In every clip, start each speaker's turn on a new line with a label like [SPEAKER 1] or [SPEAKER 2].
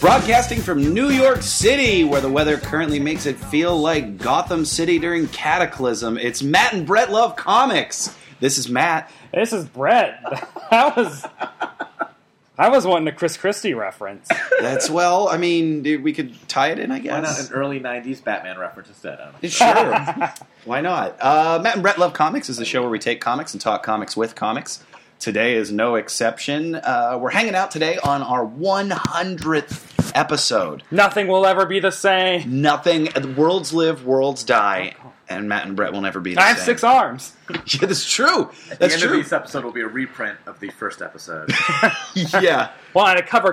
[SPEAKER 1] Broadcasting from New York City, where the weather currently makes it feel like Gotham City during Cataclysm, it's Matt and Brett Love Comics. This is Matt.
[SPEAKER 2] This is Brett. I was I was wanting a Chris Christie reference.
[SPEAKER 1] That's well, I mean, dude, we could tie it in, I
[SPEAKER 3] Why not
[SPEAKER 1] guess.
[SPEAKER 3] an early '90s Batman reference instead? I don't know.
[SPEAKER 1] Sure. Why not? Uh, Matt and Brett Love Comics is the show where we take comics and talk comics with comics. Today is no exception. Uh, we're hanging out today on our 100th episode.
[SPEAKER 2] Nothing will ever be the same.
[SPEAKER 1] Nothing. Worlds live, worlds die, and Matt and Brett will never be the
[SPEAKER 2] I have
[SPEAKER 1] same.
[SPEAKER 2] six arms.
[SPEAKER 1] Yeah, that's true.
[SPEAKER 3] The
[SPEAKER 1] That's
[SPEAKER 3] end of
[SPEAKER 1] true.
[SPEAKER 3] this episode will be a reprint of the first episode.
[SPEAKER 1] yeah.
[SPEAKER 2] Well, and a cover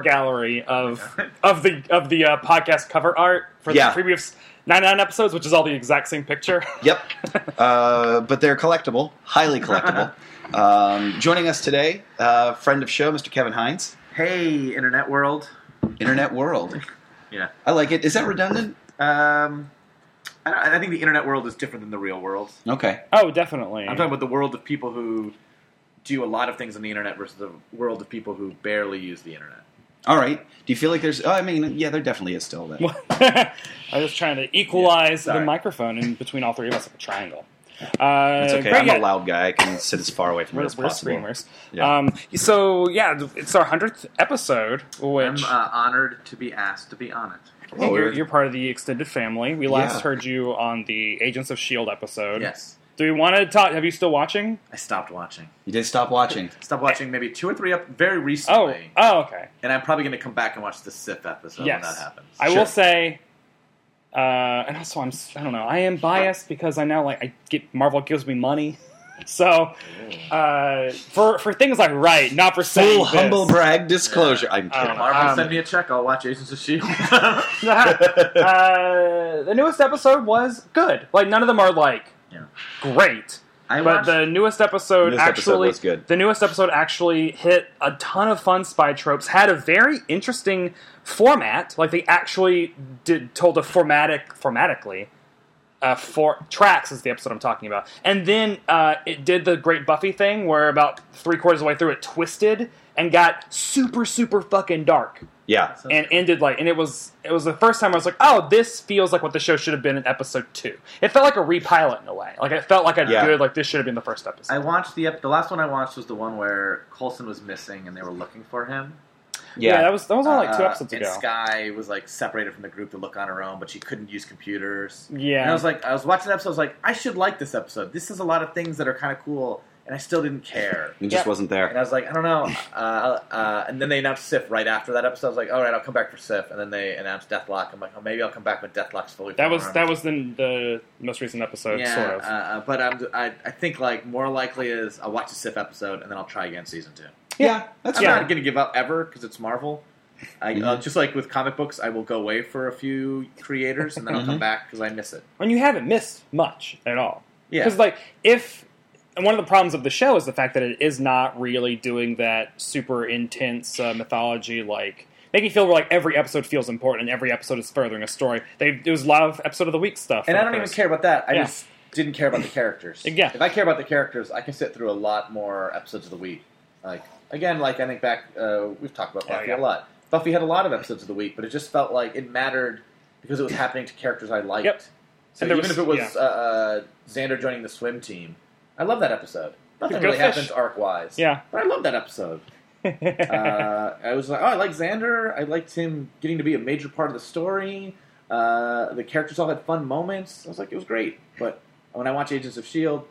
[SPEAKER 2] gallery of of the of the uh, podcast cover art for
[SPEAKER 1] Yeah.
[SPEAKER 2] the previous 99 episodes, which is all the exact same picture.
[SPEAKER 1] Yep. Uh, but they're collectible, highly collectible. Um, joining us today, uh, friend of show, Mr. Kevin Hines,
[SPEAKER 3] hey, internet world.
[SPEAKER 1] Internet World.
[SPEAKER 3] Yeah.
[SPEAKER 1] I like it. Is that redundant?
[SPEAKER 3] Um, I, don't, I think the internet world is different than the real world.
[SPEAKER 1] Okay.
[SPEAKER 2] Oh, definitely.
[SPEAKER 3] I'm talking about the world of people who do a lot of things on the internet versus the world of people who barely use the internet.
[SPEAKER 1] All right. Do you feel like there's? Oh, I mean, yeah, there definitely is still that.
[SPEAKER 2] I was trying to equalize
[SPEAKER 3] Yeah,
[SPEAKER 2] the
[SPEAKER 3] sorry.
[SPEAKER 2] microphone in between all three of us like a triangle. Uh,
[SPEAKER 1] It's okay.
[SPEAKER 2] great,
[SPEAKER 1] I'm
[SPEAKER 2] yeah.
[SPEAKER 1] a loud guy. I can sit as far away from
[SPEAKER 2] We're,
[SPEAKER 1] it as
[SPEAKER 2] we're
[SPEAKER 1] possible.
[SPEAKER 2] screamers.
[SPEAKER 1] Yeah.
[SPEAKER 2] Um, so yeah, it's our hundredth episode, which
[SPEAKER 3] I'm uh, honored to be asked to be on it.
[SPEAKER 1] Oh,
[SPEAKER 2] you're,
[SPEAKER 1] we're-
[SPEAKER 2] you're part of the extended family. We last
[SPEAKER 1] Yeah.
[SPEAKER 2] heard you on the Agents of Shield E episode.
[SPEAKER 3] Yes,
[SPEAKER 2] Do we want to talk? Have you still watching?
[SPEAKER 3] I stopped watching.
[SPEAKER 1] You did stop watching.
[SPEAKER 3] Stopped watching maybe two or three up very
[SPEAKER 2] Oh,
[SPEAKER 3] recently,
[SPEAKER 2] oh, okay.
[SPEAKER 3] and I'm probably going to come back and watch the Sith episode
[SPEAKER 2] Yes.
[SPEAKER 3] when that happens.
[SPEAKER 2] I
[SPEAKER 1] Sure.
[SPEAKER 2] will say, uh, and also I'm s- I don't know. I am biased because I now like I get Marvel gives me money, so uh, for for things I write, not for saying
[SPEAKER 1] Full
[SPEAKER 2] this.
[SPEAKER 1] humble brag disclosure. I'm kidding.
[SPEAKER 2] Um,
[SPEAKER 3] Marvel,
[SPEAKER 2] Um,
[SPEAKER 3] send me a check. I'll watch Agents of Shield.
[SPEAKER 2] uh, the newest episode was good. Like none of them are like
[SPEAKER 3] Yeah.
[SPEAKER 2] great.
[SPEAKER 3] I
[SPEAKER 2] but
[SPEAKER 3] watched,
[SPEAKER 2] the newest episode
[SPEAKER 1] Newest episode
[SPEAKER 2] actually
[SPEAKER 1] was good.
[SPEAKER 2] the newest episode actually hit a ton of fun spy tropes had a very interesting format like they actually did told a formatic formatically uh, four tracks is the episode I'm talking about, and then uh, it did the great Buffy thing where about three quarters of the way through it twisted and got super super fucking dark
[SPEAKER 1] yeah.
[SPEAKER 2] and ended like and it was it was the first time I was like, oh, this feels like what the show should have been in episode two. It felt like a repilot in a way. Like it felt like a
[SPEAKER 1] Yeah.
[SPEAKER 2] good like this should have been the first episode.
[SPEAKER 3] I watched the ep- the last one I watched was the one where Coulson was missing and they were looking for him.
[SPEAKER 2] yeah.
[SPEAKER 1] Yeah.
[SPEAKER 2] that was that was only like two
[SPEAKER 3] Uh,
[SPEAKER 2] episodes
[SPEAKER 3] and
[SPEAKER 2] ago.
[SPEAKER 3] Sky was like separated from the group to look on her own, but she couldn't use computers.
[SPEAKER 2] yeah,
[SPEAKER 3] And I was like, I was watching the episode. I was like, I should like this episode. This is a lot of things that are kind of cool, and I still didn't care.
[SPEAKER 1] It just
[SPEAKER 2] Yeah.
[SPEAKER 1] wasn't
[SPEAKER 3] And
[SPEAKER 1] there.
[SPEAKER 3] I was like, I don't know. Uh, uh, and then they announced Sif right after that episode. I was like, all right, I'll come back for Sif. And then they announced Deathlock. I'm like, oh, maybe I'll come back when Deathlock's fully.
[SPEAKER 2] that was
[SPEAKER 3] formed.
[SPEAKER 2] that was the the most recent episode,
[SPEAKER 3] yeah.
[SPEAKER 2] sort of.
[SPEAKER 3] uh, Uh, but I'm, I, I think like more likely is I'll watch a Sif episode and then I'll try again season two.
[SPEAKER 1] Yeah. That's
[SPEAKER 3] I'm
[SPEAKER 2] Yeah.
[SPEAKER 3] not going to give up ever because it's Marvel. I, uh, just like with comic books, I will go away for a few creators and then I'll come back because I miss it.
[SPEAKER 2] and you haven't missed much at all.
[SPEAKER 3] Yeah.
[SPEAKER 2] Because like if and one of the problems of the show is the fact that it is not really doing that super intense uh, mythology like making you feel like every episode feels important and every episode is furthering a story. They it was a lot of episode of the week stuff.
[SPEAKER 3] And
[SPEAKER 2] for
[SPEAKER 3] I
[SPEAKER 2] the
[SPEAKER 3] don't even
[SPEAKER 2] first-
[SPEAKER 3] care about that. I
[SPEAKER 2] Yeah.
[SPEAKER 3] just didn't care about the characters.
[SPEAKER 2] Yeah.
[SPEAKER 3] If I care about the characters, I can sit through a lot more episodes of the week. Like again, like I think back, uh, we've talked about
[SPEAKER 2] Yeah,
[SPEAKER 3] Buffy
[SPEAKER 2] Oh, yeah.
[SPEAKER 3] a lot. Buffy had a lot of episodes of the week, but it just felt like it mattered because it was happening to characters I liked.
[SPEAKER 2] Yep.
[SPEAKER 3] So
[SPEAKER 2] And there
[SPEAKER 3] even
[SPEAKER 2] was-
[SPEAKER 3] if it was uh, uh, Xander joining the swim team, I love that episode. Nothing
[SPEAKER 2] Go
[SPEAKER 3] really
[SPEAKER 2] fish.
[SPEAKER 3] happens arc wise.
[SPEAKER 2] Yeah.
[SPEAKER 3] But I love that episode. uh, I was like, oh, I like Xander. I liked him getting to be a major part of the story. Uh, the characters all had fun moments. I was like, it was great. But when I watch Agents of Shield,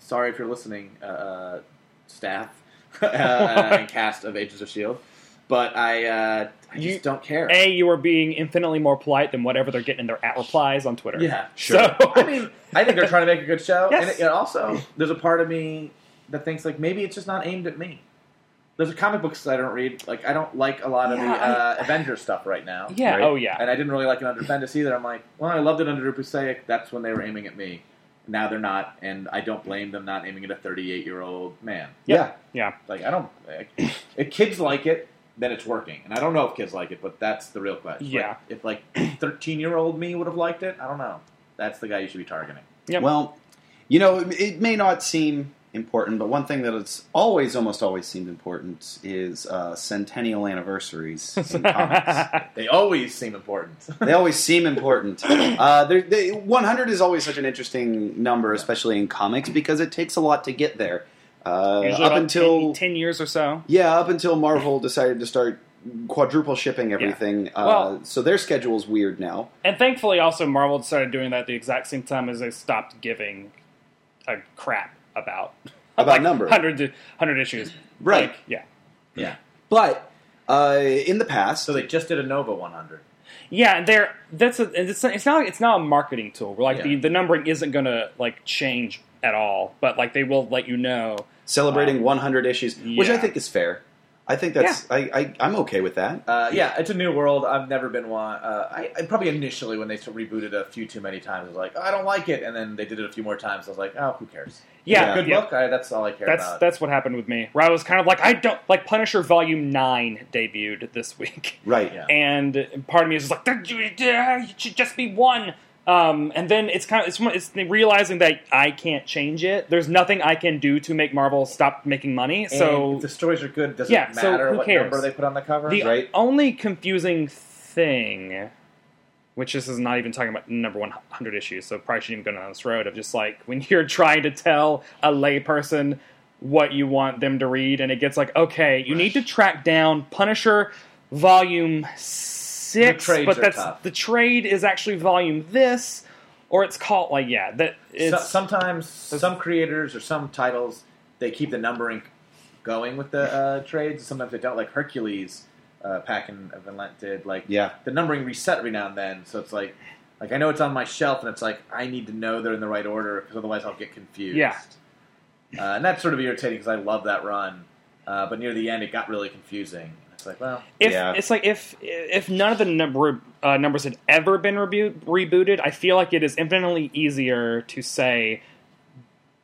[SPEAKER 3] sorry if you're listening, uh, uh, staff uh, and cast of Agents of Shield, E but I, uh, I
[SPEAKER 2] You-
[SPEAKER 3] just don't care.
[SPEAKER 2] A, you are being infinitely more polite than whatever they're getting in their at replies on Twitter.
[SPEAKER 3] Yeah,
[SPEAKER 1] sure.
[SPEAKER 2] So,
[SPEAKER 3] I mean, I think they're trying to make a good show, and,
[SPEAKER 2] Yes.
[SPEAKER 3] it, and also there's a part of me that thinks like maybe it's just not aimed at me. There's a comic books I don't read. Like I don't like a lot of
[SPEAKER 2] Yeah,
[SPEAKER 3] the uh, Avenger stuff right now.
[SPEAKER 2] yeah.
[SPEAKER 1] Right.
[SPEAKER 2] Oh, yeah.
[SPEAKER 3] and I didn't really like it under Bendis either. I'm like, well, I loved it under Rupusaic. That's when they were aiming at me. Now they're not, and I don't blame them not aiming at a 38 year old man.
[SPEAKER 1] Yeah.
[SPEAKER 2] Yeah.
[SPEAKER 3] Like I don't. Like, if kids like it, then it's working. And I don't know if kids like it, but that's the real question. Like,
[SPEAKER 2] Yeah.
[SPEAKER 3] if like 13 year old me would have liked it, I don't know. That's the guy you should be targeting.
[SPEAKER 2] Yep.
[SPEAKER 1] Well, you know, it, it may not seem important, but one thing that it's always, almost always seemed important is uh, centennial anniversaries in comics.
[SPEAKER 3] They always seem important.
[SPEAKER 1] they always seem important. Uh, they're- they, 100 is always such an interesting number, especially in comics, because it takes a lot to get there. Uh,
[SPEAKER 2] Usually
[SPEAKER 1] up
[SPEAKER 2] about
[SPEAKER 1] until
[SPEAKER 2] 10, 10 years or so.
[SPEAKER 1] yeah, up until Marvel decided to start quadruple shipping everything. Uh,
[SPEAKER 2] Well-
[SPEAKER 1] so their schedule's weird now.
[SPEAKER 2] And thankfully, also Marvel started doing that the exact same time as they stopped giving a crap about
[SPEAKER 1] About
[SPEAKER 2] like
[SPEAKER 1] number.
[SPEAKER 2] 100, to- 100 issues.
[SPEAKER 1] Right.
[SPEAKER 2] Like, yeah.
[SPEAKER 1] But uh, in the past,
[SPEAKER 3] So they just did a Nova 100.
[SPEAKER 2] Yeah, and they're that's a, it's it's not it's not a marketing tool. Where, like the,
[SPEAKER 3] Yeah.
[SPEAKER 2] the numbering isn't going to like change at all, but like they will let you know.
[SPEAKER 1] celebrating
[SPEAKER 2] Wow.
[SPEAKER 1] 100 issues, which I
[SPEAKER 2] Yeah.
[SPEAKER 1] think is fair. I think that's I, I I'm okay with that.
[SPEAKER 3] Uh, yeah, it's a new world. I've never been one. Uh, I, I probably initially when they sort of rebooted a few too many times, I was like, oh, I don't like it, and then they did it a few more times. I was like, oh, who cares?
[SPEAKER 2] Yeah,
[SPEAKER 1] Yeah.
[SPEAKER 3] Good
[SPEAKER 2] yeah.
[SPEAKER 3] book. I, that's all I care
[SPEAKER 2] That's
[SPEAKER 3] about.
[SPEAKER 2] that's what happened with me. Where I was kind of like, I don't like Punisher Volume Nine debuted this week,
[SPEAKER 1] Right.
[SPEAKER 3] Yeah.
[SPEAKER 2] and part of me is just like, "There- you, yeah, it should just be one. Um, and then it's kind of it's, one- it's realizing that I can't change it. There's nothing I can do to make Marvel stop making money.
[SPEAKER 3] And
[SPEAKER 2] So
[SPEAKER 3] if the stories are good. Does
[SPEAKER 2] Yeah,
[SPEAKER 3] it
[SPEAKER 2] so
[SPEAKER 3] matter
[SPEAKER 2] who
[SPEAKER 3] what
[SPEAKER 2] cares?
[SPEAKER 3] number they put on the cover?
[SPEAKER 2] The
[SPEAKER 1] right?
[SPEAKER 2] only confusing thing, which this is not even talking about number 100 issues, so probably shouldn't even go down this road of just like when you're trying to tell a layperson what you want them to read, and it gets like, okay, you need to track down Punisher volume six,
[SPEAKER 3] The trades
[SPEAKER 2] but
[SPEAKER 3] are
[SPEAKER 2] that's
[SPEAKER 3] tough.
[SPEAKER 2] the trade is actually volume this, or it's called like yeah, that
[SPEAKER 3] So-
[SPEAKER 2] it's
[SPEAKER 3] sometimes some creators or some titles they keep the numbering going with the uh, trades. Sometimes they don't, like Hercules. Uh, Packin of Lent did like
[SPEAKER 1] Yeah.
[SPEAKER 3] the numbering reset every now and then, so it's like like I know it's on my shelf, and it's like I need to know they're in the right order because otherwise I'll get confused.
[SPEAKER 2] Yeah.
[SPEAKER 3] uh, and that's sort of irritating because I love that run, uh, but near the end it got really confusing. It's like well,
[SPEAKER 2] if
[SPEAKER 1] Yeah.
[SPEAKER 2] it's like if if none of the number uh, numbers had ever been rebu- rebooted, I feel like it is infinitely easier to say,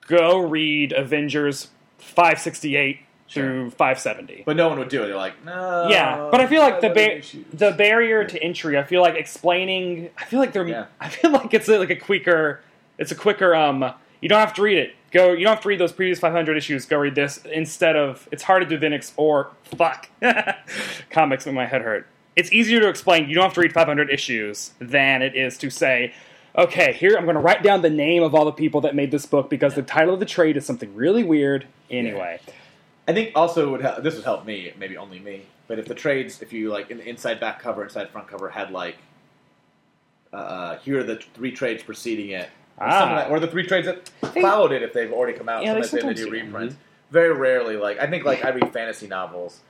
[SPEAKER 2] go read Avengers five sixty eight through five seventy.
[SPEAKER 3] but no one would do it. They're like no,
[SPEAKER 2] Yeah, but I feel like the
[SPEAKER 3] other
[SPEAKER 2] ba-
[SPEAKER 3] issues."
[SPEAKER 2] the barrier to entry. I feel like explaining. I feel like they're.
[SPEAKER 3] Yeah.
[SPEAKER 2] I feel like it's a, like a quicker. It's a quicker. Um, you don't have to read it. Go. You don't have to read those previous 500 issues. Go read this instead of. It's harder to do than ex or fuck. Comics make my head hurt. It's easier to explain. You don't have to read 500 issues than it is to say. Okay, here I'm going to write down the name of all the people that made this book because the title of the trade is something really weird. Anyway,
[SPEAKER 3] I think also it would help, this would help me, maybe only me. But if the trades, if you like in the inside back cover, inside front cover had like, uh, here are the three trades preceding it, or,
[SPEAKER 2] Ah.
[SPEAKER 3] something like- or the three trades that followed it if they've already come out.
[SPEAKER 2] Yeah, they
[SPEAKER 3] sometimes they, they do
[SPEAKER 2] sometimes do.
[SPEAKER 3] reprints. Very rarely, like I think, like I read fantasy novels,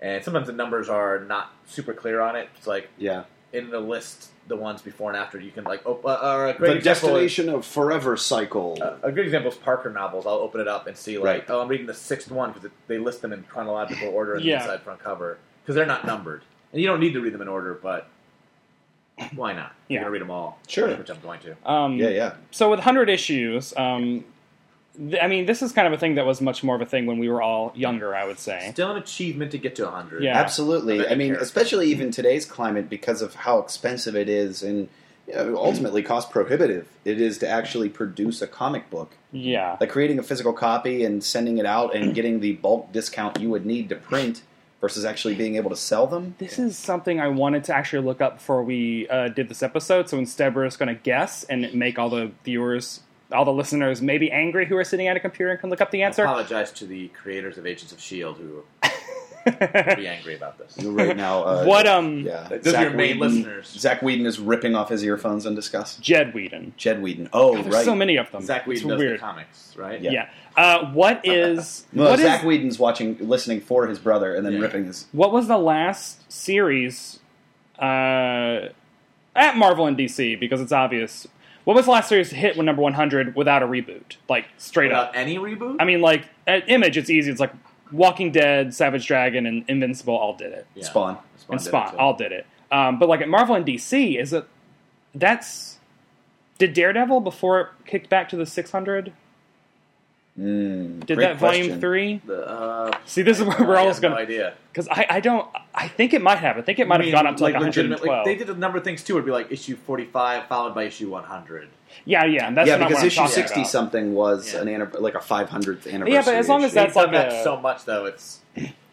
[SPEAKER 3] and sometimes the numbers are not super clear on it. It's like
[SPEAKER 1] Yeah.
[SPEAKER 3] in the list, the ones before and after, you can like, oh, uh, or a great
[SPEAKER 1] The
[SPEAKER 3] example is-
[SPEAKER 1] destination of forever cycle.
[SPEAKER 3] uh, a good example is Parker novels. I'll open it up and see like,
[SPEAKER 1] Right.
[SPEAKER 3] oh, I'm reading the sixth one because they list them in chronological order in
[SPEAKER 2] Yeah.
[SPEAKER 3] the inside front cover because they're not numbered, and you don't need to read them in order, but why not?
[SPEAKER 2] Yeah.
[SPEAKER 3] You're gonna read them all,
[SPEAKER 1] Sure.
[SPEAKER 3] which I'm going to.
[SPEAKER 2] um,
[SPEAKER 1] yeah, yeah.
[SPEAKER 2] so with 100 issues um, th- i mean this is kind of a thing that was much more of a thing when we were all younger i would say
[SPEAKER 3] Still an achievement to get to 100.
[SPEAKER 2] Yeah.
[SPEAKER 1] Absolutely.
[SPEAKER 3] Of
[SPEAKER 1] I mean,
[SPEAKER 3] character.
[SPEAKER 1] especially even today's climate because of how expensive it is and you know, ultimately cost prohibitive it is to actually produce a comic book.
[SPEAKER 2] yeah
[SPEAKER 1] Like creating a physical copy and sending it out and getting the bulk discount you would need to print versus actually being able to sell them.
[SPEAKER 2] this is something i wanted to actually look up before we uh, did this episode so instead we're just going to guess and make all the viewers all the listeners maybe angry who are sitting at a computer and can look up the
[SPEAKER 3] I
[SPEAKER 2] answer
[SPEAKER 3] apologize to the creators of Agents of Shield E who will be angry about this.
[SPEAKER 1] Right now, uh,
[SPEAKER 2] What, um,
[SPEAKER 1] Yeah,
[SPEAKER 3] Those are your main
[SPEAKER 1] Whedon-
[SPEAKER 3] listeners.
[SPEAKER 1] Zach Whedon is ripping off his earphones in disgust.
[SPEAKER 2] jed Whedon.
[SPEAKER 1] Jed Whedon. Oh,
[SPEAKER 2] there's
[SPEAKER 1] right.
[SPEAKER 2] so many of them
[SPEAKER 3] Zach
[SPEAKER 2] it's
[SPEAKER 3] Whedon does
[SPEAKER 2] weird
[SPEAKER 3] the comics, right?
[SPEAKER 1] Yeah.
[SPEAKER 2] yeah uh, what is
[SPEAKER 1] No,
[SPEAKER 2] what is-
[SPEAKER 1] Zach Whedon's watching, listening for his brother, and then
[SPEAKER 3] Yeah.
[SPEAKER 1] ripping his.
[SPEAKER 2] what was the last series uh, at Marvel and DC? Because it's obvious. What was the last series to hit with number 100 without a reboot? Like, straight up.
[SPEAKER 3] Without any reboot.
[SPEAKER 2] I mean, like, at Image, it's easy. It's like Walking Dead, Savage Dragon, and Invincible all did it.
[SPEAKER 3] Yeah.
[SPEAKER 1] Spawn.
[SPEAKER 3] Spawn
[SPEAKER 2] And
[SPEAKER 3] did it
[SPEAKER 2] Spawn
[SPEAKER 3] too.
[SPEAKER 2] all did it. Um, but, like, at Marvel and DC, is it. That's. Did Daredevil before it kicked back to the 600?
[SPEAKER 1] Mm,
[SPEAKER 2] Did
[SPEAKER 1] great
[SPEAKER 2] that
[SPEAKER 1] question.
[SPEAKER 2] volume three?
[SPEAKER 3] The, uh,
[SPEAKER 2] See, this is where we're
[SPEAKER 3] Hmm, I
[SPEAKER 2] always
[SPEAKER 3] have
[SPEAKER 2] going
[SPEAKER 3] No
[SPEAKER 2] to.
[SPEAKER 3] idea.
[SPEAKER 2] Because I, I don't. I think it might have. I think it might
[SPEAKER 3] I
[SPEAKER 2] have
[SPEAKER 3] mean,
[SPEAKER 2] gone up to like,
[SPEAKER 3] legitimate-
[SPEAKER 2] 112.
[SPEAKER 3] Like, they did a number of things too. It'd be like issue forty-five followed by issue one hundred.
[SPEAKER 2] yeah, yeah. and That's
[SPEAKER 1] yeah,
[SPEAKER 2] not
[SPEAKER 1] because
[SPEAKER 2] what I'm
[SPEAKER 1] issue
[SPEAKER 2] talking
[SPEAKER 1] sixty
[SPEAKER 2] about.
[SPEAKER 1] something was
[SPEAKER 3] Yeah.
[SPEAKER 1] an anniv- like a 500th anniversary.
[SPEAKER 2] Yeah, but as long as
[SPEAKER 1] issue.
[SPEAKER 2] that's
[SPEAKER 3] They've
[SPEAKER 2] like
[SPEAKER 3] done that
[SPEAKER 2] a-
[SPEAKER 3] so much though. It's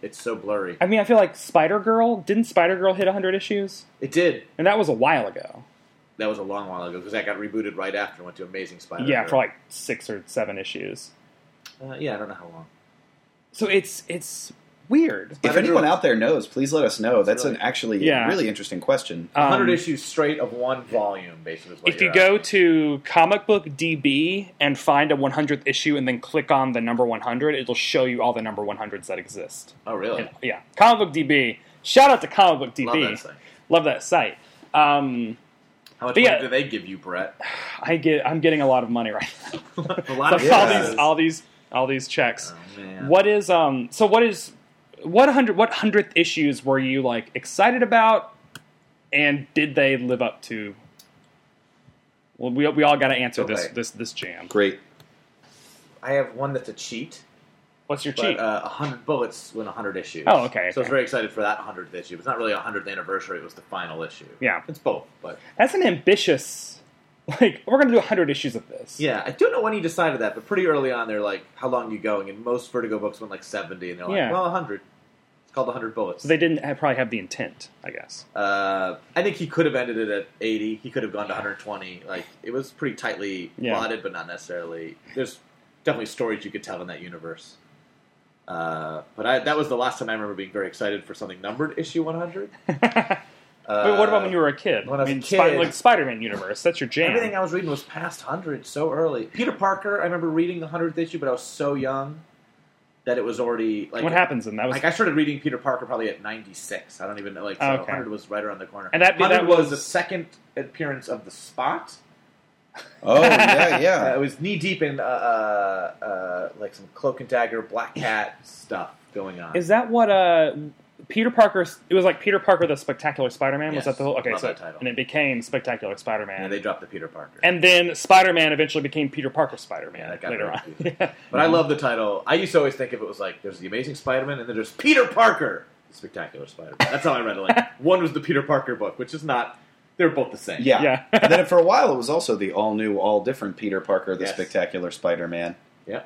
[SPEAKER 3] it's so blurry.
[SPEAKER 2] I mean, I feel like Spider Girl didn't Spider Girl hit 100 issues,
[SPEAKER 3] It did.
[SPEAKER 2] and that was a while ago.
[SPEAKER 3] That was a long while ago because that got rebooted right after and went to Amazing Spider.
[SPEAKER 2] yeah, for like six or seven issues.
[SPEAKER 3] uh, yeah, I don't know how long.
[SPEAKER 2] So it's it's weird.
[SPEAKER 1] if
[SPEAKER 3] Spider-Girl.
[SPEAKER 1] anyone out there knows, please let us know. That's
[SPEAKER 3] Really?
[SPEAKER 1] an actually
[SPEAKER 2] Yeah.
[SPEAKER 1] really interesting question.
[SPEAKER 2] Um,
[SPEAKER 3] hundred issues straight of one volume, basically. is what
[SPEAKER 2] If you
[SPEAKER 3] you're
[SPEAKER 2] go
[SPEAKER 3] asking.
[SPEAKER 2] to comic book DB and find a 100th issue and then click on the number 100, it'll show you all the number 100s that exist.
[SPEAKER 3] oh really?
[SPEAKER 2] And- yeah, comic book DB. Shout out to comic book DB.
[SPEAKER 3] Love that thing.
[SPEAKER 2] Love that site. Um,
[SPEAKER 3] How much
[SPEAKER 2] But
[SPEAKER 3] money
[SPEAKER 2] yeah.
[SPEAKER 3] do they give you, Brett?
[SPEAKER 2] I get I'm getting a lot of money right now.
[SPEAKER 3] a lot
[SPEAKER 2] Like,
[SPEAKER 1] Yeah.
[SPEAKER 2] all
[SPEAKER 3] guys.
[SPEAKER 2] these all these all these checks.
[SPEAKER 3] Oh, man.
[SPEAKER 2] What is um so what is what hundred what hundredth issues were you like excited about and did they live up to well we, we all gotta answer this
[SPEAKER 3] Okay.
[SPEAKER 2] this this jam.
[SPEAKER 1] Great.
[SPEAKER 3] I have one that's a cheat.
[SPEAKER 2] What's your cheat?
[SPEAKER 3] But uh, 100 bullets win 100 issues.
[SPEAKER 2] Oh, okay,
[SPEAKER 3] So I was
[SPEAKER 2] okay.
[SPEAKER 3] very excited for that 100th issue. It's not really a 100th anniversary. It was the final issue.
[SPEAKER 2] yeah.
[SPEAKER 3] It's both, but
[SPEAKER 2] That's an ambitious like we're gonna do hundred issues of this.
[SPEAKER 3] yeah, I don't know when he decided that, but pretty early on they're like, "How long you going?" And most Vertigo books went like 70, and they're like,
[SPEAKER 2] Yeah.
[SPEAKER 3] "Well, 100." It's called 100 bullets.
[SPEAKER 2] So they didn't have, probably have the intent, I guess.
[SPEAKER 3] uh, I think he could have ended it at 80. He could have gone to 120. Like it was pretty tightly
[SPEAKER 2] Yeah.
[SPEAKER 3] plotted, but not necessarily. There's definitely stories you could tell in that universe. Uh, but I, that was the last time I remember being very excited for something numbered issue 100.
[SPEAKER 2] but what about when you were a kid?
[SPEAKER 3] Uh, when I was
[SPEAKER 2] mean,
[SPEAKER 3] a kid-
[SPEAKER 2] Spi- like Spider-Man universe. That's your jam.
[SPEAKER 3] Everything I was reading was past 100 so early. Peter Parker, I remember reading the 100th issue, but I was so young that it was already like
[SPEAKER 2] what happens in that was
[SPEAKER 3] Like I started reading Peter Parker probably at 96. I don't even know like so
[SPEAKER 2] Okay.
[SPEAKER 3] 100 was right around the corner.
[SPEAKER 2] And that- that
[SPEAKER 3] 100 was
[SPEAKER 2] was-
[SPEAKER 3] the second appearance of the Spot.
[SPEAKER 1] Oh yeah,
[SPEAKER 3] Uh,
[SPEAKER 1] yeah.
[SPEAKER 3] it was knee deep in uh, uh, uh, like some cloak and dagger, black cat stuff going on.
[SPEAKER 2] Is that what uh Peter Parker? It was like Peter Parker the Spectacular Spider-Man. Was
[SPEAKER 3] Yes.
[SPEAKER 2] that the whole? Okay,
[SPEAKER 3] Love
[SPEAKER 2] so
[SPEAKER 3] that title.
[SPEAKER 2] and it became Spectacular Spider-Man.
[SPEAKER 3] yeah, they dropped the Peter Parker.
[SPEAKER 2] and then Spider-Man eventually became Peter Parker
[SPEAKER 3] Yeah,
[SPEAKER 2] Spider-Man
[SPEAKER 3] that got
[SPEAKER 2] later
[SPEAKER 3] very
[SPEAKER 2] on.
[SPEAKER 3] confusing. but I love the title. I used to always think of it was like there's the Amazing Spider-Man and then there's Peter Parker, the Spectacular Spider-Man. That's how I read it. Like one was the Peter Parker book, which is not. They're both the same.
[SPEAKER 1] yeah.
[SPEAKER 2] yeah.
[SPEAKER 1] and then for a while, it was also the all new, all different Peter Parker, the
[SPEAKER 3] Yes.
[SPEAKER 1] Spectacular Spider-Man.
[SPEAKER 3] Yeah.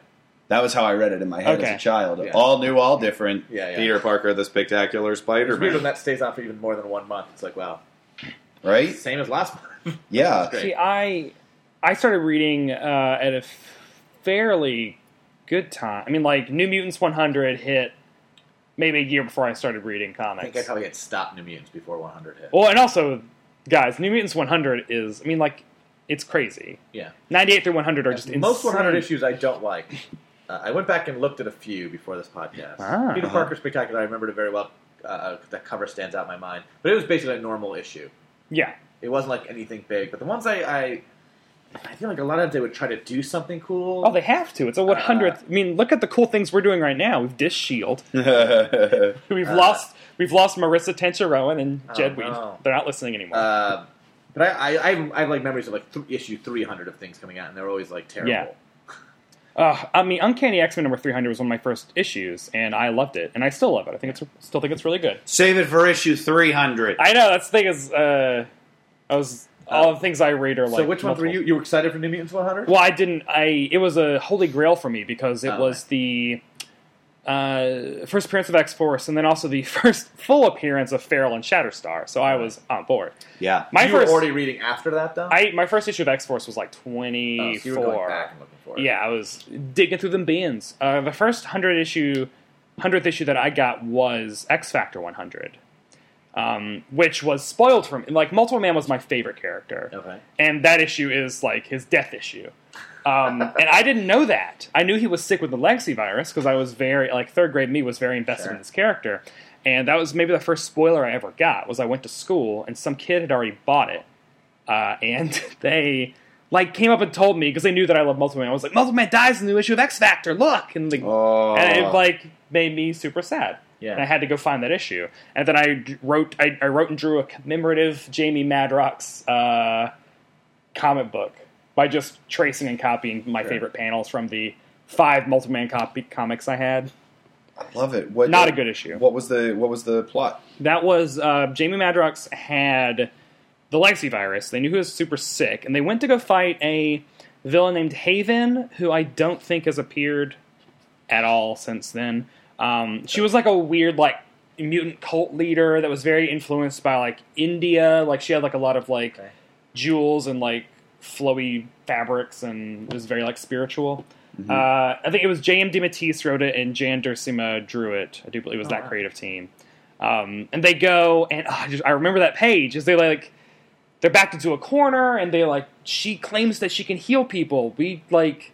[SPEAKER 1] That was how I read it in my head
[SPEAKER 2] Okay.
[SPEAKER 1] as a child.
[SPEAKER 3] Yeah.
[SPEAKER 1] All new, all different.
[SPEAKER 3] Yeah, yeah.
[SPEAKER 1] Peter Parker, the Spectacular
[SPEAKER 3] It's weird when
[SPEAKER 1] Spider-Man.
[SPEAKER 3] that stays on for even more than one month. It's like wow,
[SPEAKER 1] Right?
[SPEAKER 3] same as last month.
[SPEAKER 1] Yeah.
[SPEAKER 3] That's great.
[SPEAKER 2] See, I I started reading uh, at a fairly good time. I mean, like New Mutants 100 hit maybe a year before I started reading
[SPEAKER 3] I
[SPEAKER 2] comics.
[SPEAKER 3] think I probably had stopped New Mutants before 100 hit.
[SPEAKER 2] well, and also, guys, New Mutants 100 is. I mean, like it's crazy.
[SPEAKER 3] Yeah.
[SPEAKER 2] 98 through 100 are just
[SPEAKER 3] Most 100
[SPEAKER 2] insane.
[SPEAKER 3] issues I don't like. Uh, I went back and looked at a few before this podcast.
[SPEAKER 2] Ah.
[SPEAKER 3] Peter
[SPEAKER 1] Uh-huh.
[SPEAKER 3] Parker Spectacular, I remembered it very well. Uh, Uh, that cover stands out in my mind. But it was basically a normal issue.
[SPEAKER 2] Yeah.
[SPEAKER 3] It wasn't like anything big. But the ones I. I I feel like a lot of times they would try to do something cool.
[SPEAKER 2] Oh, they have to. It's a 100th.
[SPEAKER 3] Uh.
[SPEAKER 2] I mean, look at the cool things we're doing right now. We've dished Shield. We've
[SPEAKER 3] Uh,
[SPEAKER 2] lost. We've lost Marissa Tencha Rowan and
[SPEAKER 3] Oh,
[SPEAKER 2] Jed Weed.
[SPEAKER 3] no.
[SPEAKER 2] They're not listening anymore.
[SPEAKER 3] Uh, but I, I, I, have, I have like memories of like th- issue 300 of things coming out, and they're always like terrible.
[SPEAKER 2] Yeah. Ugh, Uh, I mean, Uncanny X Men number three hundred was one of my first issues, and I loved it, and I still love it. I think it's still think it's really good.
[SPEAKER 1] Save it for issue 300.
[SPEAKER 2] I know that's the thing is, uh, I was all the things I read are like.
[SPEAKER 3] Uh, so which ones were
[SPEAKER 2] multiple-
[SPEAKER 3] you? You were excited for New Mutants 100?
[SPEAKER 2] Well, I didn't. I it was a holy grail for me because it
[SPEAKER 3] Oh.
[SPEAKER 2] was the uh, first appearance of X Force, and then also the first full appearance of Feral and Shatterstar. So I was on board.
[SPEAKER 1] yeah.
[SPEAKER 2] My
[SPEAKER 3] you
[SPEAKER 2] first,
[SPEAKER 3] were already reading after that, though?
[SPEAKER 2] I my first issue of X Force was like
[SPEAKER 3] Oh,
[SPEAKER 2] twenty
[SPEAKER 3] so you
[SPEAKER 2] four.
[SPEAKER 3] were going back and looking for it.
[SPEAKER 2] Yeah, I was digging through them bins. Uh, the first hundred issue, hundredth issue that I got was X Factor 100, um, which was spoiled from like Multiple Man was my favorite character,
[SPEAKER 3] Okay.
[SPEAKER 2] and that issue is like his death issue. Um, and I didn't know that. I knew he was sick with the legacy virus because I was very like third grade me was very invested
[SPEAKER 3] Sure.
[SPEAKER 2] in his character, and that was maybe the first spoiler I ever got was I went to school and some kid had already bought it uh, and they like came up and told me because they knew that I loved Multiple Man. I was like, Multiple Man dies in the new issue of X Factor. Look, and like,
[SPEAKER 1] Oh.
[SPEAKER 2] and it like made me super sad.
[SPEAKER 3] Yeah.
[SPEAKER 2] And I had to go find that issue, and then I d- wrote, I, I wrote and drew a commemorative Jamie Madrox uh, comic book by just tracing and copying my favorite panels from the five multiple man copy comics I had.
[SPEAKER 1] I love it. What,
[SPEAKER 2] Not a good issue.
[SPEAKER 1] What was the What was the plot?
[SPEAKER 2] That was uh, Jamie Madrox had the legacy virus. They knew he was super sick, and they went to go fight a villain named Haven, who I don't think has appeared at all since then. Um, she was like a weird like mutant cult leader that was very influenced by like India. Like she had like a lot of like
[SPEAKER 3] Okay.
[SPEAKER 2] jewels and like flowy fabrics, and it was very like spiritual.
[SPEAKER 3] Mm-hmm.
[SPEAKER 2] Uh, I think it was J.M. DeMatteis wrote it and Jan Dersima drew it. I do believe it was
[SPEAKER 3] Oh,
[SPEAKER 2] that
[SPEAKER 3] wow.
[SPEAKER 2] creative team. Um, and they go and oh, I, just, I remember that page is they like they're backed into a corner and they like she claims that she can heal people. We like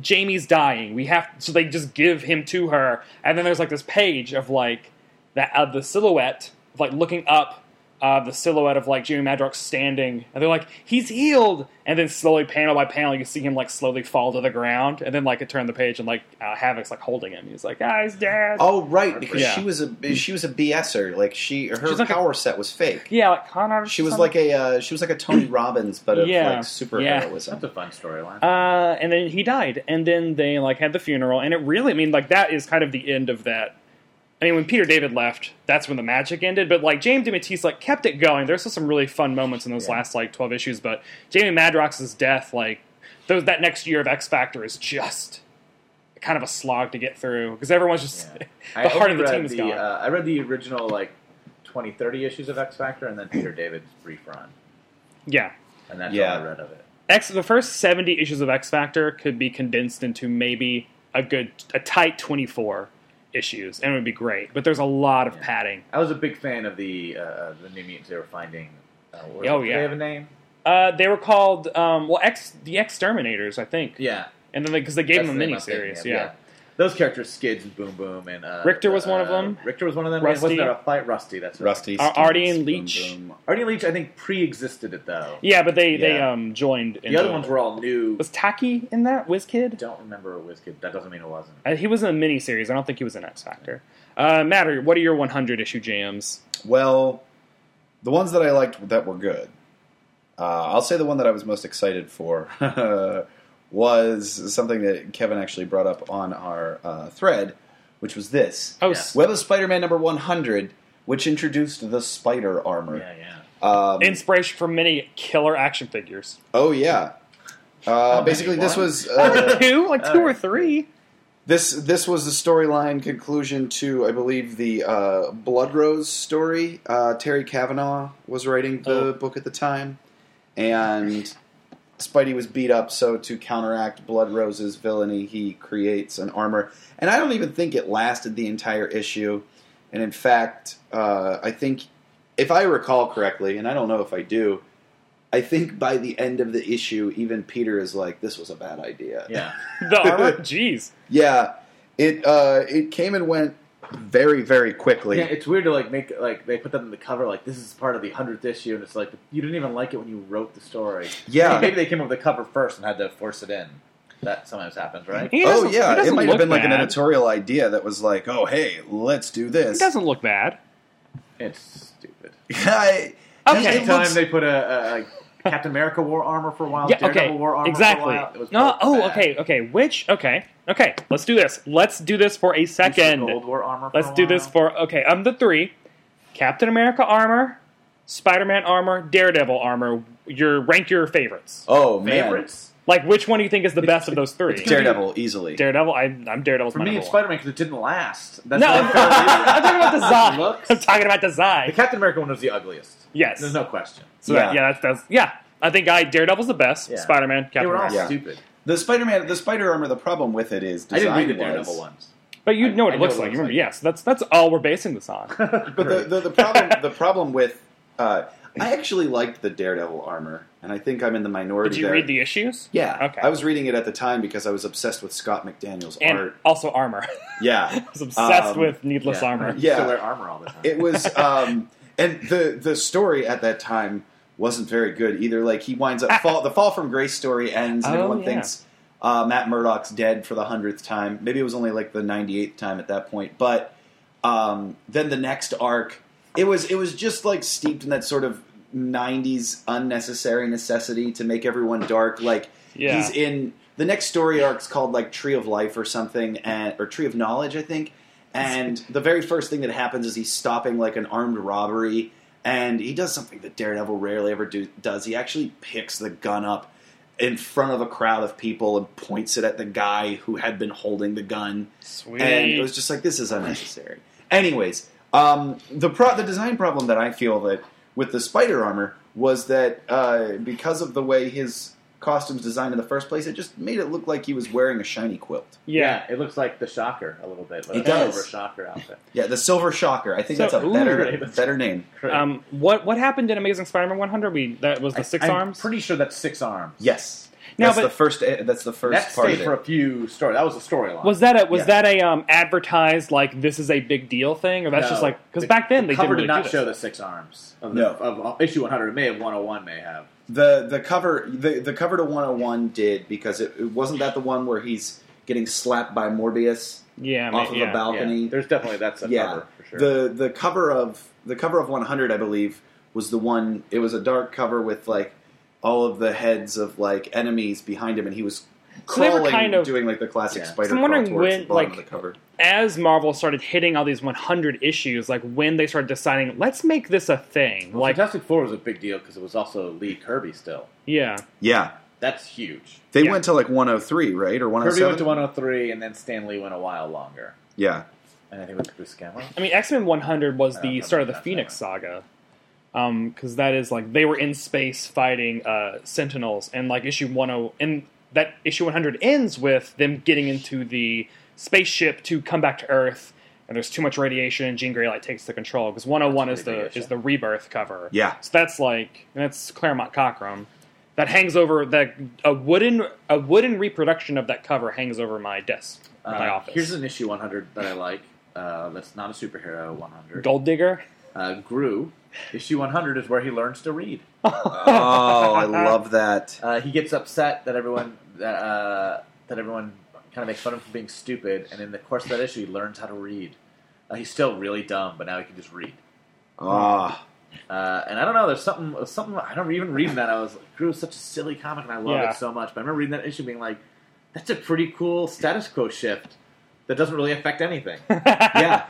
[SPEAKER 2] Jamie's dying. We have so they just give him to her, and then there's like this page of like that of the silhouette of like looking up. Uh, the silhouette of like Jamie Madrox standing, and they're like, "He's healed," and then slowly, panel by panel, you see him like slowly fall to the ground, and then like it turned the page, and like uh, Havoc's like holding him. He's like, "Ah, he's dead."
[SPEAKER 1] Oh, right, because
[SPEAKER 2] Yeah.
[SPEAKER 1] she was a she was a BSer. Like she, her
[SPEAKER 2] She's like a-
[SPEAKER 1] power set was fake.
[SPEAKER 2] Yeah, like con artist.
[SPEAKER 1] She
[SPEAKER 2] or
[SPEAKER 1] was
[SPEAKER 2] something.
[SPEAKER 1] like a uh, she was like a Tony Robbins, but of
[SPEAKER 2] Yeah.
[SPEAKER 1] like super
[SPEAKER 2] Yeah.
[SPEAKER 1] heroism.
[SPEAKER 3] That's a fun storyline.
[SPEAKER 2] Uh, and then he died, and then they like had the funeral, and it really, I mean, like that is kind of the end of that. I mean, when Peter David left, that's when the magic ended. But like James DeMatteis, like kept it going. There's still some really fun moments in those
[SPEAKER 3] Yeah.
[SPEAKER 2] last like 12 issues. But Jamie Madrox's death, like those that next year of X Factor, is just kind of a slog to get through because everyone's just
[SPEAKER 3] Yeah.
[SPEAKER 2] the heart of
[SPEAKER 3] only
[SPEAKER 2] the
[SPEAKER 3] read
[SPEAKER 2] team is gone.
[SPEAKER 3] Uh, I read the original like 20, 30 issues of X Factor, and then Peter David's brief run,
[SPEAKER 2] yeah.
[SPEAKER 3] and that's
[SPEAKER 1] Yeah.
[SPEAKER 3] all I read of it.
[SPEAKER 2] X the first 70 issues of X Factor could be condensed into maybe a good a tight 24 issues and it would be great but there's a lot of
[SPEAKER 3] Yeah.
[SPEAKER 2] padding
[SPEAKER 3] I was a big fan of the uh, the new mutants they were finding. Uh, what was
[SPEAKER 2] Oh,
[SPEAKER 3] it? Do
[SPEAKER 2] yeah.
[SPEAKER 3] they have a name?
[SPEAKER 2] uh, they were called um, well X the exterminators I think
[SPEAKER 3] Yeah,
[SPEAKER 2] and then because they, gave
[SPEAKER 3] That's
[SPEAKER 2] them a
[SPEAKER 3] the name
[SPEAKER 2] mini
[SPEAKER 3] I'm thinking
[SPEAKER 2] series
[SPEAKER 3] of,
[SPEAKER 2] yeah.
[SPEAKER 3] Those characters, Skids, and Boom Boom, and uh,
[SPEAKER 2] Richter was
[SPEAKER 3] uh,
[SPEAKER 2] one of them.
[SPEAKER 3] Richter was one of them.
[SPEAKER 2] Rusty.
[SPEAKER 3] Wasn't there a fight? Rusty. That's right.
[SPEAKER 1] Rusty,
[SPEAKER 2] Ar-
[SPEAKER 1] Stevens,
[SPEAKER 2] Artie and
[SPEAKER 1] Boom
[SPEAKER 2] Leach.
[SPEAKER 1] Boom.
[SPEAKER 3] Artie and Leach, I think, pre-existed it though.
[SPEAKER 2] yeah but they they
[SPEAKER 3] Yeah.
[SPEAKER 2] um, joined in
[SPEAKER 3] The other ones were all new.
[SPEAKER 2] was Taki in that
[SPEAKER 3] I
[SPEAKER 2] Wizkid
[SPEAKER 3] don't remember a Wizkid. That doesn't mean it wasn't.
[SPEAKER 2] uh, he was in a mini series I don't think he was in X Factor uh, Matter what are your 100 issue jams
[SPEAKER 1] Well, the ones that I liked that were good. Uh, I'll say the one that I was most excited for was something that Kevin actually brought up on our uh, thread, which was this
[SPEAKER 2] oh
[SPEAKER 3] Yeah.
[SPEAKER 2] s-
[SPEAKER 1] Web of Spider Man number 100, which introduced the spider armor.
[SPEAKER 3] Yeah, yeah.
[SPEAKER 1] Um,
[SPEAKER 2] inspiration for many killer action figures
[SPEAKER 1] oh, yeah. Uh,
[SPEAKER 3] many?
[SPEAKER 1] basically, this
[SPEAKER 3] One?
[SPEAKER 1] was uh,
[SPEAKER 2] two like two or
[SPEAKER 3] Alright.
[SPEAKER 2] three
[SPEAKER 1] this this was the storyline conclusion to, I believe, the uh, Blood Rose story. Uh, Terry Kavanaugh was writing the
[SPEAKER 2] Oh.
[SPEAKER 1] book at the time, and Spidey was beat up. So to counteract Blood Rose's villainy, he creates an armor, and I don't even think it lasted the entire issue. And in fact, uh, I think, if I recall correctly, and I don't know if I do. I think by the end of the issue, even Peter is like, "This was a bad idea."
[SPEAKER 3] Yeah.
[SPEAKER 2] the armor jeez
[SPEAKER 1] Yeah, it uh, it came and went very very quickly.
[SPEAKER 3] Yeah, it's weird to like make like they put that in the cover like this is part of the hundredth issue, and it's like you didn't even like it when you wrote the story.
[SPEAKER 1] Yeah.
[SPEAKER 3] maybe they came up with the cover first and had to force it in. That sometimes happens, right?
[SPEAKER 2] He
[SPEAKER 1] oh
[SPEAKER 2] doesn't- he
[SPEAKER 1] yeah, it
[SPEAKER 2] doesn't
[SPEAKER 1] might have
[SPEAKER 2] look
[SPEAKER 1] been like an
[SPEAKER 2] bad.
[SPEAKER 1] editorial idea that was like, "Oh hey, let's do
[SPEAKER 2] It
[SPEAKER 1] this."
[SPEAKER 2] doesn't look bad.
[SPEAKER 3] It's stupid.
[SPEAKER 1] I-
[SPEAKER 2] Okay.
[SPEAKER 1] It
[SPEAKER 3] Anytime
[SPEAKER 1] looks-
[SPEAKER 3] they put a, a, a Captain America war armor for a while,
[SPEAKER 2] Yeah.
[SPEAKER 3] Daredevil
[SPEAKER 2] Okay.
[SPEAKER 3] war armor for a
[SPEAKER 2] Exactly.
[SPEAKER 3] while, it was
[SPEAKER 2] No.
[SPEAKER 3] both
[SPEAKER 2] Oh.
[SPEAKER 3] bad.
[SPEAKER 2] Okay. Okay. Which? Okay. Okay. Let's do this. Let's do this for a
[SPEAKER 3] Booster
[SPEAKER 2] second.
[SPEAKER 3] Gold war armor. For
[SPEAKER 2] Let's
[SPEAKER 3] a
[SPEAKER 2] do this
[SPEAKER 3] while.
[SPEAKER 2] for. Okay. I'm the three. Captain America armor, Spider Man armor, Daredevil armor. Your rank your favorites.
[SPEAKER 1] oh man,
[SPEAKER 3] favorites.
[SPEAKER 2] Like which one do you think is the best of those three?
[SPEAKER 1] Daredevil easily.
[SPEAKER 2] Daredevil. I, I'm Daredevil's
[SPEAKER 3] For
[SPEAKER 2] my
[SPEAKER 3] me,
[SPEAKER 2] number
[SPEAKER 3] it's
[SPEAKER 2] one.
[SPEAKER 3] Spider Man because it didn't last. That's
[SPEAKER 2] No,
[SPEAKER 3] what
[SPEAKER 2] I'm,
[SPEAKER 3] I felt either.
[SPEAKER 2] I'm talking about design.
[SPEAKER 3] Looks.
[SPEAKER 2] I'm talking about
[SPEAKER 3] The
[SPEAKER 2] design.
[SPEAKER 3] Captain America one was the ugliest.
[SPEAKER 2] Yes.
[SPEAKER 3] There's no question.
[SPEAKER 2] So yeah, that,
[SPEAKER 1] Yeah.
[SPEAKER 2] yeah that's, that's yeah. I think I Daredevil's the best.
[SPEAKER 3] Yeah.
[SPEAKER 2] Spider Man, Captain
[SPEAKER 3] they were all
[SPEAKER 2] America.
[SPEAKER 1] Yeah.
[SPEAKER 3] stupid.
[SPEAKER 1] the Spider-Man, the Spider armor. The problem with it is
[SPEAKER 3] I
[SPEAKER 1] design
[SPEAKER 3] didn't read the
[SPEAKER 1] was-
[SPEAKER 3] Daredevil ones.
[SPEAKER 2] But you
[SPEAKER 3] I-
[SPEAKER 2] know what
[SPEAKER 3] I
[SPEAKER 2] it looks like. You remember? Yes. That's that's all we're basing this on.
[SPEAKER 1] But the, the, the problem the problem with uh, I actually liked the Daredevil armor, and I think I'm in the minority.
[SPEAKER 2] Did you
[SPEAKER 1] there.
[SPEAKER 2] read the issues?
[SPEAKER 1] Yeah,
[SPEAKER 2] Okay.
[SPEAKER 1] I was reading it at the time because I was obsessed with Scott McDaniel's
[SPEAKER 2] and
[SPEAKER 1] art.
[SPEAKER 2] also armor.
[SPEAKER 1] Yeah,
[SPEAKER 2] I was obsessed
[SPEAKER 1] Um,
[SPEAKER 2] with needless armor.
[SPEAKER 1] Yeah.
[SPEAKER 3] Still wear armor all the time.
[SPEAKER 1] it was um and the the story at that time wasn't very good either like he winds up fall the fall from grace story ends and
[SPEAKER 2] Ah. Oh,
[SPEAKER 1] everyone
[SPEAKER 2] yeah.
[SPEAKER 1] thinks uh, matt murdock's dead for the hundredth time maybe it was only like the 98th time at that point but um then the next arc it was it was just like steeped in that sort of 90s unnecessary necessity to make everyone dark like
[SPEAKER 2] Yeah.
[SPEAKER 1] he's in the next story arc's called like Tree of Life or something, and or Tree of Knowledge, I think. And the very first thing that happens is he's stopping like an armed robbery, and he does something that Daredevil rarely ever do, does. He actually picks the gun up in front of a crowd of people and points it at the guy who had been holding the gun
[SPEAKER 2] Sweet.
[SPEAKER 1] and it was just like this is unnecessary. Anyways, um, the pro- the design problem that I feel that with the spider armor was that uh, because of the way his costume's designed in the first place, it just made it look like he was wearing a shiny quilt.
[SPEAKER 2] yeah.
[SPEAKER 3] it looks like the Shocker a little bit. But
[SPEAKER 1] It
[SPEAKER 3] a silver
[SPEAKER 1] does.
[SPEAKER 3] Shocker outfit.
[SPEAKER 1] Yeah, the silver shocker. I think
[SPEAKER 2] So-
[SPEAKER 1] that's a
[SPEAKER 2] ooh,
[SPEAKER 1] better
[SPEAKER 3] right.
[SPEAKER 1] better name.
[SPEAKER 3] Great.
[SPEAKER 2] Um, what what happened in Amazing Spider-Man 100? We that was the 6
[SPEAKER 3] I'm
[SPEAKER 2] arms.
[SPEAKER 3] Pretty sure that's six arms.
[SPEAKER 1] Yes,
[SPEAKER 2] Now,
[SPEAKER 1] that's
[SPEAKER 2] but-
[SPEAKER 1] the first. eh, That's the first
[SPEAKER 3] that
[SPEAKER 1] part
[SPEAKER 3] stayed
[SPEAKER 1] of it.
[SPEAKER 3] for a few stories. That was a storyline.
[SPEAKER 2] was that a was
[SPEAKER 1] Yeah.
[SPEAKER 2] that a um, advertised like this is a big deal thing or that's
[SPEAKER 3] No.
[SPEAKER 2] just like because
[SPEAKER 3] The-
[SPEAKER 2] back then
[SPEAKER 3] the
[SPEAKER 2] they
[SPEAKER 3] cover
[SPEAKER 2] didn't really
[SPEAKER 3] did
[SPEAKER 2] do
[SPEAKER 3] not
[SPEAKER 2] this.
[SPEAKER 3] show the six arms of, the,
[SPEAKER 1] No.
[SPEAKER 3] of of issue 100. It may have 101. May have.
[SPEAKER 1] the the cover the, the cover to 101 did because it, it wasn't that the one where he's getting slapped by Morbius
[SPEAKER 2] Yeah, I mean,
[SPEAKER 1] off of
[SPEAKER 2] yeah.
[SPEAKER 1] a balcony.
[SPEAKER 3] Yeah, there's definitely that's a
[SPEAKER 1] yeah,
[SPEAKER 3] cover for sure.
[SPEAKER 1] the the cover of the cover of 100, I believe, was the one. It was a dark cover with like all of the heads of like enemies behind him, and he was
[SPEAKER 2] So they were
[SPEAKER 1] crawling,
[SPEAKER 2] kind of-
[SPEAKER 1] doing like the classic
[SPEAKER 3] Yeah.
[SPEAKER 1] spider.
[SPEAKER 2] So I'm wondering
[SPEAKER 1] crawl towards the
[SPEAKER 2] when,
[SPEAKER 1] bottom
[SPEAKER 2] like-
[SPEAKER 1] of the cover.
[SPEAKER 2] as Marvel started hitting all these 100 issues, like when they started deciding, let's make this a thing.
[SPEAKER 3] Well,
[SPEAKER 2] Like,
[SPEAKER 3] Fantastic Four was a big deal because it was also Lee Kirby still.
[SPEAKER 2] yeah,
[SPEAKER 1] Yeah,
[SPEAKER 3] That's huge.
[SPEAKER 1] they
[SPEAKER 2] Yeah.
[SPEAKER 1] went to like 103, right, or
[SPEAKER 3] Kirby
[SPEAKER 1] 107.
[SPEAKER 3] went to 103, and then Stan Lee went a while longer.
[SPEAKER 1] yeah,
[SPEAKER 3] And I think it was Buscema.
[SPEAKER 2] I mean, X Men 100 was
[SPEAKER 3] I don't
[SPEAKER 2] the
[SPEAKER 3] know
[SPEAKER 2] start of the
[SPEAKER 3] about that
[SPEAKER 2] Phoenix saga, because that is like they were in space fighting uh, Sentinels, and like issue 10, and that issue 100 ends with them getting into the spaceship to come back to Earth. And there's too much radiation, and Jean Grey like takes the control because 101 is the
[SPEAKER 3] Radiation.
[SPEAKER 2] is the rebirth cover.
[SPEAKER 1] yeah.
[SPEAKER 2] So that's like and that's Claremont Cochran. That hangs over that a wooden a wooden reproduction of that cover hangs over my desk, in my
[SPEAKER 3] Uh,
[SPEAKER 2] office.
[SPEAKER 3] Here's an issue 100 that I like. Uh, that's not a superhero 100.
[SPEAKER 2] Gold Digger.
[SPEAKER 3] Uh, Gru. Issue 100 is where he learns to read.
[SPEAKER 1] Oh, I love that.
[SPEAKER 3] Uh, he gets upset that everyone that uh, that everyone kind of makes fun of him for being stupid, and in the course of that issue, he learns how to read. Uh, he's still really dumb, but now he can just read.
[SPEAKER 1] Ah,
[SPEAKER 3] Uh, and I don't know. There's something. there's Something. I don't even reading that. I was like, Gru is such a silly comic, and I love
[SPEAKER 2] Yeah.
[SPEAKER 3] it so much. But I remember reading that issue, being like, "That's a pretty cool status quo shift that doesn't really affect anything."
[SPEAKER 1] yeah.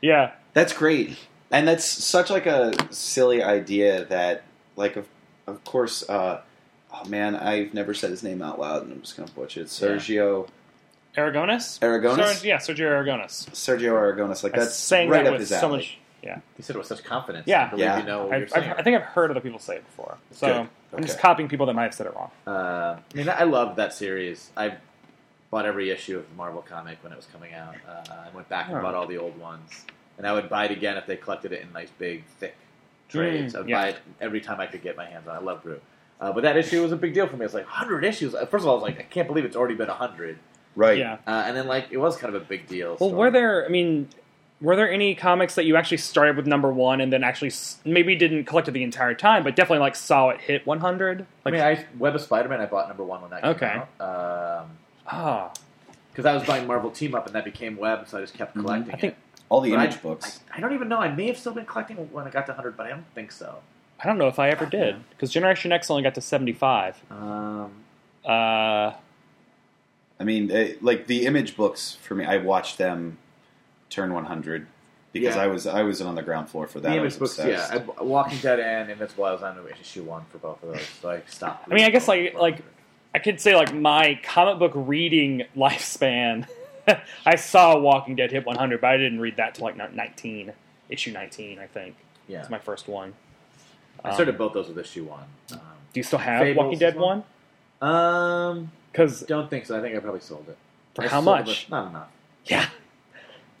[SPEAKER 2] yeah.
[SPEAKER 1] That's great, and that's such like a silly idea that like of of course. Uh, oh man, I've never said his name out loud, and I'm just gonna butcher it. Sergio
[SPEAKER 2] Aragonis?
[SPEAKER 1] Aragonis?
[SPEAKER 2] Sar- yeah, Sergio Aragonis.
[SPEAKER 1] Sergio Aragonis, like
[SPEAKER 2] I
[SPEAKER 1] that's
[SPEAKER 2] sang
[SPEAKER 1] right up
[SPEAKER 2] that
[SPEAKER 1] his
[SPEAKER 2] with so
[SPEAKER 1] alley. Oh,
[SPEAKER 2] much. Yeah.
[SPEAKER 3] He said it with such confidence.
[SPEAKER 2] Yeah.
[SPEAKER 3] I believe
[SPEAKER 1] Yeah.
[SPEAKER 3] you know what
[SPEAKER 2] I,
[SPEAKER 3] you're
[SPEAKER 2] I,
[SPEAKER 3] saying.
[SPEAKER 2] I think I've heard other people say it before. So
[SPEAKER 1] Good.
[SPEAKER 2] I'm just
[SPEAKER 1] Okay.
[SPEAKER 2] copying people that might have said it wrong.
[SPEAKER 3] Uh, I mean, I love that series. I bought every issue of the Marvel comic when it was coming out. Uh, I went back and
[SPEAKER 2] Oh.
[SPEAKER 3] bought all the old ones, and I would buy it again if they collected it in nice big thick trades.
[SPEAKER 2] Mm,
[SPEAKER 3] I'd
[SPEAKER 2] yeah.
[SPEAKER 3] buy it every time I could get my hands on. it. I love Gru. Uh, but that issue was a big deal for me. It's like 100 issues. Uh, First of all, I was like, I can't believe it's already been 100.
[SPEAKER 1] Right.
[SPEAKER 2] Yeah.
[SPEAKER 3] Uh, and then, like, it was kind of a big deal.
[SPEAKER 2] Well,
[SPEAKER 3] story.
[SPEAKER 2] were there, I mean, were there any comics that you actually started with number one and then actually s- maybe didn't collect it the entire time, but definitely like saw it hit 100? Like,
[SPEAKER 3] I mean, I, Web of Spider-Man, I bought number one when that
[SPEAKER 2] Okay.
[SPEAKER 3] came out. Um,
[SPEAKER 2] ah,
[SPEAKER 3] because I was buying Marvel Team Up, and that became Web, so I just kept
[SPEAKER 1] Mhm.
[SPEAKER 3] collecting
[SPEAKER 2] Mm-hmm. I think-
[SPEAKER 3] it.
[SPEAKER 1] All the
[SPEAKER 3] But I-
[SPEAKER 1] image books.
[SPEAKER 3] I, I don't even know. I may have still been collecting when I got to 100, but I don't think so.
[SPEAKER 2] I don't know if I ever did because Generation X only got to 75.
[SPEAKER 3] Um,
[SPEAKER 2] Uh,
[SPEAKER 1] I mean, eh, like the image books for me, I watched them turn 100 because
[SPEAKER 3] Yeah.
[SPEAKER 1] I was I was on the ground floor for that.
[SPEAKER 3] the
[SPEAKER 1] I
[SPEAKER 3] image
[SPEAKER 1] was
[SPEAKER 3] books,
[SPEAKER 1] obsessed.
[SPEAKER 3] yeah. I, Walking Dead and Invincible, I was on issue one for both of those, so I stopped.
[SPEAKER 2] I mean, I guess, like-
[SPEAKER 3] reading.
[SPEAKER 2] like- I could say like my comic book reading lifespan. I saw Walking Dead hit 100, but I didn't read that till like 19 issue 19, I think.
[SPEAKER 3] yeah,
[SPEAKER 2] It's my first one.
[SPEAKER 3] I started both those with issue one. Um,
[SPEAKER 2] Do you still have
[SPEAKER 3] Fables
[SPEAKER 2] Walking
[SPEAKER 3] is
[SPEAKER 2] Dead
[SPEAKER 3] one?
[SPEAKER 2] one?
[SPEAKER 3] um,
[SPEAKER 2] Because
[SPEAKER 3] don't think so. I think I probably sold it.
[SPEAKER 2] for
[SPEAKER 3] I
[SPEAKER 2] how
[SPEAKER 3] sold
[SPEAKER 2] much?
[SPEAKER 3] a- Not enough.
[SPEAKER 2] Yeah,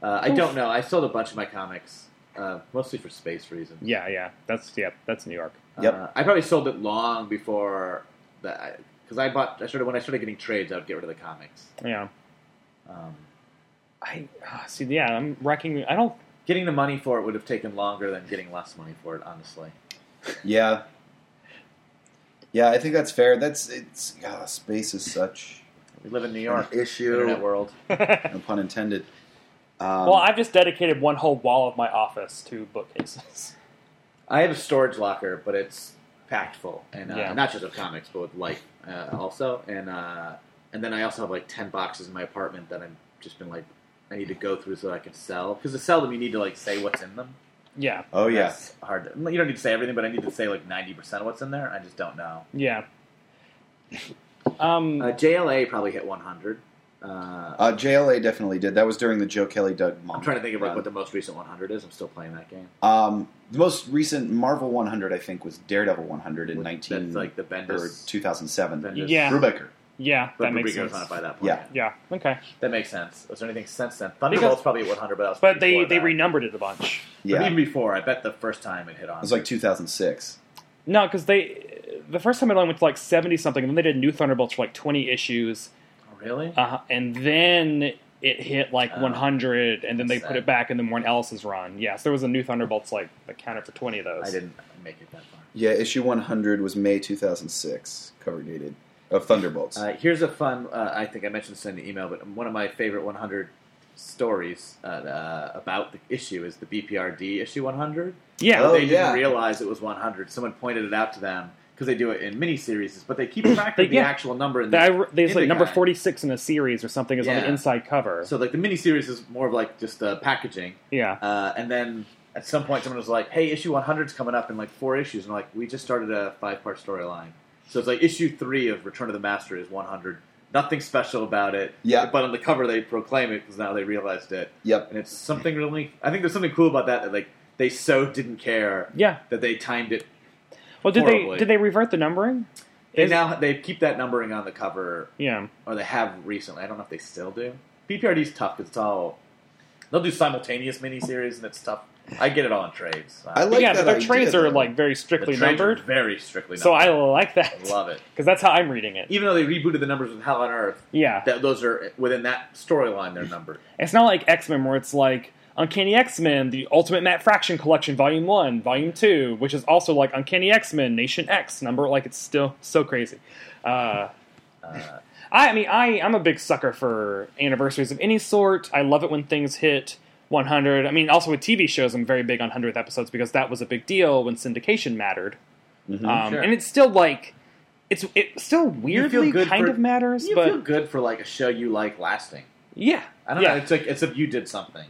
[SPEAKER 3] Uh, I don't know. I sold a bunch of my comics, uh, mostly for space reasons.
[SPEAKER 2] yeah, yeah. That's yeah, that's New York.
[SPEAKER 1] Yep.
[SPEAKER 3] Uh, I probably sold it long before that because I bought. I started when I started getting trades. I would get rid of the comics.
[SPEAKER 2] Yeah,
[SPEAKER 3] Um,
[SPEAKER 2] I ah, see. Yeah, I'm wrecking. I don't.
[SPEAKER 3] getting the money for it would have taken longer than getting less money for it. Honestly,
[SPEAKER 1] yeah, yeah. I think that's fair. That's it's ah, space is such
[SPEAKER 3] we live in New
[SPEAKER 1] an
[SPEAKER 3] York, internet
[SPEAKER 1] issue.
[SPEAKER 3] world.
[SPEAKER 1] No pun intended. Um,
[SPEAKER 2] well, I've just dedicated one whole wall of my office to bookcases.
[SPEAKER 3] I have a storage locker, but it's packed full, and uh,
[SPEAKER 2] Yeah.
[SPEAKER 3] not just of comics, but with light uh, also. And uh, And then I also have like ten boxes in my apartment that I've just been like, I need to go through so I can sell. Because to sell them, you need to like say what's in them.
[SPEAKER 2] Yeah,
[SPEAKER 1] Oh yeah.
[SPEAKER 3] That's hard. To, you don't need to say everything, but I need to say like ninety percent of what's in there. I just don't know.
[SPEAKER 2] yeah.
[SPEAKER 1] Hmm.
[SPEAKER 2] Um,
[SPEAKER 3] Uh, JLA probably hit one hundred. Uh,
[SPEAKER 1] Uh, JLA definitely did. That was during the Joe Kelly Doug Mom.
[SPEAKER 3] I'm trying to think of like what the most recent one hundred is. I'm still playing that game.
[SPEAKER 1] um, the most recent Marvel 100 I think was Daredevil 100 in 19
[SPEAKER 3] That's like the
[SPEAKER 1] or
[SPEAKER 3] Bendis.
[SPEAKER 1] 2007.
[SPEAKER 3] Bendis.
[SPEAKER 2] Yeah.
[SPEAKER 1] Brubaker.
[SPEAKER 2] yeah,
[SPEAKER 3] But
[SPEAKER 2] that makes
[SPEAKER 3] Rubico was
[SPEAKER 2] sense.
[SPEAKER 3] on it by that point.
[SPEAKER 1] Yeah.
[SPEAKER 2] Yeah, okay.
[SPEAKER 3] That makes sense. Was there anything since then? Thunderbolt's probably at 100, but that was
[SPEAKER 2] But they,
[SPEAKER 3] before
[SPEAKER 2] they
[SPEAKER 3] that.
[SPEAKER 2] renumbered it a bunch.
[SPEAKER 1] Yeah.
[SPEAKER 3] But even
[SPEAKER 1] It
[SPEAKER 3] before, I bet the first time it hit on.
[SPEAKER 1] was like 2006.
[SPEAKER 2] No, because they the first time it only went to like seventy something, and then they did New Thunderbolts for like twenty issues,
[SPEAKER 3] Oh, really?
[SPEAKER 2] uh, and then it hit like
[SPEAKER 3] Oh.
[SPEAKER 2] one hundred, and then they
[SPEAKER 3] That's
[SPEAKER 2] put
[SPEAKER 3] sad.
[SPEAKER 2] it back in the Warren Ellis's run. Yes, there was a New Thunderbolts like that counted for twenty of those.
[SPEAKER 3] I didn't make it that far.
[SPEAKER 1] Yeah, issue 100 was May 2006, cover dated of Thunderbolts.
[SPEAKER 3] Uh, here's a fun. Uh, I think I mentioned this in the email, but one of my favorite 100 stories uh, uh, about the issue is the BPRD issue 100.
[SPEAKER 2] Yeah,
[SPEAKER 1] Oh,
[SPEAKER 3] they didn't
[SPEAKER 1] yeah.
[SPEAKER 3] realize it was 100. Someone pointed it out to them because they do it in miniseries, but they keep track of
[SPEAKER 2] They-
[SPEAKER 3] the
[SPEAKER 2] yeah.
[SPEAKER 3] actual number. In the,
[SPEAKER 2] That I, there's
[SPEAKER 3] in
[SPEAKER 2] like
[SPEAKER 3] the
[SPEAKER 2] number
[SPEAKER 3] guide.
[SPEAKER 2] 46 in a series or something is on the
[SPEAKER 3] Oh, Yeah.
[SPEAKER 2] inside cover.
[SPEAKER 3] So like the miniseries is more of like just uh, packaging.
[SPEAKER 2] yeah.
[SPEAKER 3] Uh, and then at some point, someone was like, "Hey, issue 100's coming up in like four issues," and like we just started a five-part storyline. So it's like issue three of Return of the Master is 100. Nothing special about it.
[SPEAKER 1] Yeah.
[SPEAKER 3] But on the cover, they proclaim it because now they realized it,
[SPEAKER 1] yep.
[SPEAKER 3] and it's something really. I think there's something cool about that. That like they so didn't care
[SPEAKER 2] Yeah.
[SPEAKER 3] that they timed it.
[SPEAKER 2] Well, did they
[SPEAKER 3] horribly.
[SPEAKER 2] did they revert the numbering?
[SPEAKER 3] They
[SPEAKER 2] Is-
[SPEAKER 3] now they keep that numbering on the cover,
[SPEAKER 2] Yeah.
[SPEAKER 3] or they have recently. I don't know if they still do. BPRD's tough because it's all. They'll do simultaneous miniseries, and it's tough. I get it all in trades.
[SPEAKER 1] I like
[SPEAKER 2] yeah,
[SPEAKER 1] that
[SPEAKER 2] but their
[SPEAKER 1] idea,
[SPEAKER 2] trades are
[SPEAKER 1] though.
[SPEAKER 2] like very
[SPEAKER 3] The
[SPEAKER 2] strictly
[SPEAKER 3] trades are
[SPEAKER 2] numbered.
[SPEAKER 3] Very strictly numbered.
[SPEAKER 2] So I like that
[SPEAKER 3] love it.
[SPEAKER 2] because that's how I'm reading it.
[SPEAKER 3] Even though they rebooted the numbers with Hell on Earth,
[SPEAKER 2] Yeah.
[SPEAKER 3] that those are within that storyline. They're numbered.
[SPEAKER 2] It's not like X Men where it's like Uncanny X Men, the Ultimate Matt Fraction Collection, Volume One, Volume Two, which is also like Uncanny X Men, Nation X number. Like it's still so crazy. Uh,
[SPEAKER 3] Uh,
[SPEAKER 2] I, I mean, I I'm a big sucker for anniversaries of any sort. I love it when things hit 100. I mean, also with TV shows, I'm very big on 100th episodes because that was a big deal when syndication mattered. Um,
[SPEAKER 3] Sure.
[SPEAKER 2] And it's still like it's it still weirdly
[SPEAKER 3] good
[SPEAKER 2] kind
[SPEAKER 3] for-
[SPEAKER 2] of matters,
[SPEAKER 3] you
[SPEAKER 2] but
[SPEAKER 3] feel good for like a show you like lasting.
[SPEAKER 2] yeah,
[SPEAKER 3] I don't
[SPEAKER 2] yeah.
[SPEAKER 3] know. It's like it's if you did something.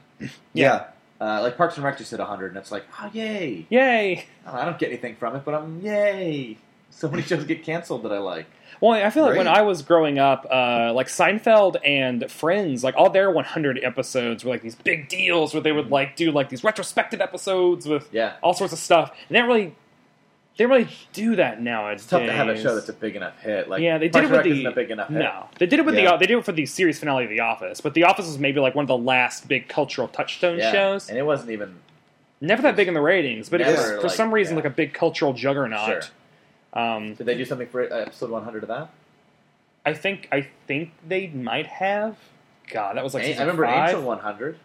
[SPEAKER 1] Yeah.
[SPEAKER 3] Uh, like Parks and Rec just hit 100, and it's like, oh yay!
[SPEAKER 2] Yay!
[SPEAKER 3] I don't, I don't get anything from it, but I'm yay. So many shows get canceled that I like.
[SPEAKER 2] Well, I feel like when
[SPEAKER 1] Great.
[SPEAKER 2] I was growing up, uh, like Seinfeld and Friends, like all their 100 episodes were like these big deals where they would like do like these retrospective episodes with
[SPEAKER 3] Yeah,
[SPEAKER 2] all sorts of stuff. And they don't really, they don't really do that nowadays.
[SPEAKER 3] it's tough to have a show that's a big enough hit. Like
[SPEAKER 2] Yeah, they did
[SPEAKER 3] Parks
[SPEAKER 2] it
[SPEAKER 3] and
[SPEAKER 2] with
[SPEAKER 3] Rec
[SPEAKER 2] the-
[SPEAKER 3] isn't a big enough hit.
[SPEAKER 2] no, they did it with
[SPEAKER 1] Yeah.
[SPEAKER 2] the uh, they did it for the series finale of The Office, but The Office was maybe like one of the last big cultural touchstone
[SPEAKER 3] Yeah.
[SPEAKER 2] shows.
[SPEAKER 3] and it wasn't even
[SPEAKER 2] Never that big in the ratings, but it was
[SPEAKER 3] Never,
[SPEAKER 2] for
[SPEAKER 3] like,
[SPEAKER 2] some reason
[SPEAKER 3] yeah.
[SPEAKER 2] like a big cultural juggernaut. Um,
[SPEAKER 3] Did they do something for uh, episode 100 of that?
[SPEAKER 2] I think I think they might have. God, that was like
[SPEAKER 3] An- I
[SPEAKER 2] season
[SPEAKER 3] remember
[SPEAKER 2] five.
[SPEAKER 3] Angel 100.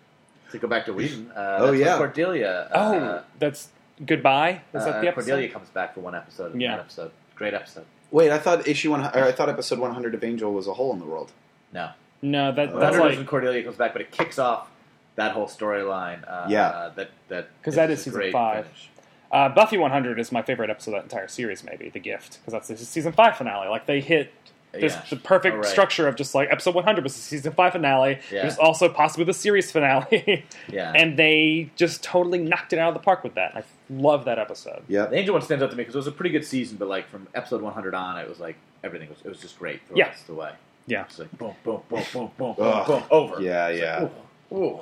[SPEAKER 3] To go back to Whedon. Uh,
[SPEAKER 1] Oh,
[SPEAKER 3] that's when
[SPEAKER 1] yeah.
[SPEAKER 3] Cordelia. uh,
[SPEAKER 2] Oh,
[SPEAKER 3] uh,
[SPEAKER 2] that's goodbye. Is that the episode?
[SPEAKER 3] Cordelia comes back for one episode.
[SPEAKER 2] Yeah.
[SPEAKER 3] Yeah. One episode. Great episode.
[SPEAKER 1] Wait, I thought issue one. Or I thought episode 100 of Angel was a hole in the world.
[SPEAKER 3] No,
[SPEAKER 2] No, that,
[SPEAKER 1] Oh.
[SPEAKER 2] that's
[SPEAKER 3] 100 is
[SPEAKER 2] like
[SPEAKER 3] when Cordelia comes back, but it kicks off that whole storyline. Uh,
[SPEAKER 1] Yeah.
[SPEAKER 3] uh, that that
[SPEAKER 2] 'Cause
[SPEAKER 3] is
[SPEAKER 2] that is
[SPEAKER 3] just a
[SPEAKER 2] season
[SPEAKER 3] great
[SPEAKER 2] five.
[SPEAKER 3] finish.
[SPEAKER 2] uh, Buffy 100 is my favorite episode of that entire series. Maybe The Gift because that's the season five finale. Like they hit. This,
[SPEAKER 3] Yeah.
[SPEAKER 2] The perfect
[SPEAKER 3] Oh, right.
[SPEAKER 2] structure of just like episode 100 was the season 5 finale,
[SPEAKER 3] Yeah.
[SPEAKER 2] which is also possibly the series finale.
[SPEAKER 3] Yeah.
[SPEAKER 2] and they just totally knocked it out of the park with that. I love that episode.
[SPEAKER 1] Yep.
[SPEAKER 3] Uh, the Angel one stands out to me because it was a pretty good season, but like from episode 100 on, it was like everything was it was just great the
[SPEAKER 2] Yeah.
[SPEAKER 3] rest of the way.
[SPEAKER 2] Yeah.
[SPEAKER 3] It's like boom, boom, boom, boom, boom, boom,
[SPEAKER 1] Ugh.
[SPEAKER 3] boom, over.
[SPEAKER 1] Yeah,
[SPEAKER 3] It's
[SPEAKER 1] yeah.
[SPEAKER 3] Like, ooh,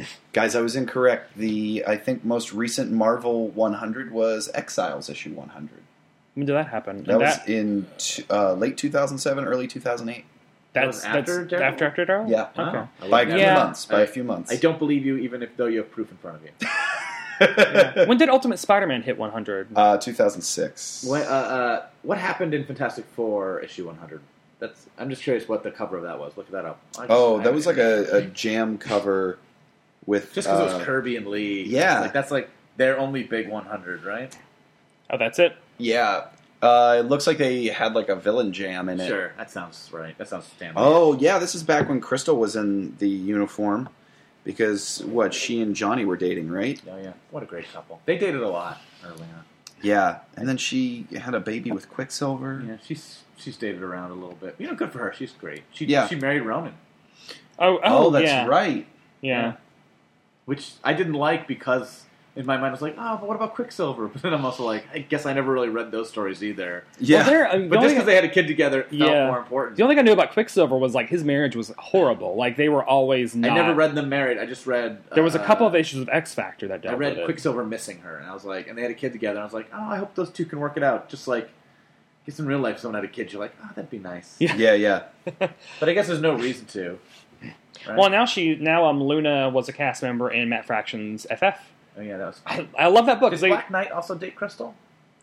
[SPEAKER 3] ooh.
[SPEAKER 1] Guys, I was incorrect. The I think most recent Marvel 100 was Exiles issue 100.
[SPEAKER 2] When did that happen?
[SPEAKER 1] That, was in t- uh, late 2007, early 2008.
[SPEAKER 3] that
[SPEAKER 2] that's that's
[SPEAKER 3] was after
[SPEAKER 2] after
[SPEAKER 3] Daredevil?
[SPEAKER 2] after, Daredevil?
[SPEAKER 1] Yeah.
[SPEAKER 2] Okay.
[SPEAKER 3] Wow. I
[SPEAKER 1] By
[SPEAKER 3] like
[SPEAKER 1] a
[SPEAKER 3] that.
[SPEAKER 1] few
[SPEAKER 2] Yeah.
[SPEAKER 1] months. By a few months.
[SPEAKER 3] I don't believe you, even if though you have proof in front of you.
[SPEAKER 2] Yeah. When did Ultimate Spider-Man hit 100?
[SPEAKER 1] Uh, 2006.
[SPEAKER 3] What, uh, uh, what happened in Fantastic Four issue 100? That's I'm just curious what the cover of that was. Look that up. I-
[SPEAKER 1] Oh,
[SPEAKER 3] I
[SPEAKER 1] that was like a, a
[SPEAKER 3] haven't-
[SPEAKER 1] jam cover with
[SPEAKER 3] just because it
[SPEAKER 1] uh,
[SPEAKER 3] was Kirby and Lee.
[SPEAKER 1] yeah.
[SPEAKER 3] like that's like their only big 100, right?
[SPEAKER 2] Oh, that's it.
[SPEAKER 1] yeah. Uh, it looks like they had like a villain jam in it.
[SPEAKER 3] Sure, that sounds right. That sounds standard.
[SPEAKER 1] Oh yeah, this is back when Crystal was in the uniform because what she and Johnny were dating, right?
[SPEAKER 3] yeah, yeah. What a great couple. They dated a lot early on.
[SPEAKER 1] Yeah, and then she had a baby with Quicksilver.
[SPEAKER 3] Yeah, she's she's dated around a little bit. You know, good for her. She's great. She
[SPEAKER 1] Yeah.
[SPEAKER 3] she married Ronan,
[SPEAKER 2] Oh, oh,
[SPEAKER 1] Oh, that's
[SPEAKER 2] yeah.
[SPEAKER 1] right.
[SPEAKER 2] Yeah.
[SPEAKER 3] which I didn't like because in my mind I was like, oh, but what about Quicksilver? But then I'm also like, I guess I never really read those stories either.
[SPEAKER 2] Well,
[SPEAKER 1] Yeah,
[SPEAKER 2] there- I mean, the
[SPEAKER 3] But just
[SPEAKER 2] only-
[SPEAKER 3] because they had a kid together felt
[SPEAKER 2] Yeah.
[SPEAKER 3] more important.
[SPEAKER 2] the only thing I knew about Quicksilver was like his marriage was horrible. Like they were always not.
[SPEAKER 3] I never read them married. I just read.
[SPEAKER 2] There was a
[SPEAKER 3] uh,
[SPEAKER 2] couple of issues of X Factor that
[SPEAKER 3] I
[SPEAKER 2] dealt
[SPEAKER 3] read
[SPEAKER 2] with it.
[SPEAKER 3] Quicksilver missing her, and I was like, and they had a kid together. And I was like, oh, I hope those two can work it out. Just like, because in real life, someone had a kid, you're like, oh, that'd be nice.
[SPEAKER 2] Yeah.
[SPEAKER 1] yeah, yeah.
[SPEAKER 3] But I guess there's no reason to. Right?
[SPEAKER 2] Well, now she now um Luna was a cast member in Matt Fraction's FF.
[SPEAKER 3] oh yeah, that was.
[SPEAKER 2] I, I love that book.
[SPEAKER 3] Does
[SPEAKER 2] They-
[SPEAKER 3] Black Knight also date Crystal?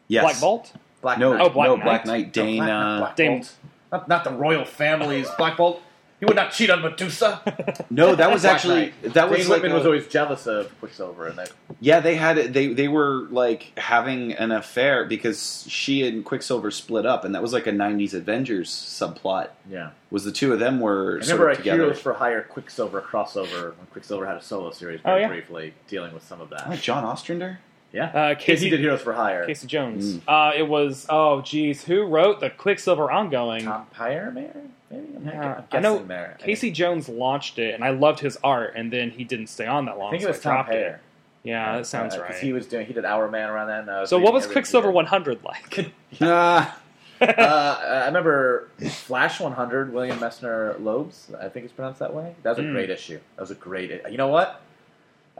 [SPEAKER 1] Yes.
[SPEAKER 2] Black Bolt.
[SPEAKER 3] Black
[SPEAKER 1] No,
[SPEAKER 3] Knight.
[SPEAKER 2] Oh, Black
[SPEAKER 1] no,
[SPEAKER 2] Knight?
[SPEAKER 1] Black Knight.
[SPEAKER 3] No, Black-
[SPEAKER 1] Dana.
[SPEAKER 3] not Black
[SPEAKER 2] Dame-
[SPEAKER 3] Bolt. Not, not the royal families. Black Bolt. He would not cheat on Medusa.
[SPEAKER 1] No, that was
[SPEAKER 3] Black
[SPEAKER 1] actually
[SPEAKER 3] Knight.
[SPEAKER 1] that was
[SPEAKER 3] Jane
[SPEAKER 1] like
[SPEAKER 3] Whitman
[SPEAKER 1] a-
[SPEAKER 3] was always jealous of Quicksilver, and that
[SPEAKER 1] yeah. They had it- they they were like having an affair because she and Quicksilver split up, and that was like a '90s Avengers subplot.
[SPEAKER 3] yeah.
[SPEAKER 1] Was the two of them were
[SPEAKER 3] I
[SPEAKER 1] sort
[SPEAKER 3] remember
[SPEAKER 1] of
[SPEAKER 3] a
[SPEAKER 1] together?
[SPEAKER 3] Heroes for Hire Quicksilver crossover when Quicksilver had a solo series
[SPEAKER 2] Oh,
[SPEAKER 3] very
[SPEAKER 2] yeah.
[SPEAKER 3] briefly dealing with some of that.
[SPEAKER 1] Oh, John Ostrander.
[SPEAKER 3] Yeah,
[SPEAKER 2] Uh,
[SPEAKER 3] Casey
[SPEAKER 2] Casey
[SPEAKER 3] did Mm. Heroes for Hire.
[SPEAKER 2] Casey Jones. Uh, it was oh geez, who wrote the Quicksilver ongoing?
[SPEAKER 3] Tom Pyre, maybe? maybe? I'm,
[SPEAKER 2] Yeah,
[SPEAKER 3] guessing
[SPEAKER 2] I know
[SPEAKER 3] there.
[SPEAKER 2] Casey Jones launched it, and I loved his art, and then he didn't stay on that long.
[SPEAKER 3] I think it
[SPEAKER 2] so
[SPEAKER 3] was
[SPEAKER 2] I
[SPEAKER 3] Tom
[SPEAKER 2] dropped it.
[SPEAKER 3] Pyre.
[SPEAKER 2] Yeah, that sounds
[SPEAKER 3] Uh, 'cause
[SPEAKER 2] right.
[SPEAKER 3] He was doing. He did Hour Man around that. And I
[SPEAKER 2] so
[SPEAKER 3] reading
[SPEAKER 2] what was
[SPEAKER 3] everything he
[SPEAKER 2] Quicksilver
[SPEAKER 3] did.
[SPEAKER 2] 100 like?
[SPEAKER 1] Ah,
[SPEAKER 3] uh, I remember Flash 100, William Messner Loebs, I think it's pronounced that way. That was a
[SPEAKER 2] Mm.
[SPEAKER 3] great issue. That was a great. i- You know what?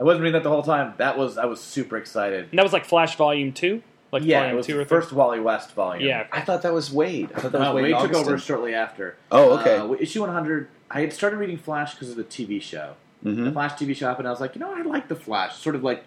[SPEAKER 3] I wasn't reading that the whole time. That was I was super excited.
[SPEAKER 2] and that was like Flash Volume Two, like
[SPEAKER 3] yeah,
[SPEAKER 2] Volume
[SPEAKER 3] it was
[SPEAKER 2] Two
[SPEAKER 3] the
[SPEAKER 2] or three.
[SPEAKER 3] first Wally West volume.
[SPEAKER 2] Yeah.
[SPEAKER 1] I thought that was Wade. I thought that was
[SPEAKER 3] No,
[SPEAKER 1] Wade.
[SPEAKER 3] Wade took
[SPEAKER 1] Augustin.
[SPEAKER 3] over shortly after.
[SPEAKER 1] Oh, okay.
[SPEAKER 3] Uh, issue 100. I had started reading Flash because of the TV show.
[SPEAKER 1] Mhm.
[SPEAKER 3] The Flash TV show happened. I was like, you know, I like the Flash. Sort of like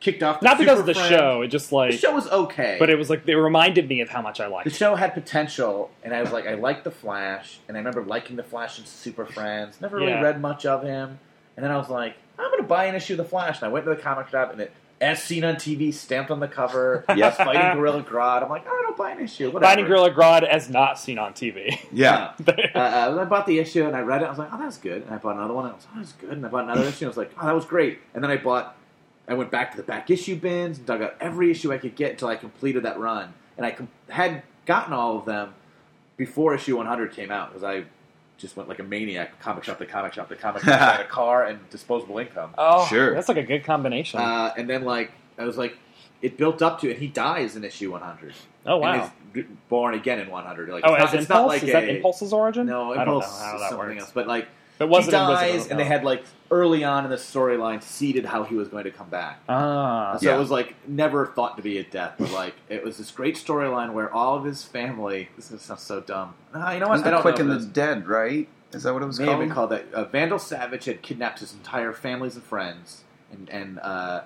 [SPEAKER 3] kicked off. The
[SPEAKER 2] Not because of the
[SPEAKER 3] Superfriends.
[SPEAKER 2] show, it just like,
[SPEAKER 3] The show was okay,
[SPEAKER 2] but it was like it reminded me of how much I liked.
[SPEAKER 3] the
[SPEAKER 2] it.
[SPEAKER 3] show had potential, and I was like, I liked the Flash, and I remember liking the Flash in Super Friends. Never really
[SPEAKER 2] Yeah.
[SPEAKER 3] read much of him, and then I was like, I'm going to buy an issue of the Flash, and I went to the comic shop, and it. As seen on TV, stamped on the cover,
[SPEAKER 1] Yeah.
[SPEAKER 3] yes, fighting Gorilla Grodd. I'm like, oh, I don't buy an issue. Whatever.
[SPEAKER 2] Finding Gorilla Grodd as not seen on TV.
[SPEAKER 1] yeah.
[SPEAKER 3] uh, uh, I bought the issue and I read it. I was like, oh, that's good. And I bought another one. And I was like, oh, that's good. And I bought another issue. And I was like, oh, that was great. And then I bought, I went back to the back issue bins, dug out every issue I could get until I completed that run. And I com- had gotten all of them before issue 100 came out because I just went like a maniac, comic shop to comic shop to comic shop, I had a car and disposable income.
[SPEAKER 2] Oh,
[SPEAKER 1] Sure.
[SPEAKER 2] That's like a good combination.
[SPEAKER 3] Uh, and then like I was like, it built up to, and he dies in issue 100.
[SPEAKER 2] oh wow.
[SPEAKER 3] And is born again in 100. Like,
[SPEAKER 2] oh, as
[SPEAKER 3] it's not, it's
[SPEAKER 2] impulse
[SPEAKER 3] not like
[SPEAKER 2] is that
[SPEAKER 3] a,
[SPEAKER 2] impulse's origin?
[SPEAKER 3] No,
[SPEAKER 2] I don't know
[SPEAKER 3] impulse
[SPEAKER 2] how
[SPEAKER 3] is
[SPEAKER 2] that
[SPEAKER 3] something
[SPEAKER 2] works.
[SPEAKER 3] else. But like
[SPEAKER 2] It wasn't
[SPEAKER 3] he
[SPEAKER 2] in Wizard, I
[SPEAKER 3] dies,
[SPEAKER 2] don't
[SPEAKER 3] and they
[SPEAKER 2] know.
[SPEAKER 3] had like early on in the storyline seeded how he was going to come back.
[SPEAKER 2] ah.
[SPEAKER 3] So
[SPEAKER 1] Yeah.
[SPEAKER 3] it was like never thought to be a death, but like it was this great storyline where all of his family. This is sounds so dumb. Ah, you know what?
[SPEAKER 1] Wasn't
[SPEAKER 3] I
[SPEAKER 1] it
[SPEAKER 3] don't
[SPEAKER 1] Quick
[SPEAKER 3] know.
[SPEAKER 1] and
[SPEAKER 3] if
[SPEAKER 1] the Dead, right? Is that what it
[SPEAKER 3] it
[SPEAKER 1] was
[SPEAKER 3] may have been
[SPEAKER 1] called?
[SPEAKER 3] called that. Uh, Vandal Savage had kidnapped his entire families and friends, and and uh,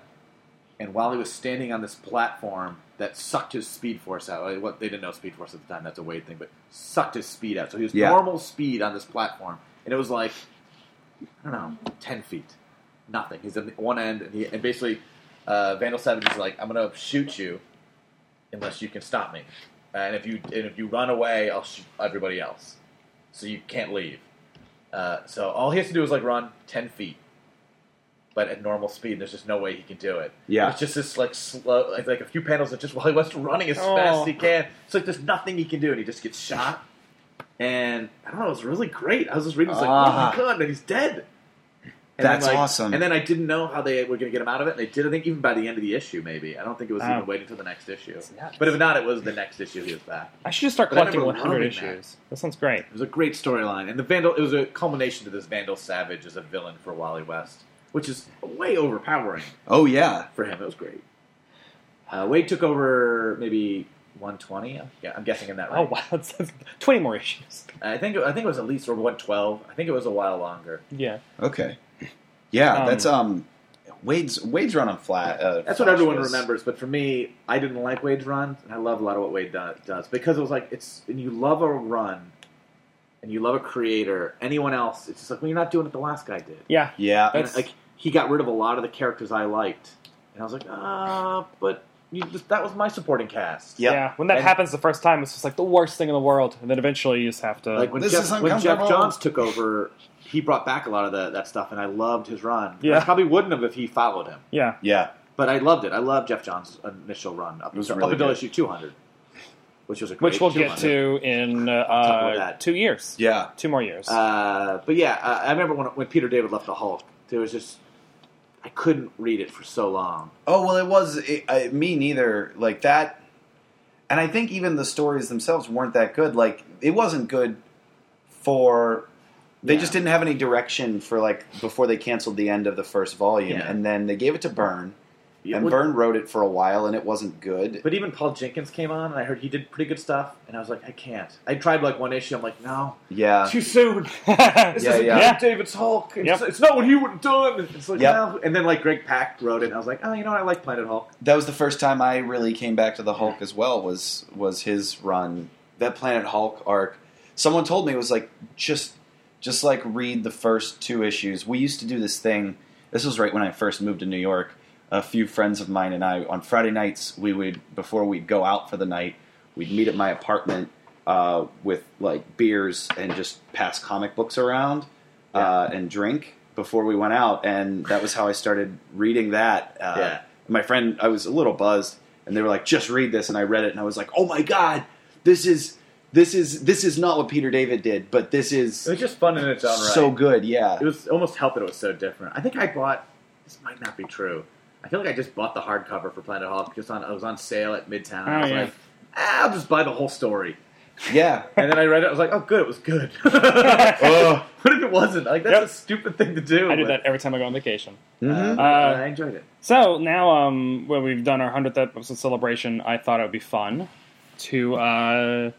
[SPEAKER 3] and while he was standing on this platform that sucked his speed force out. like, What they didn't know speed force at the time. That's a weight thing, but sucked his speed out. So he was
[SPEAKER 1] Yeah.
[SPEAKER 3] normal speed on this platform, and it was like I don't know, ten feet, nothing. He's at the one end, and he and basically uh, Vandal Savage is like, I'm gonna shoot you unless you can stop me, Uh, and if you and if you run away, I'll shoot everybody else. So you can't leave. Uh, so all he has to do is like run ten feet, but at normal speed, there's just no way he can do it.
[SPEAKER 1] Yeah.
[SPEAKER 3] It's just this like slow, like, like a few panels of just Wally West running as fast as he can. It's like there's nothing he can do, and he just gets shot. And I don't know, it was really great. I was just reading, it's like,
[SPEAKER 1] Ah.
[SPEAKER 3] oh my god, and he's dead.
[SPEAKER 1] That's
[SPEAKER 3] then, like-
[SPEAKER 1] awesome.
[SPEAKER 3] And then I didn't know how they were going to get him out of it. And they did, I think, even by the end of the issue, maybe. I don't think it was
[SPEAKER 2] Wow.
[SPEAKER 3] even waiting till the next issue.
[SPEAKER 2] nuts.
[SPEAKER 3] But if not, it was the next issue he was back.
[SPEAKER 2] I should just start
[SPEAKER 3] But I
[SPEAKER 2] collecting
[SPEAKER 3] remember
[SPEAKER 2] 100
[SPEAKER 3] loving that.
[SPEAKER 2] issues. That. sounds great.
[SPEAKER 3] It was a great storyline, and the Vandal. It was a culmination to this Vandal Savage as a villain for Wally West, which is way overpowering
[SPEAKER 1] Oh yeah.
[SPEAKER 3] for him. It was great. Uh, Wade took over maybe 120. Yeah, I'm guessing in that.
[SPEAKER 2] Oh
[SPEAKER 3] Range.
[SPEAKER 2] wow, that's, that's 20 more issues.
[SPEAKER 3] I think I think it was at least or 112. I think it was a while longer.
[SPEAKER 2] Yeah.
[SPEAKER 1] Okay. Yeah,
[SPEAKER 2] Um,
[SPEAKER 1] that's um. Wade's Wade's run on flat. Uh,
[SPEAKER 3] That's what
[SPEAKER 1] Flash
[SPEAKER 3] everyone
[SPEAKER 1] was-
[SPEAKER 3] remembers, but for me, I didn't like Wade's run, and I love a lot of what Wade do- does because it was like it's and you love a run, and you love a creator. Anyone else, it's just like well, you're not doing what the last guy did.
[SPEAKER 2] Yeah.
[SPEAKER 1] Yeah,
[SPEAKER 3] And,
[SPEAKER 2] That's-
[SPEAKER 3] like he got rid of a lot of the characters I liked, and I was like, ah, but you, that was my supporting cast.
[SPEAKER 1] Yep.
[SPEAKER 2] Yeah. When that
[SPEAKER 3] And-
[SPEAKER 2] happens the first time, it's just like the worst thing in the world, and then eventually you just have to.
[SPEAKER 3] Like when
[SPEAKER 1] This is
[SPEAKER 3] Jeff, when Jeff
[SPEAKER 1] uncomfortable.
[SPEAKER 3] Johns took over, he brought back a lot of the, that stuff, and I loved his run.
[SPEAKER 2] Yeah.
[SPEAKER 3] I probably wouldn't have if he followed him.
[SPEAKER 2] yeah.
[SPEAKER 1] yeah.
[SPEAKER 3] But I loved it. I loved Jeff John's initial run up,
[SPEAKER 1] It was
[SPEAKER 3] up
[SPEAKER 1] really
[SPEAKER 3] until
[SPEAKER 1] good.
[SPEAKER 3] issue 200, which was a great
[SPEAKER 2] which we'll get
[SPEAKER 3] 200.
[SPEAKER 2] to in uh,
[SPEAKER 3] talk about
[SPEAKER 2] uh,
[SPEAKER 3] that.
[SPEAKER 2] two years.
[SPEAKER 1] Yeah.
[SPEAKER 2] Two more years.
[SPEAKER 3] Uh, but yeah, uh, I remember when, when Peter David left the Hulk, there was just I couldn't read it for so long.
[SPEAKER 1] Oh well, it was it, I, me neither. Like that, and I think even the stories themselves weren't that good. Like it wasn't good for. They
[SPEAKER 3] Yeah.
[SPEAKER 1] just didn't have any direction for like before they canceled the end of the first volume,
[SPEAKER 3] Yeah.
[SPEAKER 1] and then they gave it to Byrne,
[SPEAKER 3] Yeah,
[SPEAKER 1] and
[SPEAKER 3] well-
[SPEAKER 1] Byrne wrote it for a while, and it wasn't good.
[SPEAKER 3] But even Paul Jenkins came on, and I heard he did pretty good stuff, and I was like, I can't. I tried like one issue. I'm like, no,
[SPEAKER 1] Yeah,
[SPEAKER 3] too soon. This
[SPEAKER 1] Yeah,
[SPEAKER 3] isn't
[SPEAKER 1] yeah.
[SPEAKER 3] Peter David's Hulk. It's,
[SPEAKER 2] Yep.
[SPEAKER 3] it's not what he would have done. It's like,
[SPEAKER 1] Yep.
[SPEAKER 3] no. And then like Greg Pak wrote it, and I was like, oh, you know what? I like Planet Hulk.
[SPEAKER 1] that was the first time I really came back to the Hulk as well. Was was his run that Planet Hulk arc? Someone told me it was like just just like read the first two issues. We used to do this thing. This was right when I first moved to New York. A few friends of mine and I on Friday nights we would before we'd go out for the night we'd meet at my apartment uh, with like beers and just pass comic books around uh, and drink before we went out, and that was how I started reading that. Uh,
[SPEAKER 3] Yeah.
[SPEAKER 1] My friend, I was a little buzzed, and they were like, "Just read this," and I read it, and I was like, "Oh my god, this is this is this is not what Peter David did, but this
[SPEAKER 3] It
[SPEAKER 1] is
[SPEAKER 3] was just fun in its own right.
[SPEAKER 1] so good." Yeah.
[SPEAKER 3] It was almost helped that it was so different. I think I bought. This might not be true. I feel like I just bought the hardcover for Planet Hulk just on. It was on sale at Midtown. I
[SPEAKER 2] Oh,
[SPEAKER 3] was
[SPEAKER 2] yeah.
[SPEAKER 3] like, ah, I'll just buy the whole story.
[SPEAKER 1] Yeah. Uh,
[SPEAKER 3] And then I read it. I was like, oh, good. It was good. what if it wasn't? Like that's
[SPEAKER 2] Yep.
[SPEAKER 3] a stupid thing to do.
[SPEAKER 2] I do
[SPEAKER 3] but,
[SPEAKER 2] that every time I go on vacation.
[SPEAKER 1] Mhm.
[SPEAKER 3] uh,
[SPEAKER 2] Uh,
[SPEAKER 3] I enjoyed it.
[SPEAKER 2] So now, um, when we've done our hundredth episode celebration, I thought it would be fun to uh,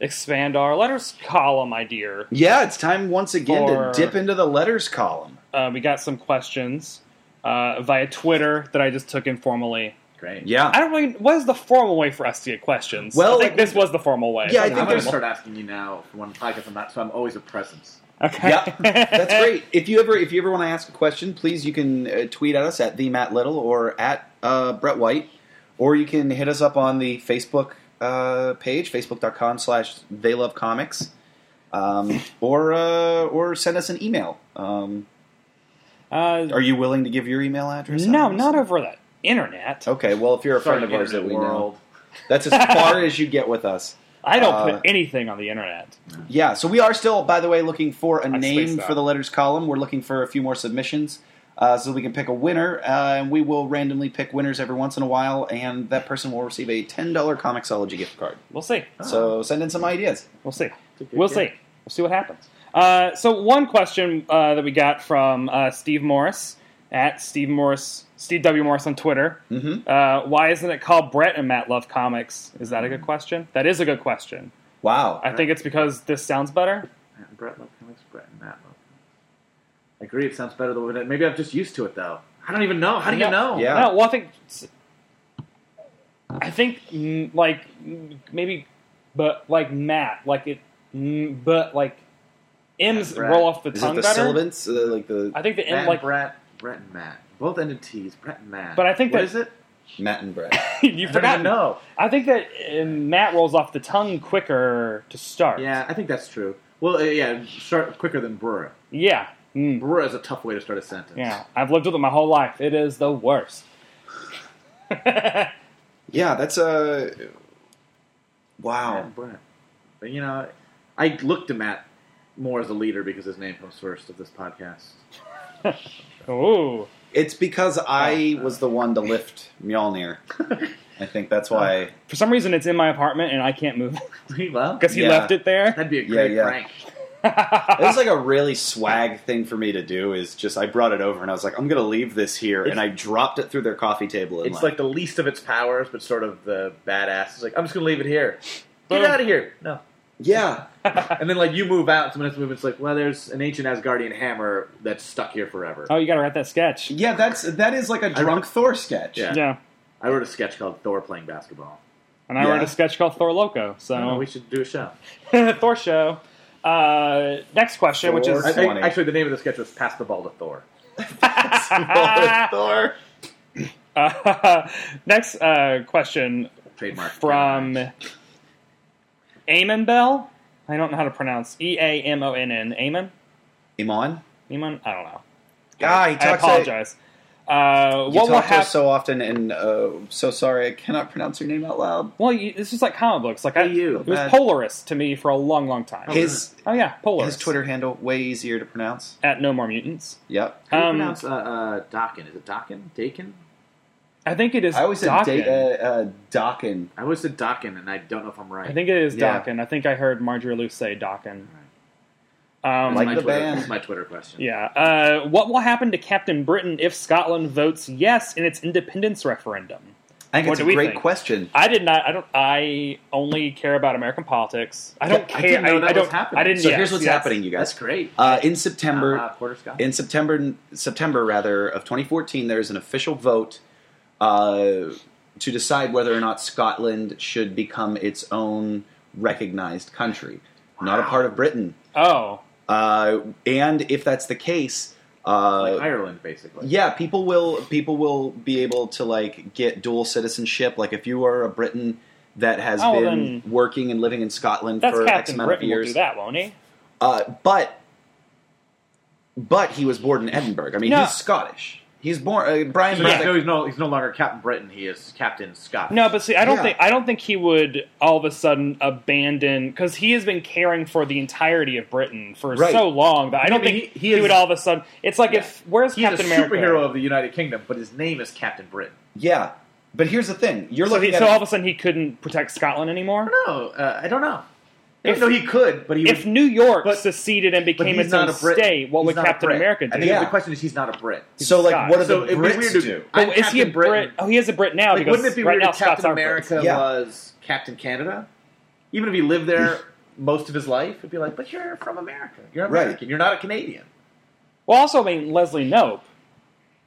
[SPEAKER 2] expand our letters column idea.
[SPEAKER 1] yeah, it's time once again
[SPEAKER 2] For-
[SPEAKER 1] to dip into the letters column.
[SPEAKER 2] Uh, we got some questions uh, via Twitter that I just took informally.
[SPEAKER 3] Great.
[SPEAKER 1] Yeah.
[SPEAKER 2] I don't really. What is the formal way for us to get questions?
[SPEAKER 1] Well,
[SPEAKER 2] I think
[SPEAKER 1] like-
[SPEAKER 2] this was the formal way.
[SPEAKER 1] Yeah, I
[SPEAKER 3] I
[SPEAKER 1] think
[SPEAKER 3] am gonna
[SPEAKER 1] there's-
[SPEAKER 3] start asking you now for one podcast. I'm not, so I'm always a presence.
[SPEAKER 2] Okay.
[SPEAKER 1] yeah, that's great. If you ever if you ever want to ask a question, please you can uh, tweet at us at the Matt Little or at uh, Brett White, or you can hit us up on the Facebook uh, page, facebook.com slash they love comics, um, or uh, or send us an email. Um,
[SPEAKER 2] Uh,
[SPEAKER 1] are you willing to give your email address?
[SPEAKER 2] no,
[SPEAKER 1] out?
[SPEAKER 2] not over the internet.
[SPEAKER 1] Okay, well if you're a
[SPEAKER 3] Sorry,
[SPEAKER 1] friend of ours that
[SPEAKER 3] internet
[SPEAKER 1] we know,
[SPEAKER 3] world.
[SPEAKER 1] that's as far as you get with us.
[SPEAKER 2] I don't
[SPEAKER 1] Uh,
[SPEAKER 2] put anything on the internet.
[SPEAKER 1] Yeah, so we are still, by the way, looking for a
[SPEAKER 2] I
[SPEAKER 1] name
[SPEAKER 2] spaced out.
[SPEAKER 1] for the letters column. We're looking for a few more submissions uh, so we can pick a winner, uh, and we will randomly pick winners every once in a while, and that person will receive a ten dollar Comixology gift card.
[SPEAKER 2] We'll see.
[SPEAKER 1] So send in some ideas.
[SPEAKER 2] We'll see.
[SPEAKER 3] a good
[SPEAKER 2] We'll
[SPEAKER 3] guess.
[SPEAKER 2] see. We'll see what happens. Uh, so one question uh, that we got from uh, Steve Morris at Steve Morris Steve W Morris on Twitter.
[SPEAKER 1] Mm-hmm.
[SPEAKER 2] Uh, why isn't it called Brett and Matt Love Comics? Is that a good question? That is a good question.
[SPEAKER 1] Wow.
[SPEAKER 2] I think it's because this sounds better.
[SPEAKER 3] Matt and Brett love comics. Brett and Matt love. I agree. It sounds better than what it- maybe I'm just used to it though. I don't even know. How do you
[SPEAKER 2] Yeah.
[SPEAKER 3] know?
[SPEAKER 1] Yeah.
[SPEAKER 2] No, well, I think I think mm, like mm, maybe, but like Matt, like it, mm, but like M's
[SPEAKER 3] Brett.
[SPEAKER 2] roll off the
[SPEAKER 1] Is it
[SPEAKER 2] tongue
[SPEAKER 1] the
[SPEAKER 2] better.
[SPEAKER 1] syllabants? Uh, like the
[SPEAKER 2] I think the
[SPEAKER 3] Matt
[SPEAKER 2] M like
[SPEAKER 3] and Brett, Brett and Matt, both ended T's. Brett and Matt.
[SPEAKER 2] But I think
[SPEAKER 3] what
[SPEAKER 2] that-
[SPEAKER 3] is it?
[SPEAKER 1] Matt and Brett.
[SPEAKER 2] you forgot.
[SPEAKER 3] No.
[SPEAKER 2] I think that uh, Matt rolls off the tongue quicker to start.
[SPEAKER 3] Yeah, I think that's true. Well, uh, yeah, start quicker than Brewer.
[SPEAKER 2] Yeah. Mm.
[SPEAKER 3] Brewer is a tough way to start a sentence.
[SPEAKER 2] Yeah. I've lived with it my whole life. It is the worst.
[SPEAKER 1] yeah, that's a
[SPEAKER 3] Matt
[SPEAKER 1] wow.
[SPEAKER 3] and Brett. But you know, I look to Matt more as a leader because his name comes first of this podcast.
[SPEAKER 2] Ooh.
[SPEAKER 1] It's because
[SPEAKER 2] Oh.
[SPEAKER 1] I was the one to lift Mjolnir. I think that's why.
[SPEAKER 2] For some reason, it's in my apartment and I can't move
[SPEAKER 3] well,
[SPEAKER 2] because he
[SPEAKER 1] Yeah.
[SPEAKER 2] left it there.
[SPEAKER 3] that'd be a
[SPEAKER 1] Yeah,
[SPEAKER 3] great
[SPEAKER 1] yeah.
[SPEAKER 3] prank.
[SPEAKER 1] It was like a really swag thing for me to do. Is just I brought it over and I was like, I'm gonna leave this here, and I dropped it through their coffee table. And
[SPEAKER 3] It's like the least of its powers, but sort of the badass. It's like I'm just gonna leave it here. Get
[SPEAKER 2] Boom.
[SPEAKER 3] out of here! No,
[SPEAKER 1] yeah,
[SPEAKER 3] and then like you move out, someone else moves. It's like, well, there's an ancient Asgardian hammer that's stuck here forever.
[SPEAKER 2] oh, you got to write that sketch.
[SPEAKER 1] yeah. That's that is like a drunk Thor sketch.
[SPEAKER 3] Yeah.
[SPEAKER 2] Yeah.
[SPEAKER 3] I wrote a sketch called Thor playing basketball.
[SPEAKER 2] And I
[SPEAKER 1] Yeah.
[SPEAKER 2] wrote a sketch called Thor Loco.
[SPEAKER 3] I don't know,
[SPEAKER 2] So,
[SPEAKER 3] we should do a show.
[SPEAKER 2] Thor Show. Uh, next question, which
[SPEAKER 1] Thor
[SPEAKER 2] is.
[SPEAKER 3] I think-
[SPEAKER 1] Funny.
[SPEAKER 3] actually, the name of the sketch was "Pass the Ball to Thor."
[SPEAKER 1] Thor.
[SPEAKER 2] Uh, next uh, question
[SPEAKER 3] Trademark
[SPEAKER 2] Um, from Amon Bell. I don't know how to pronounce E A M O N N. Amon?
[SPEAKER 1] Iman.
[SPEAKER 2] Amon? I don't know.
[SPEAKER 1] God, Ah, he
[SPEAKER 2] I
[SPEAKER 1] talks.
[SPEAKER 2] apologize. Uh,
[SPEAKER 1] You talk
[SPEAKER 2] what will
[SPEAKER 1] to us
[SPEAKER 2] happen?
[SPEAKER 1] so often, and uh, so sorry I cannot pronounce your name out loud.
[SPEAKER 2] well, you, it's just like comic books. Like I,
[SPEAKER 1] Hey, you,
[SPEAKER 2] it was
[SPEAKER 1] man.
[SPEAKER 2] Polaris to me for a long, long time.
[SPEAKER 1] His
[SPEAKER 2] oh yeah, Polaris.
[SPEAKER 1] his Twitter handle way easier to pronounce.
[SPEAKER 2] at No More Mutants.
[SPEAKER 1] Yep.
[SPEAKER 3] How do you
[SPEAKER 2] Um,
[SPEAKER 3] pronounce uh, uh, Dakin? Is it Dakin? Dakin?
[SPEAKER 2] I think it is.
[SPEAKER 1] I always said
[SPEAKER 2] Dokken.
[SPEAKER 1] da- uh, uh, Dokken.
[SPEAKER 3] I always said Dakin, and I don't know if I'm right.
[SPEAKER 2] I think it is
[SPEAKER 1] Yeah.
[SPEAKER 2] Dokken. I think I heard Marjorie Lou say Dokken. Um,
[SPEAKER 3] That's
[SPEAKER 1] Like
[SPEAKER 3] my
[SPEAKER 1] the
[SPEAKER 3] Twitter,
[SPEAKER 1] band.
[SPEAKER 3] That's my Twitter question.
[SPEAKER 2] yeah. Uh, what will happen to Captain Britain if Scotland votes yes in its independence referendum?
[SPEAKER 1] I think
[SPEAKER 2] What
[SPEAKER 1] it's a
[SPEAKER 2] do we
[SPEAKER 1] great
[SPEAKER 2] think?
[SPEAKER 1] question.
[SPEAKER 2] I did not. I don't. I only care about American politics. I don't
[SPEAKER 3] I
[SPEAKER 2] care.
[SPEAKER 3] didn't know that
[SPEAKER 2] I,
[SPEAKER 3] was
[SPEAKER 2] don't.
[SPEAKER 3] happening.
[SPEAKER 2] I didn't.
[SPEAKER 1] So
[SPEAKER 2] yes,
[SPEAKER 1] here's what's
[SPEAKER 2] yes.
[SPEAKER 1] happening, you
[SPEAKER 3] That's
[SPEAKER 1] guys.
[SPEAKER 3] great.
[SPEAKER 1] Uh, in September,
[SPEAKER 3] Uh, quarter Scott.
[SPEAKER 1] in September, September rather of 2014, there is an official vote uh, to decide whether or not Scotland should become its own recognized country, not a
[SPEAKER 3] Wow.
[SPEAKER 1] part of Britain.
[SPEAKER 2] Oh,
[SPEAKER 1] Uh, and if that's the case, uh,
[SPEAKER 3] like Ireland, basically.
[SPEAKER 1] yeah, people will people will be able to like get dual citizenship. Like if you are a Briton that has
[SPEAKER 2] Oh, well,
[SPEAKER 1] been working and living in Scotland
[SPEAKER 2] that's
[SPEAKER 1] for X
[SPEAKER 2] Captain
[SPEAKER 1] amount
[SPEAKER 2] Britain.
[SPEAKER 1] of
[SPEAKER 2] Will
[SPEAKER 1] years,
[SPEAKER 2] do that, won't he?
[SPEAKER 1] uh, but but he was born in Edinburgh. I mean,
[SPEAKER 2] No.
[SPEAKER 1] he's Scottish. He's born uh, Brian.
[SPEAKER 3] So
[SPEAKER 1] Burdick-
[SPEAKER 3] no, he's no, he's no longer Captain Britain. He is Captain Scott.
[SPEAKER 2] No, but see, I don't
[SPEAKER 1] Yeah.
[SPEAKER 2] think I don't think he would all of a sudden abandon because he has been caring for the entirety of Britain for
[SPEAKER 1] Right.
[SPEAKER 2] so long that I don't
[SPEAKER 3] mean,
[SPEAKER 2] think
[SPEAKER 3] he-
[SPEAKER 2] he,
[SPEAKER 3] he is-
[SPEAKER 2] would all of a sudden. It's like
[SPEAKER 3] Yeah.
[SPEAKER 2] if where's
[SPEAKER 3] he's
[SPEAKER 2] Captain
[SPEAKER 3] a
[SPEAKER 2] America?
[SPEAKER 3] superhero of the United Kingdom, but his name is Captain Britain.
[SPEAKER 1] Yeah, but here's the thing: you're
[SPEAKER 2] So,
[SPEAKER 1] looking
[SPEAKER 2] he,
[SPEAKER 1] at
[SPEAKER 2] so
[SPEAKER 1] it-
[SPEAKER 2] all of a sudden he couldn't protect Scotland anymore.
[SPEAKER 3] No, uh, I don't know. I
[SPEAKER 2] If-
[SPEAKER 3] don't know he could, but he
[SPEAKER 2] If
[SPEAKER 3] would,
[SPEAKER 2] New York
[SPEAKER 3] But-
[SPEAKER 2] seceded and
[SPEAKER 3] but
[SPEAKER 2] became
[SPEAKER 3] he's
[SPEAKER 2] its
[SPEAKER 3] not
[SPEAKER 2] own
[SPEAKER 3] a Brit.
[SPEAKER 2] state, what
[SPEAKER 3] He's
[SPEAKER 2] would
[SPEAKER 3] not a
[SPEAKER 2] Captain
[SPEAKER 3] Brit.
[SPEAKER 2] America
[SPEAKER 3] I
[SPEAKER 2] do?
[SPEAKER 3] think
[SPEAKER 1] Yeah.
[SPEAKER 3] the question is he's not a Brit.
[SPEAKER 1] so like
[SPEAKER 2] Scott.
[SPEAKER 1] what do
[SPEAKER 3] So
[SPEAKER 1] the
[SPEAKER 3] it'd be
[SPEAKER 1] Brits
[SPEAKER 3] weird
[SPEAKER 1] do?
[SPEAKER 3] to
[SPEAKER 2] But
[SPEAKER 3] I'm
[SPEAKER 2] is he a
[SPEAKER 3] Captain
[SPEAKER 2] Brit?
[SPEAKER 3] Britain.
[SPEAKER 2] Oh, he is a Brit now
[SPEAKER 3] Like,
[SPEAKER 2] because
[SPEAKER 3] wouldn't it be
[SPEAKER 2] right
[SPEAKER 3] weird
[SPEAKER 2] now
[SPEAKER 3] if Captain
[SPEAKER 2] Scots aren't Brits.
[SPEAKER 3] America
[SPEAKER 1] Yeah.
[SPEAKER 3] was Captain Canada? Even if he lived there most of his life, it'd be like, but you're from America. You're
[SPEAKER 1] Right.
[SPEAKER 3] American. You're not a Canadian.
[SPEAKER 2] Well, also, I mean, Leslie Nope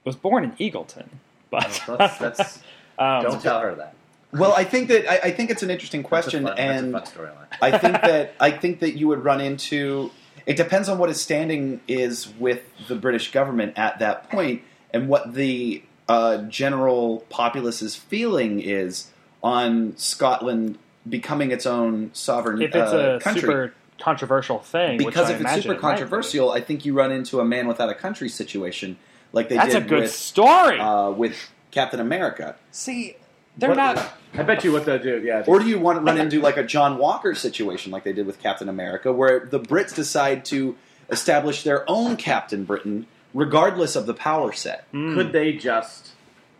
[SPEAKER 2] was born in Eagleton, but
[SPEAKER 3] So Oh, that's, that's,
[SPEAKER 2] um,
[SPEAKER 3] don't tell her that.
[SPEAKER 1] Well, I think that I, I think it's an interesting
[SPEAKER 3] That's a
[SPEAKER 1] question,
[SPEAKER 3] fun-
[SPEAKER 1] and
[SPEAKER 3] that's a fun storyline.
[SPEAKER 1] I think that I think that you would run into. It depends on what his standing is with the British government at that point, and what the uh, general populace's feeling is on Scotland becoming its own sovereign
[SPEAKER 2] if it's
[SPEAKER 1] uh,
[SPEAKER 2] a
[SPEAKER 1] country.
[SPEAKER 2] super controversial thing, which
[SPEAKER 1] because
[SPEAKER 2] I
[SPEAKER 1] if it's
[SPEAKER 2] imagine
[SPEAKER 1] super
[SPEAKER 2] it might be.
[SPEAKER 1] controversial, I think you run into a man without a country situation, like they
[SPEAKER 2] that's a
[SPEAKER 1] did
[SPEAKER 2] good
[SPEAKER 1] with
[SPEAKER 2] story.
[SPEAKER 1] uh, with Captain America.
[SPEAKER 2] See, they're
[SPEAKER 3] What-
[SPEAKER 2] not.
[SPEAKER 3] I bet you what they'll do. Yeah.
[SPEAKER 1] Or do you want to run into like a John Walker situation like they did with Captain America, where the Brits decide to establish their own Captain Britain regardless of the power set?
[SPEAKER 3] Could they just?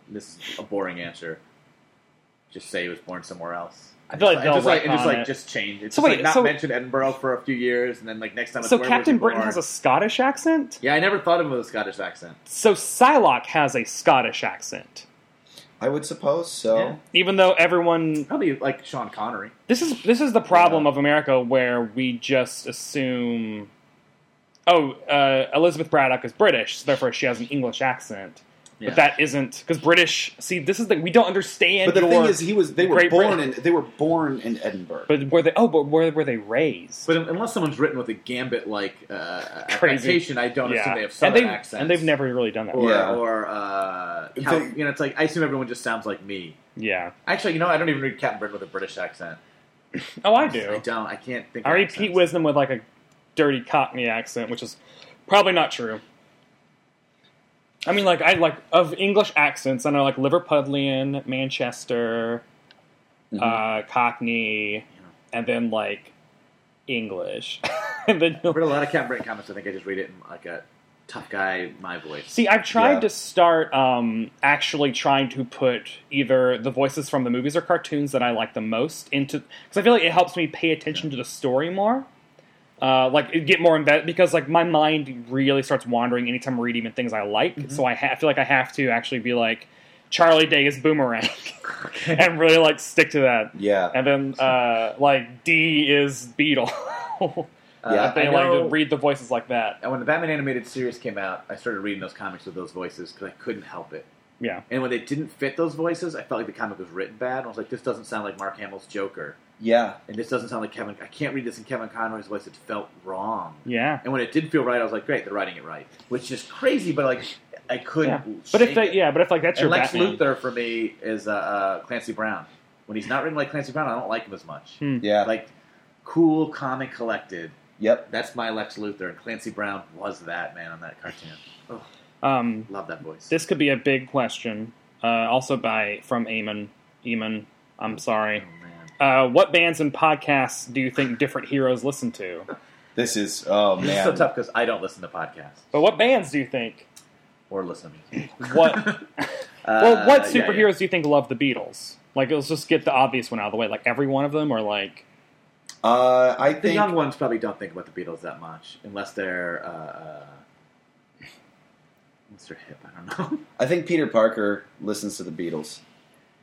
[SPEAKER 3] This is a boring answer. Just say he was born somewhere else.
[SPEAKER 2] I feel like
[SPEAKER 3] And
[SPEAKER 2] they'll
[SPEAKER 3] just like, and
[SPEAKER 2] retcon
[SPEAKER 3] just like
[SPEAKER 2] it.
[SPEAKER 3] just change. It's
[SPEAKER 2] So
[SPEAKER 3] just
[SPEAKER 2] wait,
[SPEAKER 3] like not
[SPEAKER 2] so-
[SPEAKER 3] mention Edinburgh for a few years, and then like next time. It's
[SPEAKER 2] So
[SPEAKER 3] where was
[SPEAKER 2] Captain
[SPEAKER 3] he
[SPEAKER 2] Britain
[SPEAKER 3] born?
[SPEAKER 2] has a Scottish accent.
[SPEAKER 3] Yeah, I never thought of him with a Scottish accent.
[SPEAKER 2] So Psylocke has a Scottish accent,
[SPEAKER 1] I would suppose so.
[SPEAKER 3] Yeah.
[SPEAKER 2] even though everyone.
[SPEAKER 3] Probably like Sean Connery.
[SPEAKER 2] This is this is the problem
[SPEAKER 1] Yeah.
[SPEAKER 2] of America where we just assume. Oh, uh, Elizabeth Braddock is British, so therefore she has an English accent.
[SPEAKER 3] Yeah.
[SPEAKER 2] But that isn't because British. See, this is the we don't understand.
[SPEAKER 1] But the
[SPEAKER 2] your-
[SPEAKER 1] thing is, he was they were
[SPEAKER 2] Great
[SPEAKER 1] born
[SPEAKER 2] Britain.
[SPEAKER 1] in they were born in Edinburgh.
[SPEAKER 2] but were they? Oh, but where were they raised?
[SPEAKER 3] But un- unless someone's written with a gambit like uh,
[SPEAKER 2] Crazy.
[SPEAKER 3] affectation, I don't assume they have
[SPEAKER 2] and
[SPEAKER 3] Southern
[SPEAKER 2] they
[SPEAKER 3] accents.
[SPEAKER 2] and they've never really done that.
[SPEAKER 3] Or,
[SPEAKER 1] Yeah.
[SPEAKER 3] or uh, Cal-
[SPEAKER 1] They-
[SPEAKER 3] you know, it's like I assume everyone just sounds like me.
[SPEAKER 2] yeah.
[SPEAKER 3] Actually, you know, I don't even read Captain Britain with a British accent.
[SPEAKER 2] Oh, I
[SPEAKER 3] I
[SPEAKER 2] do. E
[SPEAKER 3] don't. I can't think.
[SPEAKER 2] I
[SPEAKER 3] of
[SPEAKER 2] read
[SPEAKER 3] accents.
[SPEAKER 2] Pete Wisdom with like a dirty Cockney accent, which is probably not true. I mean, like I like of English accents. I know like Liverpudlian, Manchester,
[SPEAKER 3] Mm-hmm.
[SPEAKER 2] uh, Cockney, and then like English, and then
[SPEAKER 3] I've read a lot of Captain Britain comics. I think I just read it in like a tough guy my voice.
[SPEAKER 2] See, I've tried
[SPEAKER 1] Yeah.
[SPEAKER 2] to start um, actually trying to put either the voices from the movies or cartoons that I like the most into because I feel like it helps me pay attention to the story more. Uh, like it get more embedded because like my mind really starts wandering anytime I'm reading even things I like. So I, ha- I feel like I have to actually be like Charlie Day is boomerang and really like stick to that.
[SPEAKER 1] yeah,
[SPEAKER 2] And then uh, like D is beetle.
[SPEAKER 1] Yeah,
[SPEAKER 3] uh,
[SPEAKER 2] I,
[SPEAKER 3] I
[SPEAKER 2] like
[SPEAKER 3] know,
[SPEAKER 2] to read the voices like that.
[SPEAKER 3] And when the Batman animated series came out, I started reading those comics with those voices because I couldn't help it.
[SPEAKER 2] Yeah.
[SPEAKER 3] And when they didn't fit those voices, I felt like the comic was written bad. I was like, this doesn't sound like Mark Hamill's Joker,
[SPEAKER 1] yeah.
[SPEAKER 3] and this doesn't sound like Kevin. I can't read this in Kevin Conroy's voice. It felt wrong.
[SPEAKER 2] Yeah.
[SPEAKER 3] And when it did feel right, I was like, great, they're writing it right, which is crazy. But like, I couldn't.
[SPEAKER 2] Yeah. But if
[SPEAKER 3] shake
[SPEAKER 2] they,
[SPEAKER 3] it.
[SPEAKER 2] yeah, but if like that's
[SPEAKER 3] and
[SPEAKER 2] your
[SPEAKER 3] Lex
[SPEAKER 2] Batman.
[SPEAKER 3] Luthor for me is uh, uh, Clancy Brown. When he's not written like Clancy Brown, I don't like him as much.
[SPEAKER 2] Hmm.
[SPEAKER 1] Yeah.
[SPEAKER 3] Like cool, calm, and collected.
[SPEAKER 1] yep.
[SPEAKER 3] That's my Lex Luthor, and Clancy Brown was that man on that cartoon.
[SPEAKER 2] Um,
[SPEAKER 1] Love that voice.
[SPEAKER 2] this could be a big question. Uh, also by from Eamon. Eamon, I'm
[SPEAKER 3] Oh,
[SPEAKER 2] sorry. Uh, what bands and podcasts do you think different heroes listen to?
[SPEAKER 1] This is oh
[SPEAKER 3] This is so tough because I don't listen to podcasts
[SPEAKER 2] But what bands do you think?
[SPEAKER 3] or listen to music.
[SPEAKER 2] What? Well, what
[SPEAKER 3] Uh,
[SPEAKER 2] superheroes
[SPEAKER 3] yeah, yeah.
[SPEAKER 2] do you think love the Beatles? Like, let's just get the obvious one out of the way. Like every one of them, or like
[SPEAKER 1] Uh, I
[SPEAKER 3] The
[SPEAKER 1] think
[SPEAKER 3] young ones probably don't think about the Beatles that much unless they're. Uh, uh, unless they're hip, I don't know.
[SPEAKER 1] I think Peter Parker listens to the Beatles.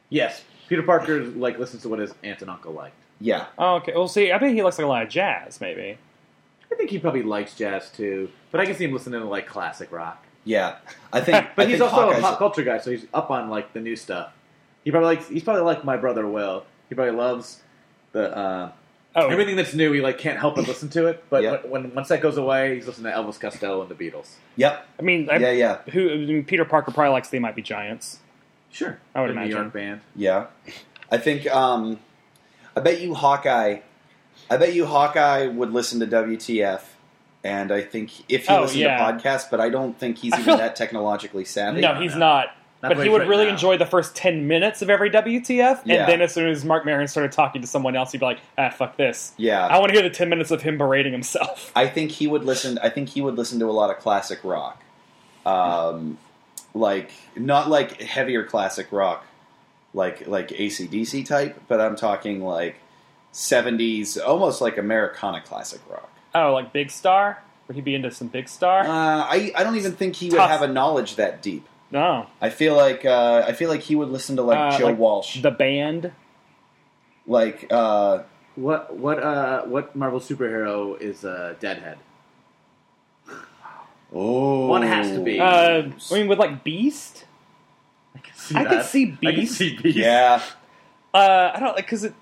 [SPEAKER 3] yes, Peter Parker like listens to what his aunt and uncle liked.
[SPEAKER 1] Yeah,
[SPEAKER 2] oh, okay. Well, see, I think he likes like a lot of jazz, maybe.
[SPEAKER 3] I think he probably likes jazz too, but I can see him listening to like classic rock.
[SPEAKER 1] yeah. I think.
[SPEAKER 3] But
[SPEAKER 1] I
[SPEAKER 3] he's
[SPEAKER 1] think
[SPEAKER 3] also a
[SPEAKER 1] Hawkeye's-
[SPEAKER 3] pop culture guy, so he's up on like the new stuff. He probably likes. He's probably like my brother Will. He probably loves the uh,
[SPEAKER 2] Oh,
[SPEAKER 3] everything that's new. He like can't help but listen to it. But
[SPEAKER 1] Yeah.
[SPEAKER 3] when, when once that goes away, he's listening to Elvis Costello and the Beatles.
[SPEAKER 1] Yep.
[SPEAKER 2] I mean, I,
[SPEAKER 1] yeah, yeah,
[SPEAKER 2] who? I mean, Peter Parker probably likes "They Might Be Giants."
[SPEAKER 3] Sure,
[SPEAKER 2] I would
[SPEAKER 3] the New
[SPEAKER 2] imagine.
[SPEAKER 3] York band.
[SPEAKER 1] yeah. I think. Um, I bet you Hawkeye. I bet you Hawkeye would listen to WTF, and I think if he
[SPEAKER 2] Oh,
[SPEAKER 1] listened
[SPEAKER 2] yeah.
[SPEAKER 1] to podcasts, but I don't think he's
[SPEAKER 2] I
[SPEAKER 1] even
[SPEAKER 2] feel-
[SPEAKER 1] that technologically savvy.
[SPEAKER 2] No,
[SPEAKER 3] no,
[SPEAKER 2] he's
[SPEAKER 3] no.
[SPEAKER 2] not.
[SPEAKER 3] Not the
[SPEAKER 2] but
[SPEAKER 3] way
[SPEAKER 2] he
[SPEAKER 3] he's
[SPEAKER 2] would
[SPEAKER 3] written
[SPEAKER 2] really
[SPEAKER 3] now.
[SPEAKER 2] enjoy the first ten minutes of every WTF,
[SPEAKER 1] Yeah.
[SPEAKER 2] and then as soon as Mark Maron started talking to someone else, he'd be like, "Ah, fuck this."
[SPEAKER 1] Yeah,
[SPEAKER 2] I want to hear the ten minutes of him berating himself.
[SPEAKER 1] I think he would listen. I think he would listen to a lot of classic rock, um, like not like heavier classic rock, like like ACDC type, but I'm talking like '70s, almost like Americana classic rock.
[SPEAKER 2] Oh, like Big Star? Would he be into some Big Star?
[SPEAKER 1] Uh, I I don't even think he would
[SPEAKER 2] Tough.
[SPEAKER 1] have a knowledge that deep.
[SPEAKER 2] no,
[SPEAKER 1] I feel like uh, I feel like he would listen to like
[SPEAKER 2] Uh,
[SPEAKER 1] Joe
[SPEAKER 2] like
[SPEAKER 1] Walsh,
[SPEAKER 2] the band.
[SPEAKER 1] like uh,
[SPEAKER 3] What what uh what Marvel superhero is uh, Deadhead?
[SPEAKER 1] oh,
[SPEAKER 3] One has to be.
[SPEAKER 2] Uh, I mean, with like Beast.
[SPEAKER 3] I can see
[SPEAKER 2] I could
[SPEAKER 3] that.
[SPEAKER 2] see
[SPEAKER 3] I can
[SPEAKER 2] Beast.
[SPEAKER 3] see Beast.
[SPEAKER 1] yeah,
[SPEAKER 2] Uh, I don't like because it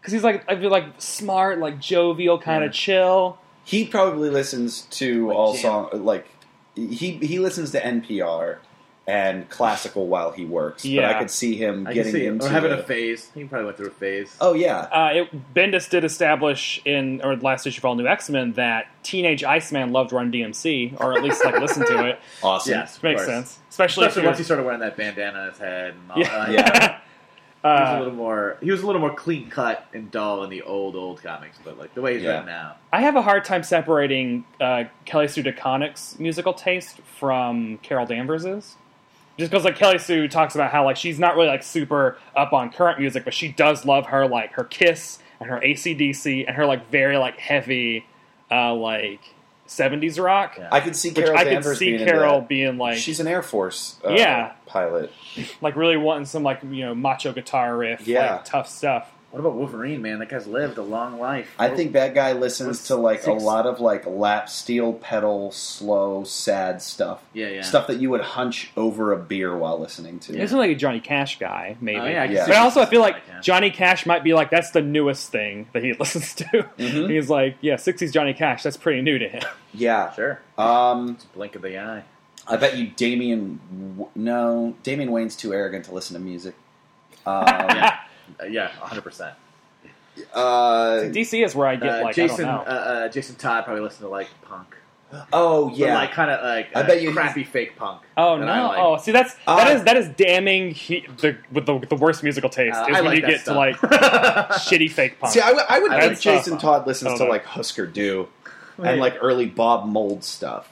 [SPEAKER 2] because he's like I feel like smart, like jovial, kind of
[SPEAKER 3] Yeah.
[SPEAKER 2] chill.
[SPEAKER 1] he probably listens to
[SPEAKER 3] Like
[SPEAKER 1] all
[SPEAKER 3] jam.
[SPEAKER 1] song like he he listens to NPR and classical while he works. But
[SPEAKER 2] Yeah.
[SPEAKER 1] I could see him
[SPEAKER 3] I can
[SPEAKER 1] getting
[SPEAKER 3] see him.
[SPEAKER 1] into
[SPEAKER 3] Or having
[SPEAKER 1] the-
[SPEAKER 3] a phase. He probably went through a phase.
[SPEAKER 1] Oh yeah,
[SPEAKER 2] Uh, it, Bendis did establish in or last issue of All New X Men that teenage Iceman loved Run DMC, or at least like listened to it.
[SPEAKER 1] awesome.
[SPEAKER 3] yes, of
[SPEAKER 2] Makes
[SPEAKER 3] course.
[SPEAKER 2] sense, especially,
[SPEAKER 3] Especially once he
[SPEAKER 2] if
[SPEAKER 3] started wearing that bandana on his head. And all,
[SPEAKER 2] you're,
[SPEAKER 3] uh,
[SPEAKER 2] yeah.
[SPEAKER 3] he was a
[SPEAKER 2] Uh,
[SPEAKER 3] little more. He was a little more clean cut and dull in the old old comics, but like the way he's
[SPEAKER 1] Yeah.
[SPEAKER 3] written now,
[SPEAKER 2] I have a hard time separating uh, Kelly Sue DeConnick's musical taste from Carol Danvers's. Just because like Kelly Sue talks about how like she's not really like super up on current music, but she does love her like her Kiss and her ACDC and her like very like heavy uh, like seventies rock.
[SPEAKER 3] Yeah.
[SPEAKER 1] I could see
[SPEAKER 2] Which
[SPEAKER 1] Carol.
[SPEAKER 2] I could
[SPEAKER 1] Danvers
[SPEAKER 2] see
[SPEAKER 1] being into
[SPEAKER 2] Carol
[SPEAKER 1] that.
[SPEAKER 2] being like
[SPEAKER 1] She's an Air Force uh,
[SPEAKER 2] Yeah.
[SPEAKER 1] pilot.
[SPEAKER 2] like really wanting some like you know macho guitar riff,
[SPEAKER 1] Yeah.
[SPEAKER 2] like tough stuff.
[SPEAKER 3] what about Wolverine? Man, that guy's lived a long life.
[SPEAKER 1] I think that guy listens
[SPEAKER 3] What's
[SPEAKER 1] to like a
[SPEAKER 3] six-
[SPEAKER 1] lot of like lap steel pedal, slow, sad stuff.
[SPEAKER 3] Yeah, yeah.
[SPEAKER 1] Stuff that you would hunch over a beer while listening to.
[SPEAKER 2] It's like a Johnny Cash guy, maybe.
[SPEAKER 3] Oh, yeah, I can
[SPEAKER 1] Yeah.
[SPEAKER 3] see
[SPEAKER 2] But also, I feel
[SPEAKER 3] I
[SPEAKER 2] like
[SPEAKER 3] can.
[SPEAKER 2] Johnny Cash might be like that's the newest thing that he listens to.
[SPEAKER 1] Mhm.
[SPEAKER 2] He's like, yeah, '60s Johnny Cash. That's pretty new to him.
[SPEAKER 1] Yeah.
[SPEAKER 3] sure.
[SPEAKER 1] Um,
[SPEAKER 3] It's a blink of the eye.
[SPEAKER 1] I bet you Damien. W- No, Damien Wayne's too arrogant to listen to music. Um,
[SPEAKER 3] Yeah, Uh, yeah, hundred percent.
[SPEAKER 1] uh,
[SPEAKER 2] DC is where I get
[SPEAKER 3] Uh,
[SPEAKER 2] like
[SPEAKER 3] Jason,
[SPEAKER 2] I
[SPEAKER 3] uh,
[SPEAKER 2] don't know.
[SPEAKER 3] uh, Jason Todd probably listened to like punk.
[SPEAKER 1] oh
[SPEAKER 3] But,
[SPEAKER 1] yeah,
[SPEAKER 3] like kind of like
[SPEAKER 1] I
[SPEAKER 3] uh,
[SPEAKER 1] bet you
[SPEAKER 3] crappy fake punk.
[SPEAKER 2] Oh
[SPEAKER 3] that I
[SPEAKER 2] no!
[SPEAKER 3] like.
[SPEAKER 2] oh, see, that's
[SPEAKER 1] Uh,
[SPEAKER 2] that is that is damning he, the with the, the worst musical taste
[SPEAKER 3] Uh,
[SPEAKER 2] is
[SPEAKER 3] I
[SPEAKER 2] when
[SPEAKER 3] like
[SPEAKER 2] you
[SPEAKER 3] that
[SPEAKER 2] get to like
[SPEAKER 3] stuff.
[SPEAKER 2] shitty fake punk.
[SPEAKER 1] See, I, w- I would
[SPEAKER 3] I
[SPEAKER 1] think
[SPEAKER 2] like
[SPEAKER 1] Jason
[SPEAKER 3] stuff.
[SPEAKER 1] Todd listens
[SPEAKER 2] Oh,
[SPEAKER 1] to
[SPEAKER 2] no.
[SPEAKER 1] like Husker Du
[SPEAKER 3] Maybe.
[SPEAKER 1] and like early Bob Mold stuff.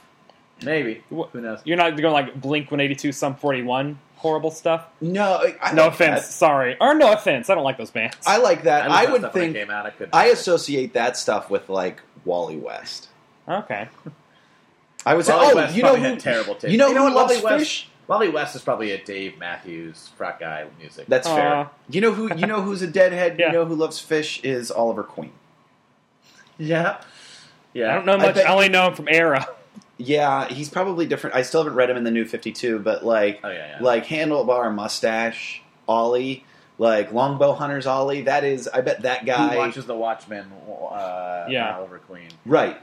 [SPEAKER 3] maybe
[SPEAKER 2] What-
[SPEAKER 3] who knows?
[SPEAKER 2] You're not going like Blink 182, Sum 41, horrible stuff.
[SPEAKER 1] No, I- I
[SPEAKER 2] No
[SPEAKER 1] like that.
[SPEAKER 2] offense, sorry, or no offense. I don't like those bands.
[SPEAKER 1] I like that.
[SPEAKER 3] looked
[SPEAKER 1] I,
[SPEAKER 3] that
[SPEAKER 1] would
[SPEAKER 3] stuff when it
[SPEAKER 1] think
[SPEAKER 3] came out. I couldn't.
[SPEAKER 1] I associate that stuff with like Wally West.
[SPEAKER 2] okay.
[SPEAKER 1] I would say,
[SPEAKER 3] Wally
[SPEAKER 1] oh,
[SPEAKER 3] West
[SPEAKER 1] you know,
[SPEAKER 3] probably
[SPEAKER 1] who,
[SPEAKER 3] had terrible taste.
[SPEAKER 1] you know
[SPEAKER 3] You
[SPEAKER 1] who
[SPEAKER 3] know what,
[SPEAKER 1] loves
[SPEAKER 3] Wally West-
[SPEAKER 1] fish?
[SPEAKER 3] Wally West is probably a Dave Matthews frat guy music.
[SPEAKER 1] That's
[SPEAKER 2] Uh,
[SPEAKER 1] fair. You know who? You know who's a deadhead?
[SPEAKER 2] Yeah.
[SPEAKER 1] You know who loves fish is Oliver Queen.
[SPEAKER 3] yeah, yeah.
[SPEAKER 2] I don't know
[SPEAKER 1] I
[SPEAKER 2] much. I,
[SPEAKER 1] bet-
[SPEAKER 2] only know him from Era.
[SPEAKER 1] Yeah, he's probably different. I still haven't read him in the New Fifty Two, but like,
[SPEAKER 3] Oh yeah, yeah.
[SPEAKER 1] like handlebar mustache Ollie, like longbow hunters Ollie. That is, I bet that
[SPEAKER 3] who
[SPEAKER 1] guy.
[SPEAKER 3] watches the Watchmen? Uh,
[SPEAKER 2] Yeah.
[SPEAKER 3] Oliver Queen.
[SPEAKER 1] right.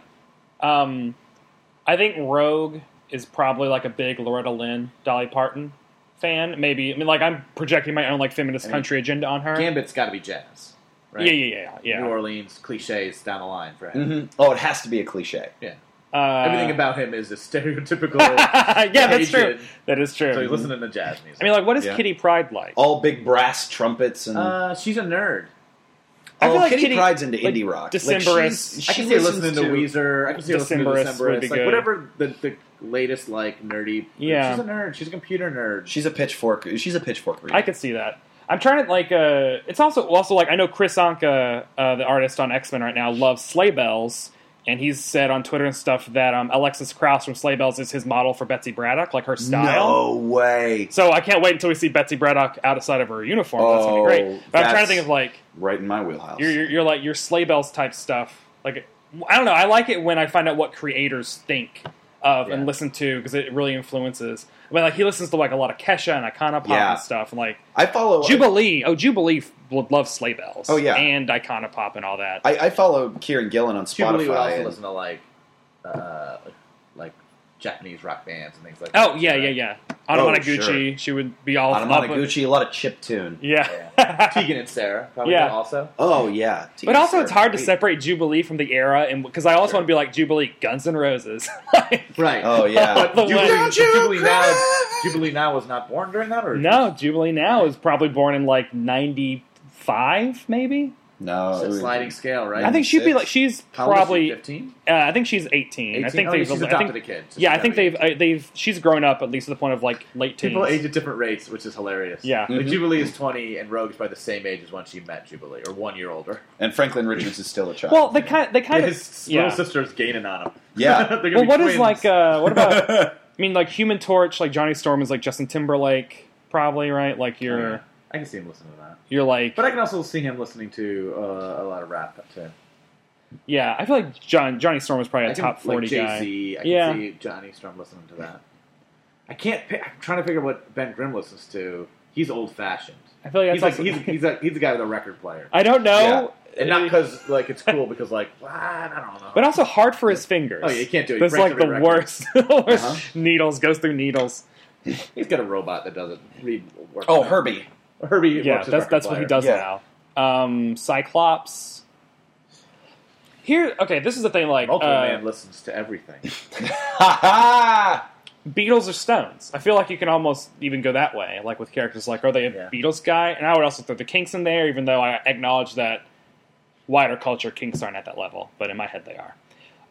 [SPEAKER 2] Um, I think Rogue is probably like a big Loretta Lynn, Dolly Parton fan. Maybe I mean like I'm projecting my own like feminist
[SPEAKER 3] I mean,
[SPEAKER 2] country agenda on her.
[SPEAKER 3] Gambit's got to be jazz, right?
[SPEAKER 2] Yeah, yeah, yeah, yeah.
[SPEAKER 1] Mm-hmm.
[SPEAKER 3] New Orleans cliches down the line for him.
[SPEAKER 1] hmm Oh, it has to be a cliche.
[SPEAKER 3] Yeah.
[SPEAKER 2] Uh,
[SPEAKER 3] Everything about him is a stereotypical.
[SPEAKER 2] yeah, that's true.
[SPEAKER 3] Asian.
[SPEAKER 2] That is true.
[SPEAKER 3] so he's listening to jazz music.
[SPEAKER 2] I mean, like, what is
[SPEAKER 1] Yeah.
[SPEAKER 2] Kitty Pride like?
[SPEAKER 1] All big brass trumpets and
[SPEAKER 3] uh,
[SPEAKER 2] Mm.
[SPEAKER 3] she's a nerd.
[SPEAKER 2] I
[SPEAKER 1] oh,
[SPEAKER 2] feel like
[SPEAKER 1] Kitty,
[SPEAKER 2] Kitty-
[SPEAKER 1] Pride's into
[SPEAKER 2] like,
[SPEAKER 1] indie rock.
[SPEAKER 2] Decemberists.
[SPEAKER 1] she's-
[SPEAKER 3] I can
[SPEAKER 1] she
[SPEAKER 3] see her
[SPEAKER 1] listens
[SPEAKER 3] listening to, Weezer. I can see her listening to
[SPEAKER 2] Decemberists would
[SPEAKER 3] Decemberists.
[SPEAKER 2] be
[SPEAKER 3] Like
[SPEAKER 2] good.
[SPEAKER 3] whatever the, the latest like nerdy.
[SPEAKER 2] Yeah.
[SPEAKER 3] she's a nerd. She's a computer nerd.
[SPEAKER 1] She's a pitchfork. She's a pitchfork reader.
[SPEAKER 2] I could see that. I'm trying to like. Uh, it's also also like I know Chris Anka, uh, the artist on X Men right now, loves sleigh bells, and he's said on Twitter and stuff that um, Alexis Krauss from Sleigh Bells is his model for Betsy Braddock, like her style.
[SPEAKER 1] No way.
[SPEAKER 2] So I can't wait until we see Betsy Braddock outside of her uniform. that's gonna be
[SPEAKER 1] Oh,
[SPEAKER 2] great. But I'm trying to
[SPEAKER 1] that's-
[SPEAKER 2] think of like
[SPEAKER 1] Right in my wheelhouse.
[SPEAKER 2] your, your, your like your sleigh bells type stuff. Like I don't know, I like it when I find out what creators think of and
[SPEAKER 3] Yeah.
[SPEAKER 2] listen to because it really influences. I mean, like he listens to like a lot of Kesha and Iconopop
[SPEAKER 1] Yeah.
[SPEAKER 2] and stuff, and like
[SPEAKER 1] I follow.
[SPEAKER 2] Jubilee. Oh, Jubilee would love sleigh bells.
[SPEAKER 1] Oh, yeah.
[SPEAKER 2] and Iconopop and all that.
[SPEAKER 1] I, I follow Kieran Gillen on
[SPEAKER 3] Jubilee would
[SPEAKER 1] Spotify.
[SPEAKER 3] also
[SPEAKER 1] and-
[SPEAKER 3] listen to like, uh, like Japanese rock bands and things like. that.
[SPEAKER 2] oh yeah, yeah, yeah. Anamanaguchi, she would be all
[SPEAKER 1] on
[SPEAKER 2] up-
[SPEAKER 1] Gucci, a lot of chip tune.
[SPEAKER 2] Yeah.
[SPEAKER 3] Tegan and Sarah probably
[SPEAKER 2] Yeah.
[SPEAKER 3] also.
[SPEAKER 1] Oh yeah,
[SPEAKER 2] But also, it's hard to
[SPEAKER 1] Great.
[SPEAKER 2] separate Jubilee from the era, and because I also
[SPEAKER 3] Sure.
[SPEAKER 2] want to be like Jubilee, Guns and Roses. Like,
[SPEAKER 3] Right.
[SPEAKER 1] Oh yeah,
[SPEAKER 2] But the
[SPEAKER 3] Jubilee,
[SPEAKER 2] way-
[SPEAKER 1] Don't you
[SPEAKER 3] Jubilee now.
[SPEAKER 1] cry.
[SPEAKER 3] Jubilee now was not born during that, or
[SPEAKER 2] no, Jubilee now is probably born in like '95, maybe.
[SPEAKER 1] no
[SPEAKER 3] It's a
[SPEAKER 1] it-
[SPEAKER 3] sliding scale, right?
[SPEAKER 2] I think she'd be
[SPEAKER 1] 96?
[SPEAKER 2] like she's
[SPEAKER 3] How old is she,
[SPEAKER 2] probably.
[SPEAKER 3] 15?
[SPEAKER 2] Uh, I think she's 18. I
[SPEAKER 3] 18?
[SPEAKER 2] think
[SPEAKER 3] Oh,
[SPEAKER 2] they've.
[SPEAKER 3] she's adopted
[SPEAKER 2] I think,
[SPEAKER 3] a kid. so
[SPEAKER 2] yeah,
[SPEAKER 3] she's
[SPEAKER 2] I think
[SPEAKER 3] gotta be
[SPEAKER 2] they've. Uh, they've. She's grown up at least to the point of like late teens.
[SPEAKER 3] People age at different rates, which is hilarious.
[SPEAKER 2] Yeah.
[SPEAKER 3] Like,
[SPEAKER 1] Mhm.
[SPEAKER 3] Jubilee is 20, and Rogue's by the same age as when she met Jubilee, or one year older.
[SPEAKER 1] And Franklin Richards is still a child.
[SPEAKER 2] well, they kind. They kind
[SPEAKER 3] His
[SPEAKER 2] of. Yeah.
[SPEAKER 3] little sister's gaining on him.
[SPEAKER 1] yeah.
[SPEAKER 3] They're gonna
[SPEAKER 2] Well,
[SPEAKER 3] be
[SPEAKER 2] what is
[SPEAKER 3] twins.
[SPEAKER 2] like? Uh, what about? I mean, like Human Torch, like Johnny Storm is like Justin Timberlake, probably right? Like you're
[SPEAKER 3] I can see him listening to that.
[SPEAKER 2] you're like,
[SPEAKER 3] But I can also see him listening to uh, a lot of rap, too.
[SPEAKER 2] yeah. I feel like John Johnny Storm was probably
[SPEAKER 3] I
[SPEAKER 2] a
[SPEAKER 3] can-
[SPEAKER 2] top forty
[SPEAKER 3] like
[SPEAKER 2] guy.
[SPEAKER 3] Jay-Z, I can
[SPEAKER 2] Yeah.
[SPEAKER 3] see Johnny Storm listening to that. I can't. Pick, I'm trying to figure out what Ben Grimm listens to. He's old fashioned.
[SPEAKER 2] I feel like that's
[SPEAKER 3] He's like
[SPEAKER 2] also-
[SPEAKER 3] he's he's a, he's a guy with a record player,
[SPEAKER 2] I don't know,
[SPEAKER 3] and not because like it's cool, because like well, I don't know.
[SPEAKER 2] but also hard for his fingers.
[SPEAKER 3] oh yeah, you can't do it. He
[SPEAKER 2] That's
[SPEAKER 3] breaks
[SPEAKER 2] like
[SPEAKER 3] every
[SPEAKER 2] the
[SPEAKER 3] record.
[SPEAKER 2] worst. the worst
[SPEAKER 1] Uh-huh.
[SPEAKER 2] needles goes through needles.
[SPEAKER 3] He's got a robot that doesn't read. Work
[SPEAKER 1] oh, Herbie.
[SPEAKER 3] Herbie.
[SPEAKER 2] yeah,
[SPEAKER 3] works his
[SPEAKER 2] that's
[SPEAKER 3] record
[SPEAKER 2] that's what he
[SPEAKER 3] player.
[SPEAKER 2] does
[SPEAKER 1] Yeah.
[SPEAKER 2] now. Um, Cyclops. Here, okay, this is the thing. Like,
[SPEAKER 3] Multiple
[SPEAKER 2] uh,
[SPEAKER 3] man listens to everything.
[SPEAKER 1] Ha ha.
[SPEAKER 2] Beatles or Stones. I feel like you can almost even go that way, like with characters like, are they a
[SPEAKER 3] Yeah.
[SPEAKER 2] Beatles guy? And I would also throw the Kinks in there, even though I acknowledge that wider culture Kinks aren't at that level, but in my head they are.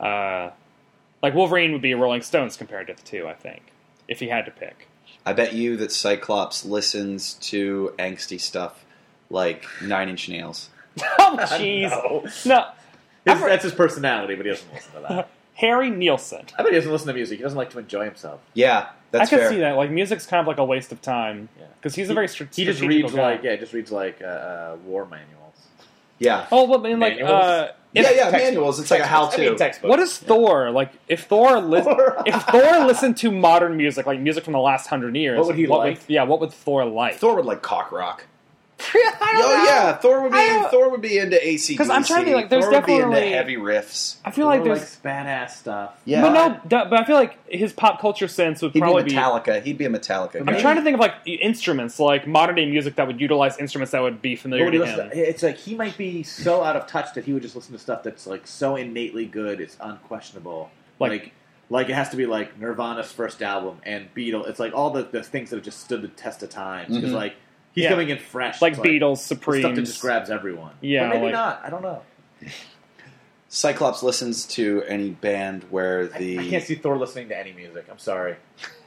[SPEAKER 2] Uh, like Wolverine would be a Rolling Stones compared to the two, I think, if he had to pick.
[SPEAKER 1] I bet you that Cyclops listens to angsty stuff like Nine Inch Nails.
[SPEAKER 2] oh, jeez.
[SPEAKER 3] No.
[SPEAKER 2] No.
[SPEAKER 3] His-
[SPEAKER 2] I've-
[SPEAKER 3] that's his personality, but he doesn't listen to that.
[SPEAKER 2] Harry Nielsen.
[SPEAKER 3] I bet he doesn't listen to music. He doesn't like to enjoy himself.
[SPEAKER 1] Yeah, that's
[SPEAKER 2] I can
[SPEAKER 1] fair.
[SPEAKER 2] see that. Like, music's kind of like a waste of time
[SPEAKER 3] Yeah.
[SPEAKER 2] because he's a very str-
[SPEAKER 3] He just
[SPEAKER 2] strategical
[SPEAKER 3] reads
[SPEAKER 2] guy.
[SPEAKER 3] like yeah, he just reads like uh, uh, war manuals.
[SPEAKER 1] Yeah.
[SPEAKER 2] Oh, well, I mean, like,
[SPEAKER 3] Manuals?
[SPEAKER 2] uh, if-
[SPEAKER 1] yeah, yeah,
[SPEAKER 3] textbooks.
[SPEAKER 1] manuals. It's like a how to.
[SPEAKER 3] I mean, textbooks.
[SPEAKER 2] What is Thor like? If Thor, li-
[SPEAKER 3] Thor.
[SPEAKER 2] if Thor listened to modern music, like music from the last hundred years,
[SPEAKER 3] What would he like?
[SPEAKER 2] yeah, what would Thor like?
[SPEAKER 1] Thor would like cock rock.
[SPEAKER 2] I don't
[SPEAKER 1] Oh
[SPEAKER 2] know.
[SPEAKER 1] yeah, Thor would
[SPEAKER 2] I
[SPEAKER 1] be
[SPEAKER 2] don't-
[SPEAKER 1] Thor would be into AC.
[SPEAKER 2] 'Cause I'm trying to think, like, there's
[SPEAKER 1] Thor would be
[SPEAKER 2] definitely-
[SPEAKER 1] into heavy riffs.
[SPEAKER 2] I feel like
[SPEAKER 3] Thor
[SPEAKER 2] there's,
[SPEAKER 3] likes badass stuff.
[SPEAKER 1] Yeah,
[SPEAKER 2] but no, d- but I feel like his pop culture sense would
[SPEAKER 1] he'd
[SPEAKER 2] probably
[SPEAKER 1] be
[SPEAKER 2] be.
[SPEAKER 1] Metallica. He'd be a Metallica.
[SPEAKER 2] I'm
[SPEAKER 1] guy.
[SPEAKER 2] trying to think of like instruments, like modern day music that would utilize instruments that would be
[SPEAKER 3] But
[SPEAKER 2] familiar
[SPEAKER 3] when he
[SPEAKER 2] to
[SPEAKER 3] listens
[SPEAKER 2] him.
[SPEAKER 3] to- it's like he might be so out of touch that he would just listen to stuff that's like so innately good it's unquestionable.
[SPEAKER 2] Like-
[SPEAKER 3] Like like, it has to be like Nirvana's first album and Beatles. It's like all the, the things that have just stood the test of time because
[SPEAKER 1] Mhm.
[SPEAKER 3] like
[SPEAKER 2] Mm-hmm.
[SPEAKER 3] he's
[SPEAKER 2] Yeah.
[SPEAKER 3] coming in fresh,
[SPEAKER 2] Like
[SPEAKER 3] It's
[SPEAKER 2] Beatles,
[SPEAKER 3] the stuff that
[SPEAKER 2] Supremes.
[SPEAKER 3] just grabs everyone.
[SPEAKER 2] Yeah,
[SPEAKER 3] but maybe
[SPEAKER 2] like-
[SPEAKER 3] not. I don't know.
[SPEAKER 1] Cyclops listens to any band where
[SPEAKER 3] I- I,
[SPEAKER 1] the
[SPEAKER 3] can't see Thor listening to any music. I'm sorry.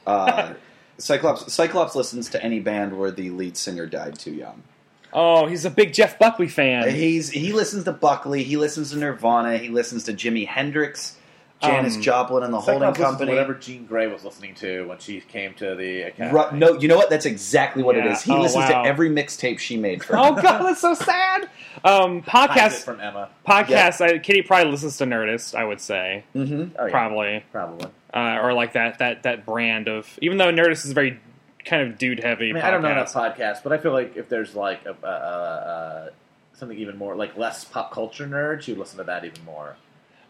[SPEAKER 1] uh, Cyclops Cyclops listens to any band where the lead singer died too young.
[SPEAKER 2] Oh, he's a big Jeff Buckley fan.
[SPEAKER 1] He's he listens to Buckley. He listens to Nirvana. He listens to Jimi Hendrix, Janis
[SPEAKER 2] Um,
[SPEAKER 1] Joplin, and the
[SPEAKER 3] Cyclops
[SPEAKER 1] Holding
[SPEAKER 3] listens to
[SPEAKER 1] Company.
[SPEAKER 3] Whatever Jean Grey was listening to when she came to the academy.
[SPEAKER 1] Ru- no, you know what? That's exactly what it
[SPEAKER 2] Yeah.
[SPEAKER 1] is. He
[SPEAKER 2] Oh,
[SPEAKER 1] listens
[SPEAKER 2] wow.
[SPEAKER 1] to every mixtape she made for him.
[SPEAKER 2] oh god, that's so sad. Um,
[SPEAKER 3] Hides it
[SPEAKER 2] podcast,
[SPEAKER 3] from Emma.
[SPEAKER 2] podcast. I, Kitty probably listens to Nerdist. I would say
[SPEAKER 1] hmm
[SPEAKER 3] Oh, yeah,
[SPEAKER 2] probably.
[SPEAKER 3] probably.
[SPEAKER 2] uh, or like that that that brand of even though Nerdist is very kind of dude heavy.
[SPEAKER 3] I mean, I don't know
[SPEAKER 2] podcast.
[SPEAKER 3] enough podcasts, but I feel like if there's like a, a, a, a something even more like less pop culture nerds, you listen to that even more.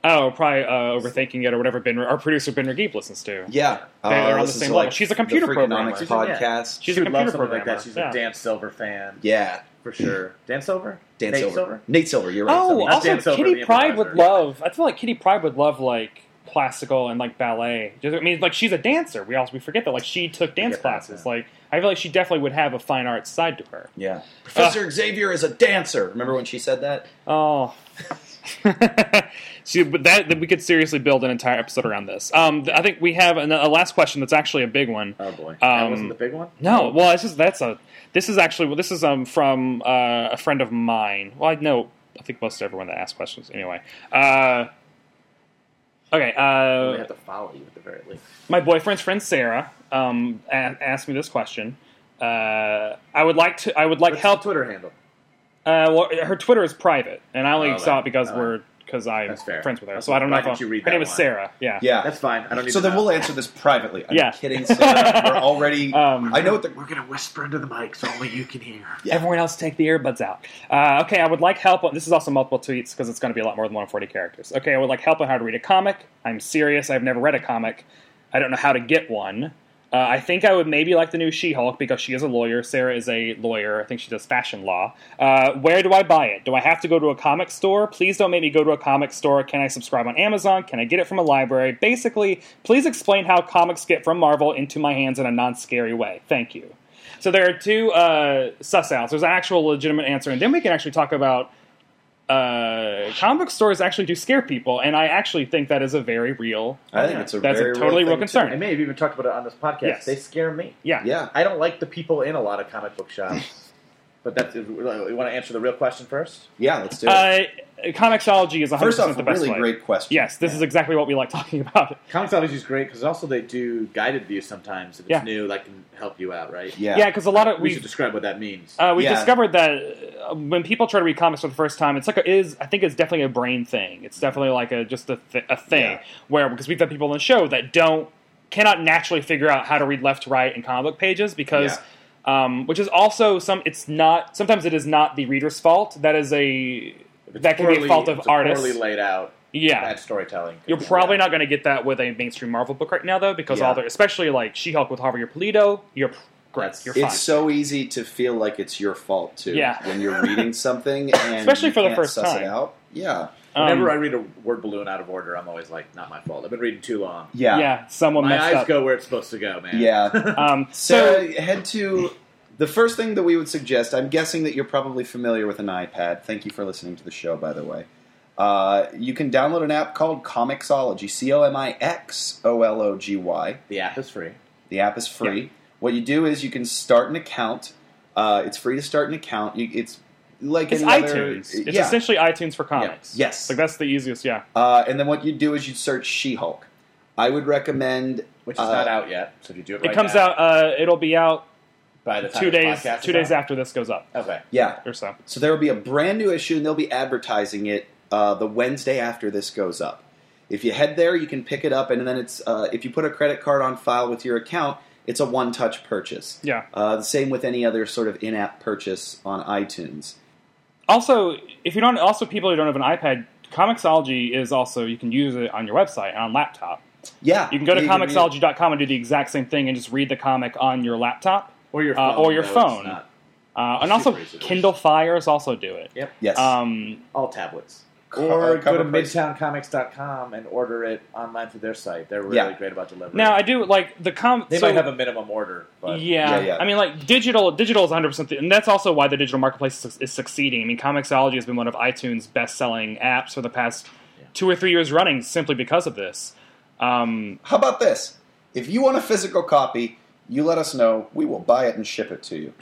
[SPEAKER 2] Oh, probably uh, overthinking it or whatever. Ben, our producer Ben Regeeb listens to.
[SPEAKER 1] Yeah,
[SPEAKER 2] They're on the
[SPEAKER 1] listens
[SPEAKER 2] same
[SPEAKER 1] to,
[SPEAKER 2] level. She's a computer
[SPEAKER 1] the
[SPEAKER 2] programmer.
[SPEAKER 1] Freakonomics
[SPEAKER 3] She's a- yeah.
[SPEAKER 1] podcast.
[SPEAKER 2] She's
[SPEAKER 3] she
[SPEAKER 2] a
[SPEAKER 3] would love
[SPEAKER 2] computer
[SPEAKER 3] something like
[SPEAKER 2] programmer.
[SPEAKER 3] that. She's
[SPEAKER 2] yeah.
[SPEAKER 3] a Dan Silver fan
[SPEAKER 1] Yeah,
[SPEAKER 3] for sure. Dan Silver,
[SPEAKER 1] Dan
[SPEAKER 3] Nate
[SPEAKER 1] Silver. Nate Silver. You're right.
[SPEAKER 2] Oh,
[SPEAKER 3] Not Dan
[SPEAKER 2] also
[SPEAKER 3] Silver,
[SPEAKER 2] Kitty
[SPEAKER 3] the
[SPEAKER 2] Pride would
[SPEAKER 3] improviser.
[SPEAKER 2] love. I feel like Kitty Pride would love like classical and like ballet. Just- I mean, like she's a dancer. We also we forget that like she took dance
[SPEAKER 1] Forget that,
[SPEAKER 2] classes. Like I feel like she definitely would have a fine arts side to her.
[SPEAKER 1] Yeah.
[SPEAKER 2] Uh.
[SPEAKER 1] Professor Xavier is a dancer. Remember when she said that?
[SPEAKER 2] Oh. See, but that, that we could seriously build an entire episode around this. Um, th- I think we have an, a last question that's actually a big one.
[SPEAKER 3] Oh boy, that
[SPEAKER 2] Um,
[SPEAKER 3] wasn't the big one.
[SPEAKER 2] No, well, this is that's a this is actually well, this is um from uh, a friend of mine. Well, I know I think most everyone that asks questions anyway. Uh, okay,
[SPEAKER 3] I
[SPEAKER 2] uh,
[SPEAKER 3] have to follow you at the very least.
[SPEAKER 2] my boyfriend's friend Sarah um a- asked me this question. Uh, I would like to I would like
[SPEAKER 3] What's
[SPEAKER 2] help.
[SPEAKER 3] the Twitter handle.
[SPEAKER 2] Uh, well, her Twitter is private, and I only
[SPEAKER 3] Oh,
[SPEAKER 2] saw
[SPEAKER 3] that-
[SPEAKER 2] it because
[SPEAKER 3] oh,
[SPEAKER 2] we're because I'm
[SPEAKER 3] that's fair.
[SPEAKER 2] friends with her.
[SPEAKER 3] That's
[SPEAKER 2] So I don't know.
[SPEAKER 3] why
[SPEAKER 2] if
[SPEAKER 3] did
[SPEAKER 2] I'll-
[SPEAKER 3] you read
[SPEAKER 2] her
[SPEAKER 3] that
[SPEAKER 2] name is
[SPEAKER 3] one?
[SPEAKER 2] Sarah. Yeah.
[SPEAKER 1] Yeah.
[SPEAKER 3] That's fine. I don't need.
[SPEAKER 1] so
[SPEAKER 3] to
[SPEAKER 1] then
[SPEAKER 3] know.
[SPEAKER 1] we'll answer this privately. I'm
[SPEAKER 2] Yeah.
[SPEAKER 1] kidding, Sarah. We're already.
[SPEAKER 2] Um,
[SPEAKER 1] I know what the.
[SPEAKER 3] We're gonna whisper into the mic so only you can hear.
[SPEAKER 1] Yeah.
[SPEAKER 2] Everyone else take the earbuds out. Uh, okay, I would like help on. This is also multiple tweets because it's going to be a lot more than 140 characters. Okay, I would like help on how to read a comic. I'm serious. I've never read a comic. I don't know how to get one. Uh, I think I would maybe like the new She Hulk because she is a lawyer. Sarah is a lawyer. I think she does fashion law. Uh, where do I buy it? Do I have to go to a comic store? Please don't make me go to a comic store. Can I subscribe on Amazon? Can I get it from a library? Basically, please explain how comics get from Marvel into my hands in a non scary way. Thank you. So there are two uh, suss outs. There's an actual legitimate answer, and then we can actually talk about uh, comic book stores actually do scare people, and I actually think that is a very real.
[SPEAKER 1] I think it's a
[SPEAKER 2] That's a
[SPEAKER 1] very
[SPEAKER 2] totally real
[SPEAKER 1] thing,
[SPEAKER 2] concern.
[SPEAKER 3] I may have even talked about it on this podcast.
[SPEAKER 2] Yes.
[SPEAKER 3] They scare me.
[SPEAKER 2] Yeah.
[SPEAKER 1] too. Yeah.
[SPEAKER 3] I don't like the people in a lot of comic book shops. but that's you want to answer the real question first.
[SPEAKER 1] Yeah. Let's do it.
[SPEAKER 2] Uh, comiXology is 100%
[SPEAKER 1] First off,
[SPEAKER 2] the
[SPEAKER 1] a
[SPEAKER 2] best
[SPEAKER 1] really
[SPEAKER 2] way.
[SPEAKER 1] great question.
[SPEAKER 2] Yes, this is exactly what we like talking about.
[SPEAKER 3] Comicsology is great because also they do guided views sometimes. If it's
[SPEAKER 2] Yeah.
[SPEAKER 3] new, that can help you out, right?
[SPEAKER 1] Yeah.
[SPEAKER 2] Yeah, because a lot of
[SPEAKER 3] We
[SPEAKER 2] we
[SPEAKER 3] should describe what that means.
[SPEAKER 2] uh, we
[SPEAKER 1] Yeah.
[SPEAKER 2] discovered that uh, when people try to read comics for the first time, it's like a, it is I think it's definitely a brain thing. It's definitely like a just a, th- a thing
[SPEAKER 1] Yeah.
[SPEAKER 2] where because we've had people on the show that don't cannot naturally figure out how to read left to right in comic book pages because.
[SPEAKER 1] Yeah.
[SPEAKER 2] Um, which is also some. It's not. Sometimes it is not the reader's fault. That is a.
[SPEAKER 3] If it's
[SPEAKER 2] That can be
[SPEAKER 3] poorly-
[SPEAKER 2] a fault
[SPEAKER 3] if
[SPEAKER 2] of
[SPEAKER 3] it's
[SPEAKER 2] artists.
[SPEAKER 3] Poorly laid out.
[SPEAKER 2] yeah,
[SPEAKER 3] Bad storytelling.
[SPEAKER 2] You're probably not going to get that with a mainstream Marvel book right now, though, because
[SPEAKER 1] Yeah.
[SPEAKER 2] all the, especially like She-Hulk with Javier Polito, you're p- great.
[SPEAKER 3] That's-
[SPEAKER 2] You're fine.
[SPEAKER 1] It's so easy to feel like it's your fault too.
[SPEAKER 2] Yeah.
[SPEAKER 1] When you're reading something, and
[SPEAKER 2] Especially
[SPEAKER 1] you
[SPEAKER 2] for the
[SPEAKER 1] can't
[SPEAKER 2] first
[SPEAKER 1] suss
[SPEAKER 2] time.
[SPEAKER 1] It out. Yeah.
[SPEAKER 2] Um,
[SPEAKER 3] Whenever I read a word balloon out of order, I'm always like, not my fault. I've been reading too long.
[SPEAKER 1] Yeah.
[SPEAKER 2] yeah, someone
[SPEAKER 3] my eyes
[SPEAKER 2] messed up.
[SPEAKER 3] go where it's supposed to go, man.
[SPEAKER 1] Yeah.
[SPEAKER 2] um, so
[SPEAKER 1] So head to the first thing that we would suggest. I'm guessing that you're probably familiar with an iPad. Thank you for listening to the show, by the way. Uh, you can download an app called Comixology. C O M I X O L O G Y.
[SPEAKER 3] The app is free.
[SPEAKER 1] The app is free. What you do is you can start an account. Uh, it's free to start an account. You, it's like
[SPEAKER 2] it's
[SPEAKER 1] any other-
[SPEAKER 2] iTunes. It's
[SPEAKER 1] yeah.
[SPEAKER 2] essentially iTunes for comics.
[SPEAKER 1] Yes.
[SPEAKER 2] like that's the easiest. Yeah,
[SPEAKER 1] Uh, and then what you do is you search She-Hulk. I would recommend
[SPEAKER 3] Which is
[SPEAKER 1] Uh,
[SPEAKER 3] not out yet, so if you do it
[SPEAKER 2] it
[SPEAKER 3] right
[SPEAKER 2] comes
[SPEAKER 3] now,
[SPEAKER 2] out. Uh, it'll be out
[SPEAKER 3] by the time
[SPEAKER 2] two
[SPEAKER 3] this
[SPEAKER 2] days.
[SPEAKER 3] podcast is
[SPEAKER 2] Two days
[SPEAKER 3] out.
[SPEAKER 2] after this goes up,
[SPEAKER 3] Okay.
[SPEAKER 1] yeah.
[SPEAKER 2] or so.
[SPEAKER 1] So there will be a brand new issue, and they'll be advertising it uh, the Wednesday after this goes up. If you head there, you can pick it up, and then it's uh, if you put a credit card on file with your account, it's a one-touch purchase.
[SPEAKER 2] Yeah.
[SPEAKER 1] Uh, the same with any other sort of in-app purchase on iTunes.
[SPEAKER 2] Also, if you don't, also people who don't have an iPad, Comixology is also you can use it on your website and on laptop.
[SPEAKER 1] Yeah,
[SPEAKER 2] You can go to
[SPEAKER 1] can read-
[SPEAKER 2] comixology.com and do the exact same thing and just read the comic on your laptop.
[SPEAKER 3] Or your phone.
[SPEAKER 2] Uh, or your
[SPEAKER 3] though, it's
[SPEAKER 2] phone.
[SPEAKER 3] not-
[SPEAKER 2] Uh, and also,
[SPEAKER 3] Super easy to
[SPEAKER 2] Kindle Fires also do it.
[SPEAKER 3] Yep.
[SPEAKER 1] Yes.
[SPEAKER 2] Um,
[SPEAKER 3] All tablets.
[SPEAKER 1] Co-
[SPEAKER 3] Or
[SPEAKER 1] uh,
[SPEAKER 3] go to
[SPEAKER 1] cover price.
[SPEAKER 3] midtowncomics.com and order it online through their site. They're really
[SPEAKER 1] Yeah.
[SPEAKER 3] great about delivery.
[SPEAKER 2] now, I do like the com.
[SPEAKER 3] they
[SPEAKER 2] so-
[SPEAKER 3] might have a minimum order, but
[SPEAKER 2] Yeah.
[SPEAKER 1] Yeah, yeah.
[SPEAKER 2] I mean, like digital, digital is 100, percent and that's also why the digital marketplace is, is succeeding. I mean, Comixology has been one of iTunes' best-selling apps for the past two or three years running, simply because of this. Um,
[SPEAKER 1] How about this? If you want a physical copy, you let us know. We will buy it and ship it to you.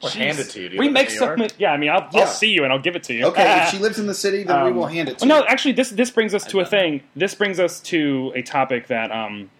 [SPEAKER 3] Or hand it to you. Do you
[SPEAKER 2] we
[SPEAKER 3] live in
[SPEAKER 2] make
[SPEAKER 3] New
[SPEAKER 2] so
[SPEAKER 3] York?
[SPEAKER 2] many. Yeah, I mean, I'll,
[SPEAKER 1] Yeah.
[SPEAKER 2] I'll see you and I'll give it to you.
[SPEAKER 1] Okay, if she lives in the city, then we
[SPEAKER 2] Um,
[SPEAKER 1] will hand it to
[SPEAKER 2] Well, no,
[SPEAKER 1] you.
[SPEAKER 2] actually, this this brings us to a
[SPEAKER 3] don't know.
[SPEAKER 2] thing. This brings us to a topic that um,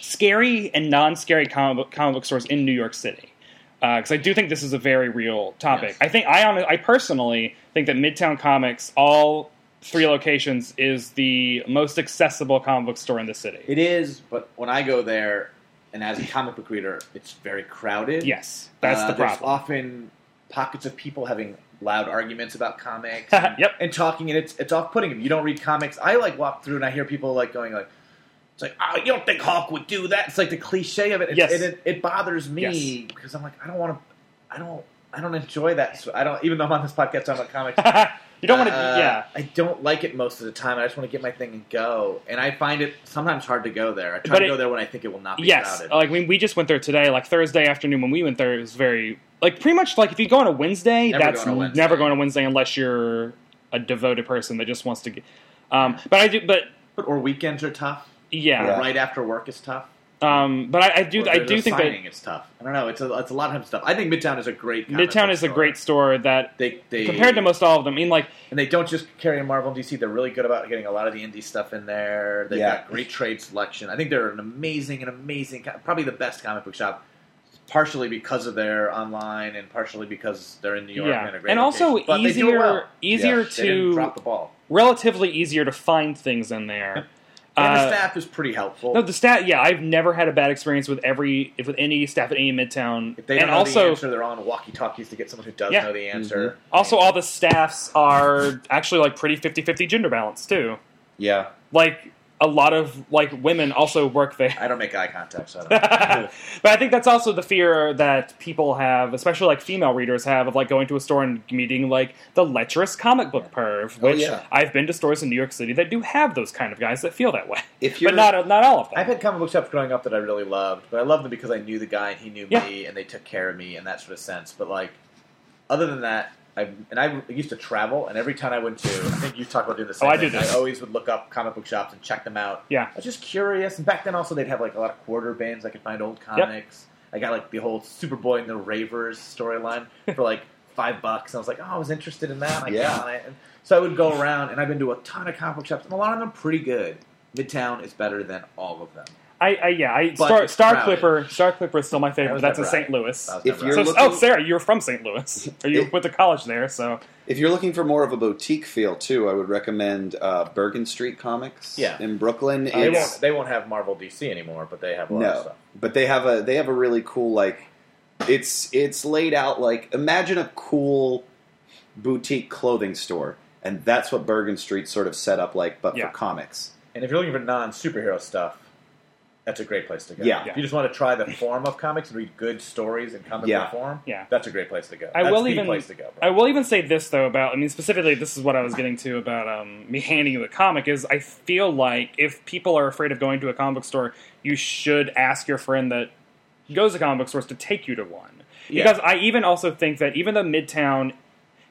[SPEAKER 2] scary and non-scary comic book, comic book stores in New York City, because I do think this is a very real topic.
[SPEAKER 3] Yes.
[SPEAKER 2] I think I hon- I personally think that Midtown Comics, all three locations, is the most accessible comic book store in the city.
[SPEAKER 3] It is, but when I go there, and as a comic book reader, it's very crowded.
[SPEAKER 2] Yes, that's
[SPEAKER 3] Uh,
[SPEAKER 2] the
[SPEAKER 3] there's
[SPEAKER 2] problem.
[SPEAKER 3] often pockets of people having loud arguments about comics. and,
[SPEAKER 2] Yep.
[SPEAKER 3] And talking, and it's it's off putting. If you don't read comics, I like walk through and I hear people like going like. It's like, oh, you don't think Hawk would do that? It's like the cliche of it. It's-
[SPEAKER 2] Yes.
[SPEAKER 3] And it, it bothers me
[SPEAKER 2] Yes.
[SPEAKER 3] because I'm like, I don't want to. I don't. I don't enjoy that. So I don't even though I'm on this podcast talking about comics.
[SPEAKER 2] you don't want to.
[SPEAKER 3] uh,
[SPEAKER 2] yeah.
[SPEAKER 3] I don't like it most of the time. I just want to get my thing and go, and I find it sometimes hard to go there. I try
[SPEAKER 2] But
[SPEAKER 3] to
[SPEAKER 2] it-
[SPEAKER 3] go there when I think it will not be
[SPEAKER 2] Yes,
[SPEAKER 3] crowded.
[SPEAKER 2] like we, we just went there today, like Thursday afternoon when we went there, it was very like pretty much like if you go on a Wednesday,
[SPEAKER 3] Never
[SPEAKER 2] that's
[SPEAKER 3] go on a Wednesday.
[SPEAKER 2] never going on Wednesday unless you're a devoted person that just wants to get. Um, but I do, but
[SPEAKER 3] But- or weekends are tough.
[SPEAKER 2] yeah,
[SPEAKER 3] Right after work is tough.
[SPEAKER 2] um, but I, I do
[SPEAKER 3] Or
[SPEAKER 2] I
[SPEAKER 3] there's
[SPEAKER 2] do
[SPEAKER 3] a
[SPEAKER 2] think
[SPEAKER 3] signing is tough. I don't know. It's a it's a lot of stuff. I think Midtown is a great.
[SPEAKER 2] that
[SPEAKER 3] comic
[SPEAKER 2] Midtown
[SPEAKER 3] book
[SPEAKER 2] is a
[SPEAKER 3] store.
[SPEAKER 2] great store that
[SPEAKER 3] They, they
[SPEAKER 2] compared to most all of them. I mean, like
[SPEAKER 3] and they don't just carry Marvel and DC. They're really good about getting a lot of the indie stuff in there. They've
[SPEAKER 1] Yeah.
[SPEAKER 3] got great trade selection. I think they're an amazing, an amazing, co- probably the best comic book shop, partially because of their online and partially because they're in New York.
[SPEAKER 2] yeah,
[SPEAKER 3] and, a great
[SPEAKER 2] and also
[SPEAKER 3] location. But they do it
[SPEAKER 2] easier
[SPEAKER 3] well.
[SPEAKER 2] easier
[SPEAKER 1] Yeah.
[SPEAKER 3] They didn't
[SPEAKER 2] to
[SPEAKER 3] drop the ball.
[SPEAKER 2] relatively easier to find things in there.
[SPEAKER 3] And
[SPEAKER 2] Uh,
[SPEAKER 3] the staff is pretty helpful.
[SPEAKER 2] no, the staff. Yeah, I've never had a bad experience with every with any staff at any Midtown,
[SPEAKER 3] if they don't
[SPEAKER 2] and
[SPEAKER 3] know the
[SPEAKER 2] also
[SPEAKER 3] answer, they're on walkie talkies to get someone who does
[SPEAKER 2] Yeah. Mm-hmm.
[SPEAKER 3] know the answer.
[SPEAKER 2] Also, all the staffs are actually like pretty 50 50 gender balance, too.
[SPEAKER 1] Yeah.
[SPEAKER 2] Like, a lot of like women also work there.
[SPEAKER 3] I don't make eye contact, so I don't know.
[SPEAKER 2] but I think that's also the fear that people have, especially like female readers have, of like going to a store and meeting like the lecherous comic book perv,
[SPEAKER 1] Oh,
[SPEAKER 2] which
[SPEAKER 1] yeah.
[SPEAKER 2] I've been to stores in New York City that do have those kind of guys that feel that way.
[SPEAKER 1] If you're
[SPEAKER 2] But not not all of
[SPEAKER 3] I've
[SPEAKER 2] them.
[SPEAKER 3] had comic book shops growing up that I really loved, but I loved them because I knew the guy and he knew
[SPEAKER 2] Yeah.
[SPEAKER 3] me and they took care of me and that sort of sense. But like, other than that, I and I used to travel and every town I went to, I think you talked about doing the same.
[SPEAKER 2] Oh, I
[SPEAKER 3] thing.
[SPEAKER 2] do this.
[SPEAKER 3] I always would look up comic book shops and check them out.
[SPEAKER 2] Yeah.
[SPEAKER 3] I was just curious. And back then also they'd have like a lot of quarter bins. I could find old comics. I got like the whole Superboy and the Ravers storyline for like five bucks. And I was like, oh, I was interested in that. And I
[SPEAKER 1] Yeah.
[SPEAKER 3] got it. And so I would go around and I've been to a ton of comic book shops and a lot of them are pretty good. Midtown is better than all of them.
[SPEAKER 2] I, I yeah, I
[SPEAKER 3] But
[SPEAKER 2] Star,
[SPEAKER 3] it's
[SPEAKER 2] Star
[SPEAKER 3] crowded.
[SPEAKER 2] Clipper Star Clipper is still my
[SPEAKER 3] That
[SPEAKER 2] favorite, but
[SPEAKER 3] was
[SPEAKER 2] that's in
[SPEAKER 3] never
[SPEAKER 2] St.
[SPEAKER 3] right.
[SPEAKER 2] Louis.
[SPEAKER 3] That was
[SPEAKER 1] If
[SPEAKER 3] never
[SPEAKER 1] you're
[SPEAKER 2] So,
[SPEAKER 3] out.
[SPEAKER 1] looking-
[SPEAKER 2] oh, Sarah, you're from St. Louis. Or you
[SPEAKER 1] It-
[SPEAKER 2] went to college there, so
[SPEAKER 1] If you're looking for more of a boutique feel too, I would recommend uh, Bergen Street Comics
[SPEAKER 3] Yeah.
[SPEAKER 1] in Brooklyn.
[SPEAKER 3] they
[SPEAKER 1] It's-
[SPEAKER 3] won't they won't have Marvel DC anymore, but they have a lot of
[SPEAKER 1] No,
[SPEAKER 3] stuff.
[SPEAKER 1] but they have a they have a really cool like it's it's laid out like imagine a cool boutique clothing store, and that's what Bergen Street sort of set up like, but
[SPEAKER 2] Yeah.
[SPEAKER 1] for comics.
[SPEAKER 3] And if you're looking for non superhero stuff, that's a great place to go.
[SPEAKER 1] Yeah.
[SPEAKER 3] If you just want to try the form of comics and read good stories in comic
[SPEAKER 1] Yeah.
[SPEAKER 3] book form,
[SPEAKER 2] Yeah.
[SPEAKER 3] that's a great place to go.
[SPEAKER 2] I
[SPEAKER 3] that's
[SPEAKER 2] will
[SPEAKER 3] the
[SPEAKER 2] even-
[SPEAKER 3] place to go. bro.
[SPEAKER 2] I will even say this though about I mean specifically this is what I was getting to about um, me handing you the comic is I feel like if people are afraid of going to a comic book store you should ask your friend that goes to comic book stores to take you to one
[SPEAKER 3] Yeah.
[SPEAKER 2] because I even also think that even though Midtown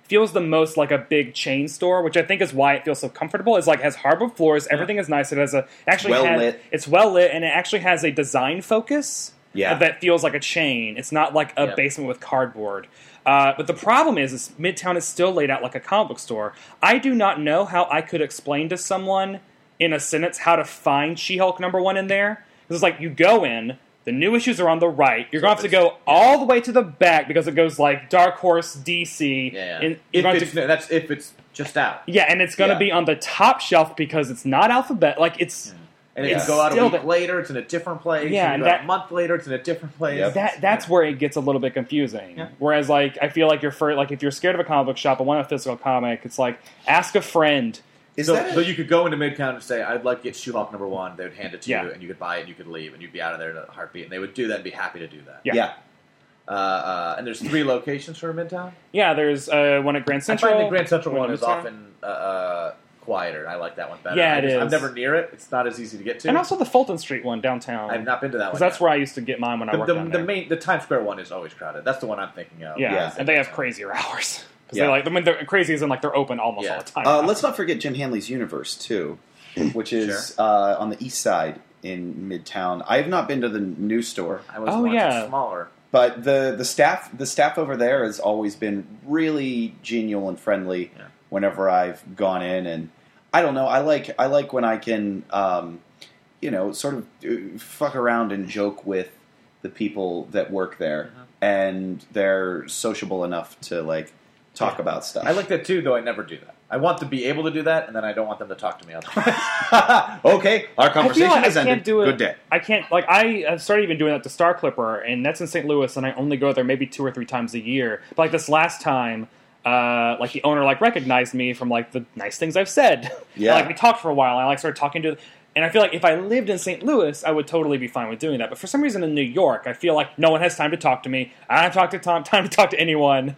[SPEAKER 2] feels the most like a big chain store which I think is why it feels so comfortable is like has hardwood floors everything is nice it has a it actually
[SPEAKER 1] Well
[SPEAKER 2] has-
[SPEAKER 1] lit.
[SPEAKER 2] it's well lit and it actually has a design focus
[SPEAKER 1] Yeah.
[SPEAKER 2] that feels like a chain. It's not like a
[SPEAKER 3] Yeah.
[SPEAKER 2] basement with cardboard. Uh, but the problem is, is Midtown is still laid out like a comic book store. I do not know how I could explain to someone in a sentence how to find She-Hulk number one in there. 'Cause It's like you go in, the new issues are on the right. You're gonna have to go all the way to the back because it goes like Dark Horse DC.
[SPEAKER 3] yeah.
[SPEAKER 2] And you're
[SPEAKER 3] if
[SPEAKER 2] gonna have
[SPEAKER 3] it's,
[SPEAKER 2] to-
[SPEAKER 3] no, that's if it's just out.
[SPEAKER 2] yeah, and it's gonna
[SPEAKER 1] Yeah.
[SPEAKER 2] be on the top shelf because it's not alphabet. Like it's.
[SPEAKER 3] And if you
[SPEAKER 1] It's
[SPEAKER 3] go out a
[SPEAKER 2] still
[SPEAKER 3] week
[SPEAKER 2] the-
[SPEAKER 3] later, it's in a different place.
[SPEAKER 2] Yeah,
[SPEAKER 3] and
[SPEAKER 2] and
[SPEAKER 3] you go out a
[SPEAKER 2] that-
[SPEAKER 3] month later, it's in a different place.
[SPEAKER 1] Yep.
[SPEAKER 2] That that's where it gets a little bit confusing.
[SPEAKER 3] Yeah.
[SPEAKER 2] Whereas, like, I feel like you're for, like if you're scared of a comic book shop and want a physical comic, it's like ask a friend.
[SPEAKER 1] Is
[SPEAKER 3] so,
[SPEAKER 1] that
[SPEAKER 3] so you could go into Midtown and say, "I'd like to get Shoehawk number one." They would hand it to
[SPEAKER 2] Yeah.
[SPEAKER 3] you, and you could buy it, and you could leave, and you'd be out of there in a heartbeat. And they would do that, and be happy to do that.
[SPEAKER 2] Yeah.
[SPEAKER 1] yeah.
[SPEAKER 3] Uh, uh, and there's three locations for Midtown.
[SPEAKER 2] Yeah, there's uh, one at Grand Central.
[SPEAKER 3] I find the Grand Central
[SPEAKER 2] one
[SPEAKER 3] one
[SPEAKER 2] in
[SPEAKER 3] is
[SPEAKER 2] Midtown.
[SPEAKER 3] often uh, uh, quieter. and I like that one better.
[SPEAKER 2] Yeah,
[SPEAKER 3] I
[SPEAKER 2] it
[SPEAKER 3] just- I'm
[SPEAKER 2] is.
[SPEAKER 3] never near it. It's not as easy to get to.
[SPEAKER 2] and also the Fulton Street one downtown.
[SPEAKER 3] I've not been to that one.
[SPEAKER 2] because that's
[SPEAKER 3] yet.
[SPEAKER 2] where I used to get mine when I worked
[SPEAKER 3] the,
[SPEAKER 2] down
[SPEAKER 3] the,
[SPEAKER 2] there.
[SPEAKER 3] the main the Times Square one is always crowded. That's the one I'm thinking of.
[SPEAKER 2] yeah,
[SPEAKER 1] Yeah.
[SPEAKER 2] and they have crazier hours because
[SPEAKER 1] Yeah.
[SPEAKER 2] they're like I mean, they're crazy as in like they're open almost
[SPEAKER 3] Yeah.
[SPEAKER 2] all the time.
[SPEAKER 1] Uh, let's not forget Jim Hanley's Universe too, which is uh, on the east side in Midtown. I have not been to the new store,
[SPEAKER 3] I was
[SPEAKER 2] Oh,
[SPEAKER 3] one
[SPEAKER 2] yeah.
[SPEAKER 3] that's smaller.
[SPEAKER 1] but the the staff the staff over there has always been really genial and friendly
[SPEAKER 3] Yeah.
[SPEAKER 1] whenever I've gone in and I don't know I like I like when I can um, you know sort of uh, fuck around and joke with the people that work there
[SPEAKER 2] Uh-huh.
[SPEAKER 1] and they're sociable enough to like talk about stuff
[SPEAKER 3] I like that too, though I never do that. I want to be able to do that, and then I don't want them to talk to me. All the time.
[SPEAKER 1] like okay our
[SPEAKER 2] I feel
[SPEAKER 1] conversation
[SPEAKER 2] like I
[SPEAKER 1] has
[SPEAKER 2] can't
[SPEAKER 1] ended
[SPEAKER 2] do it.
[SPEAKER 1] good day
[SPEAKER 2] I can't like I have started even doing that to Star Clipper, and that's in St. Louis, and I only go there maybe two or three times a year. But like this last time, uh, like the owner like recognized me from like the nice things I've said.
[SPEAKER 1] Yeah.
[SPEAKER 2] And, like we talked for a while, and I like started talking to. And I feel like if I lived in St. Louis, I would totally be fine with doing that. But for some reason in New York, I feel like no one has time to talk to me. I don't have talk to Tom, time to talk to anyone.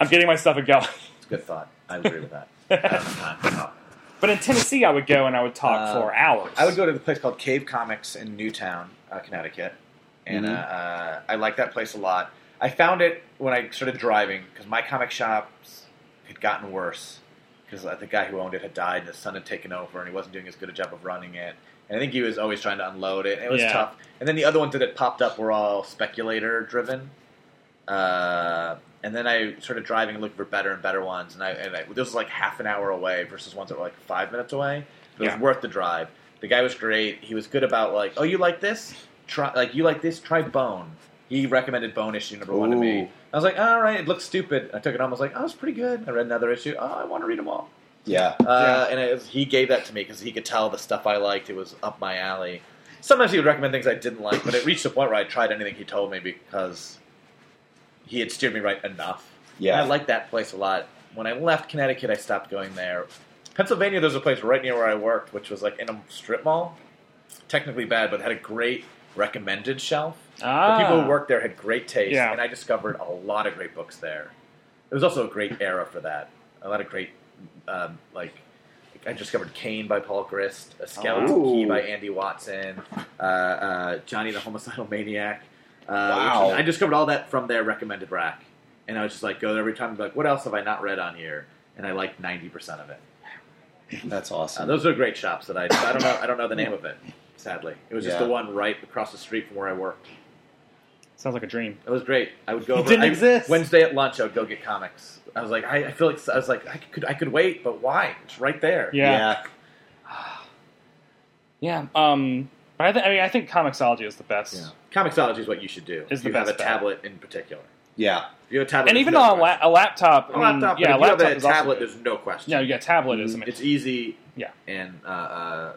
[SPEAKER 2] I'm getting my stuff and go.
[SPEAKER 1] It's a good thought. I agree with that. I don't have time to talk.
[SPEAKER 2] But in Tennessee, I would go and I would talk
[SPEAKER 3] Uh,
[SPEAKER 2] for hours.
[SPEAKER 3] I would go to the place called Cave Comics in Newtown, uh, Connecticut, and
[SPEAKER 2] Mm-hmm.
[SPEAKER 1] Mhm.
[SPEAKER 3] uh, uh, I like that place a lot. I found it when I started driving because my comic shops had gotten worse because the guy who owned it had died, and his son had taken over, and he wasn't doing as good a job of running it. And I think he was always trying to unload it, and it was
[SPEAKER 2] Yeah.
[SPEAKER 3] tough. And then the other ones that had popped up were all speculator driven. Uh, and then I started driving and looking for better and better ones. And I, and I this was like half an hour away versus ones that were like five minutes away. It
[SPEAKER 2] Yeah.
[SPEAKER 3] was worth the drive. The guy was great. He was good about like, oh, you like this? Try like you like this? Try Bone. He recommended Bone issue number one to
[SPEAKER 1] Ooh.
[SPEAKER 3] me. I was like, all right, it looks stupid. I took it home. I was like, oh, it's pretty good. I read another issue. Oh, I want to read them all.
[SPEAKER 1] Yeah.
[SPEAKER 3] Uh, and it was, he gave that to me because he could tell the stuff I liked. It was up my alley. Sometimes he would recommend things I didn't like, but it reached a point where I tried anything he told me because he had steered me right enough.
[SPEAKER 1] Yeah.
[SPEAKER 3] and I liked that place a lot. When I left Connecticut, I stopped going there. Pennsylvania, there's a place right near where I worked, which was like in a strip mall. Technically bad, but had a great recommended shelf.
[SPEAKER 2] Ah.
[SPEAKER 3] The people who worked there had great taste,
[SPEAKER 2] Yeah.
[SPEAKER 3] and I discovered a lot of great books there. It was also a great era for that. A lot of great, um, like, I discovered Kane by Paul Grist, A Skeleton
[SPEAKER 1] Ooh.
[SPEAKER 3] Key by Andy Watson, uh, uh, Johnny the Homicidal Maniac. Uh,
[SPEAKER 1] Wow.
[SPEAKER 3] which is- I discovered all that from their recommended rack. And I was just like, go there every time and be like, what else have I not read on here? And I liked 90% of it.
[SPEAKER 1] That's
[SPEAKER 3] Uh,
[SPEAKER 1] awesome.
[SPEAKER 3] those are great shops that I, I don't know I don't know the name of it, sadly. It was just
[SPEAKER 1] Yeah.
[SPEAKER 3] the one right across the street from where I worked.
[SPEAKER 2] Sounds like a dream.
[SPEAKER 3] It was great. I would go. Over,
[SPEAKER 2] didn't
[SPEAKER 3] I-
[SPEAKER 2] exist.
[SPEAKER 3] Wednesday at lunch, I would go get comics. I was like, I, I feel like I was like, I could, I could wait, but why? It's right there.
[SPEAKER 2] Yeah. Yeah. Um, but I, th- I mean, I think Comixology is the best.
[SPEAKER 3] Yeah. Comixology is what you should do.
[SPEAKER 2] It's
[SPEAKER 3] if you
[SPEAKER 2] the
[SPEAKER 3] have
[SPEAKER 2] best
[SPEAKER 3] a
[SPEAKER 2] bet.
[SPEAKER 3] tablet in particular.
[SPEAKER 1] Yeah.
[SPEAKER 3] If you have a tablet,
[SPEAKER 2] And
[SPEAKER 3] there's
[SPEAKER 2] even
[SPEAKER 3] no
[SPEAKER 2] on a, la-
[SPEAKER 3] question.
[SPEAKER 2] a laptop.
[SPEAKER 3] a
[SPEAKER 2] mm,
[SPEAKER 3] laptop,
[SPEAKER 2] yeah,
[SPEAKER 3] yeah,
[SPEAKER 2] a
[SPEAKER 3] if you have
[SPEAKER 2] laptop
[SPEAKER 3] a
[SPEAKER 2] is also
[SPEAKER 3] tablet,
[SPEAKER 2] good.
[SPEAKER 3] there's no question. Mm-hmm.
[SPEAKER 2] No, yeah, tablet is amazing.
[SPEAKER 3] it's easy.
[SPEAKER 2] Yeah.
[SPEAKER 3] and uh, uh,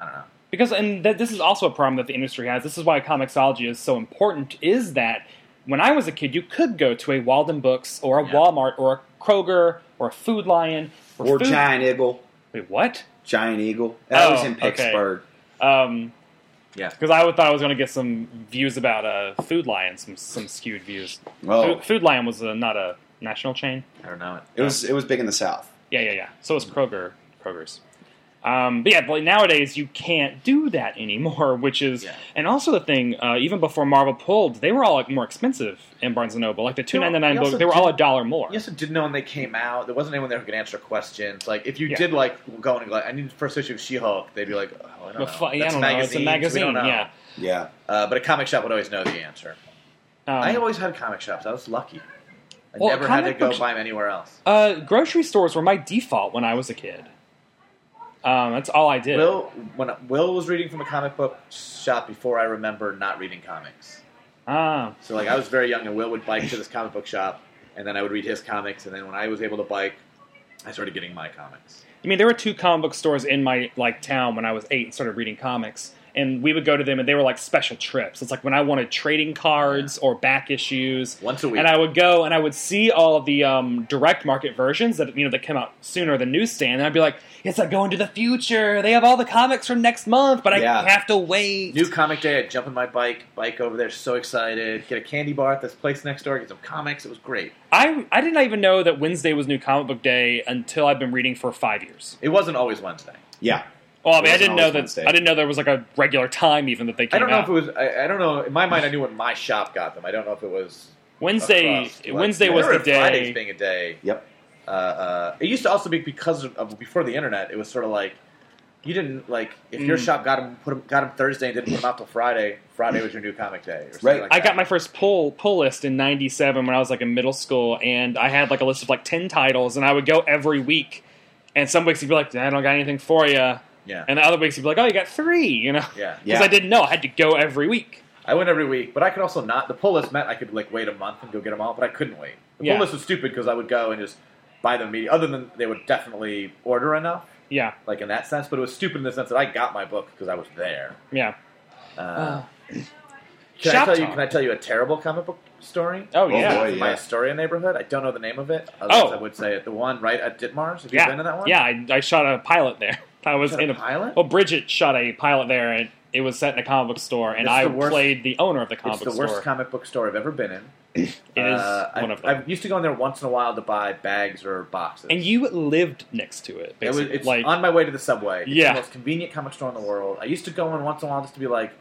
[SPEAKER 3] I don't know.
[SPEAKER 2] because and th- this is also a problem that the industry has this is why comixology is so important is that when i was a kid you could go to a walden books or a
[SPEAKER 3] Yeah.
[SPEAKER 2] walmart or a kroger or a food lion for
[SPEAKER 1] Or
[SPEAKER 2] food-
[SPEAKER 1] Giant Eagle.
[SPEAKER 2] wait what
[SPEAKER 1] Giant Eagle. That
[SPEAKER 2] Oh,
[SPEAKER 1] was in
[SPEAKER 2] okay.
[SPEAKER 1] Pittsburgh.
[SPEAKER 2] um
[SPEAKER 3] Yeah.
[SPEAKER 2] because I thought I was going to get some views about uh, Food Lion, some some skewed views.
[SPEAKER 1] Well,
[SPEAKER 2] Food, food Lion was uh not a national chain.
[SPEAKER 3] I don't know it.
[SPEAKER 1] it was it was big in the South.
[SPEAKER 2] Yeah, yeah, yeah. So is Kroger. Kroger's. Um, but yeah, but nowadays you can't do that anymore, which is,
[SPEAKER 3] Yeah.
[SPEAKER 2] and also the thing, uh, even before Marvel pulled, they were all like more expensive in Barnes and Noble, like the two
[SPEAKER 3] They
[SPEAKER 2] ninety
[SPEAKER 3] were-
[SPEAKER 2] nine
[SPEAKER 3] they
[SPEAKER 2] book,
[SPEAKER 3] also
[SPEAKER 2] they were all a
[SPEAKER 3] did-
[SPEAKER 2] dollar more.
[SPEAKER 3] You also didn't know when they came out. There wasn't anyone there who could answer questions. Like if you
[SPEAKER 2] Yeah.
[SPEAKER 3] did like go and like I need the first issue of She-Hulk, they'd be like, oh, I don't
[SPEAKER 2] The
[SPEAKER 3] know.
[SPEAKER 2] fu- yeah, I
[SPEAKER 3] That's
[SPEAKER 2] don't know. It's a
[SPEAKER 3] magazines. We
[SPEAKER 2] magazine,
[SPEAKER 3] don't know.
[SPEAKER 2] yeah.
[SPEAKER 1] Yeah.
[SPEAKER 3] Uh, but a comic shop would always know the answer.
[SPEAKER 2] Um,
[SPEAKER 3] I always had comic shops. I was lucky. I
[SPEAKER 2] Well,
[SPEAKER 3] never had to
[SPEAKER 2] comic
[SPEAKER 3] go
[SPEAKER 2] books-
[SPEAKER 3] buy them anywhere else.
[SPEAKER 2] uh, grocery stores were my default when I was a kid. Um, that's all I did.
[SPEAKER 3] Will when Will was reading from a comic book shop before I remember not reading comics.
[SPEAKER 2] Ah,
[SPEAKER 3] So like I was very young, and Will would bike to this comic book shop, and then I would read his comics, and then when I was able to bike, I started getting my comics.
[SPEAKER 2] I mean, there were two comic book stores in my like town when I was eight and started reading comics, and we would go to them, and they were like special trips. It's like when I wanted trading cards or back issues.
[SPEAKER 3] Once a week.
[SPEAKER 2] and I would go and I would see all of the um, direct market versions that you know that come out sooner than newsstand, and I'd be like, "It's like going to the future. They have all the comics from next month, but I
[SPEAKER 1] Yeah.
[SPEAKER 2] have to wait."
[SPEAKER 3] New comic day, I'd jump in my bike, bike over there, so excited, get a candy bar at this place next door, get some comics. It was great.
[SPEAKER 2] I I didn't even know that Wednesday was New Comic Book Day until I've been reading for five years.
[SPEAKER 3] It wasn't always Wednesday.
[SPEAKER 1] Yeah.
[SPEAKER 2] Well, I mean, I
[SPEAKER 1] wasn't
[SPEAKER 2] didn't know
[SPEAKER 1] always
[SPEAKER 2] that
[SPEAKER 1] Wednesday.
[SPEAKER 2] I didn't know there was like a regular time even that they came
[SPEAKER 3] I don't know
[SPEAKER 2] out.
[SPEAKER 3] if it was. I, I don't know. In my mind, I knew when my shop got them. I don't know if it was
[SPEAKER 2] Wednesday
[SPEAKER 3] across, like-
[SPEAKER 2] Wednesday
[SPEAKER 3] I
[SPEAKER 2] was the
[SPEAKER 3] remember
[SPEAKER 2] day.
[SPEAKER 3] Fridays being a day.
[SPEAKER 1] Yep.
[SPEAKER 3] Uh, uh, it used to also be because of, of before the internet. It was sort of like you didn't like if your
[SPEAKER 2] Mm.
[SPEAKER 3] shop got them put 'em- got them Thursday and didn't put them out till Friday. Friday was your new comic day. Or something
[SPEAKER 1] Right.
[SPEAKER 3] Like
[SPEAKER 2] I
[SPEAKER 3] that.
[SPEAKER 2] got my first pull pull list in '97 when I was like in middle school, and I had like a list of like ten titles, and I would go every week. And some weeks you'd be like, "I don't got anything for you,"
[SPEAKER 3] yeah.
[SPEAKER 2] and the other weeks you'd be like, "Oh, you got three, you know? Because
[SPEAKER 3] yeah.
[SPEAKER 1] Yeah.
[SPEAKER 2] I didn't know I had to go every week.
[SPEAKER 3] I went every week, but I could also not. The pull list meant I could like wait a month and go get them all, but I couldn't wait. The
[SPEAKER 2] Yeah.
[SPEAKER 3] pull list was stupid because I would go and just buy them immediately. Other than they would definitely order enough,
[SPEAKER 2] Yeah,
[SPEAKER 3] like in that sense. But it was stupid in the sense that I got my book because I was there.
[SPEAKER 2] yeah.
[SPEAKER 3] Uh, can
[SPEAKER 2] Shop
[SPEAKER 3] I tell you?
[SPEAKER 2] talk.
[SPEAKER 3] Can I tell you a terrible comic book story?
[SPEAKER 2] Oh,
[SPEAKER 1] Oh,
[SPEAKER 2] yeah,
[SPEAKER 1] boy.
[SPEAKER 3] My
[SPEAKER 1] yeah.
[SPEAKER 3] Astoria neighborhood. I don't know the name of it. Otherwise,
[SPEAKER 2] Oh.
[SPEAKER 3] I would say it. The one right at Ditmars. Have you
[SPEAKER 2] yeah,
[SPEAKER 3] been to that one?
[SPEAKER 2] yeah. I, I shot a pilot there. I was
[SPEAKER 3] Shot a
[SPEAKER 2] in a
[SPEAKER 3] pilot?
[SPEAKER 2] Well, Bridget shot a pilot there, and it was set in a comic book store, and
[SPEAKER 3] It's
[SPEAKER 2] I
[SPEAKER 3] the worst-
[SPEAKER 2] played the owner of the comic
[SPEAKER 3] It's the
[SPEAKER 2] book
[SPEAKER 3] worst
[SPEAKER 2] store.
[SPEAKER 3] comic book store I've ever been in.
[SPEAKER 2] it is
[SPEAKER 3] Uh,
[SPEAKER 2] one
[SPEAKER 3] I,
[SPEAKER 2] of them.
[SPEAKER 3] I used to go in there once in a while to buy bags or boxes.
[SPEAKER 2] and you lived next to it,
[SPEAKER 3] It was,
[SPEAKER 2] basically.
[SPEAKER 3] it's
[SPEAKER 2] like,
[SPEAKER 3] on my way to the subway. It's
[SPEAKER 2] Yeah.
[SPEAKER 3] the most convenient comic store in the world. I used to go in once in a while just to be like,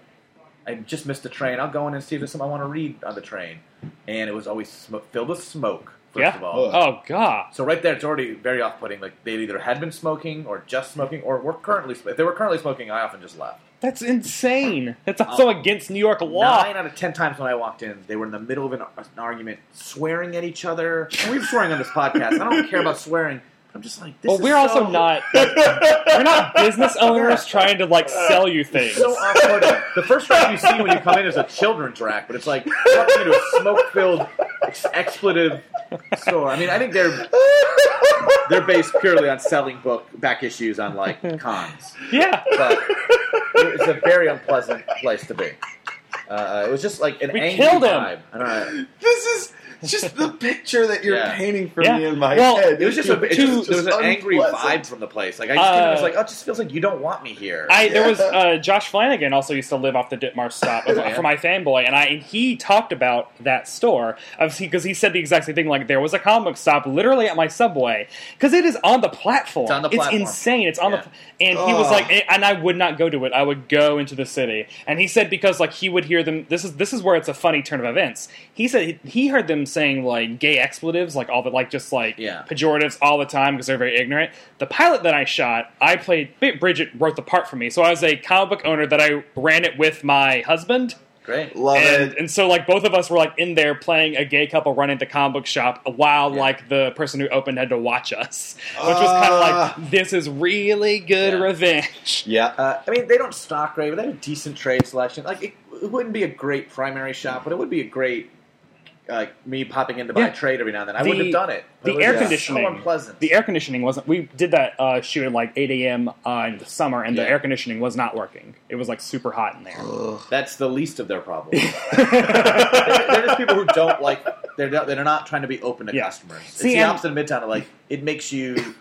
[SPEAKER 3] I just missed a train. I'll go in and see if there's something I want to read on the train. And it was always smo- filled with smoke, first
[SPEAKER 2] Yeah.
[SPEAKER 3] of all.
[SPEAKER 1] Ugh.
[SPEAKER 2] oh god,
[SPEAKER 3] So right there, it's already very off-putting. Like they either had been smoking, or just smoking, or were currently. Sm- if they were currently smoking, I often just left.
[SPEAKER 2] that's insane. That's also against New York law.
[SPEAKER 3] Um, Nine out of ten times when I walked in, they were in the middle of an, an argument, swearing at each other. And we've swearing on this podcast. I don't care about swearing. But I'm just like, this
[SPEAKER 2] Well,
[SPEAKER 3] is
[SPEAKER 2] we're also
[SPEAKER 3] so-
[SPEAKER 2] not we're not business owners trying to like sell you things.
[SPEAKER 3] so off-putting. The first rack you see when you come in is a children's rack, but it's like walking into a smoke-filled ex- expletive store. I mean, I think they're they're based purely on selling book back issues on like cons,
[SPEAKER 2] yeah,
[SPEAKER 3] but it's a very unpleasant place to be. Uh, it was just like an
[SPEAKER 2] We
[SPEAKER 3] angry
[SPEAKER 2] killed him.
[SPEAKER 3] vibe. I don't know.
[SPEAKER 1] This is just the picture that you're
[SPEAKER 3] Yeah.
[SPEAKER 1] painting for
[SPEAKER 2] Yeah.
[SPEAKER 1] me in my
[SPEAKER 2] Well,
[SPEAKER 1] head.
[SPEAKER 3] It was just a it
[SPEAKER 1] It's
[SPEAKER 3] just, there was an angry
[SPEAKER 1] unpleasant.
[SPEAKER 3] vibe from the place. Like I just came in, I was
[SPEAKER 2] Uh,
[SPEAKER 3] like, oh, it just feels like you don't want me here.
[SPEAKER 2] I there was uh, Josh Flanagan also used to live off the Ditmars stop of- for my fanboy, and I and he talked about that store because he, said the exact same thing. Like there was a comic book stop literally at my subway because it is on the platform.
[SPEAKER 3] It's on the platform.
[SPEAKER 2] insane. It's on
[SPEAKER 3] Yeah.
[SPEAKER 2] the and he was
[SPEAKER 1] Ugh.
[SPEAKER 2] like, and I would not go to it. I would go into the city, and he said because like he would hear them. This is this is where it's a funny turn of events. He said he, he heard them saying like gay expletives, like all the like just like
[SPEAKER 3] Yeah.
[SPEAKER 2] pejoratives all the time because they're very ignorant. The pilot that I shot, I played Brit- Bridget wrote the part for me, so I was a comic book owner that I ran it with my husband,
[SPEAKER 3] Great.
[SPEAKER 1] Love
[SPEAKER 2] and
[SPEAKER 1] it.
[SPEAKER 2] and so like both of us were like in there playing a gay couple running the comic book shop while like the person who opened had to watch us, which was kind
[SPEAKER 1] Ah.
[SPEAKER 2] of like this is really good
[SPEAKER 3] Yeah.
[SPEAKER 2] revenge.
[SPEAKER 1] Yeah.
[SPEAKER 3] Uh, I mean, they don't stock great, but they have a decent trade selection. Like, it, it wouldn't be a great primary shop, but it would be a great, like, me popping in to buy
[SPEAKER 2] Yeah.
[SPEAKER 3] a trade every now and then. I
[SPEAKER 2] The-
[SPEAKER 3] wouldn't have done it.
[SPEAKER 2] the
[SPEAKER 3] It was
[SPEAKER 2] air
[SPEAKER 3] just
[SPEAKER 2] conditioning.
[SPEAKER 3] So unpleasant.
[SPEAKER 2] The air conditioning wasn't. We did that uh, shoot at like 8 a.m. Uh, in the summer, and
[SPEAKER 3] Yeah.
[SPEAKER 2] the air conditioning was not working. It was like super hot in there.
[SPEAKER 3] That's the least of their problems. they're, they're just people who don't like. They're not, they're not trying to be open to
[SPEAKER 2] Yeah.
[SPEAKER 3] customers. It's
[SPEAKER 2] See,
[SPEAKER 3] the
[SPEAKER 2] and-
[SPEAKER 3] opposite of Midtown. of, Like, it makes you.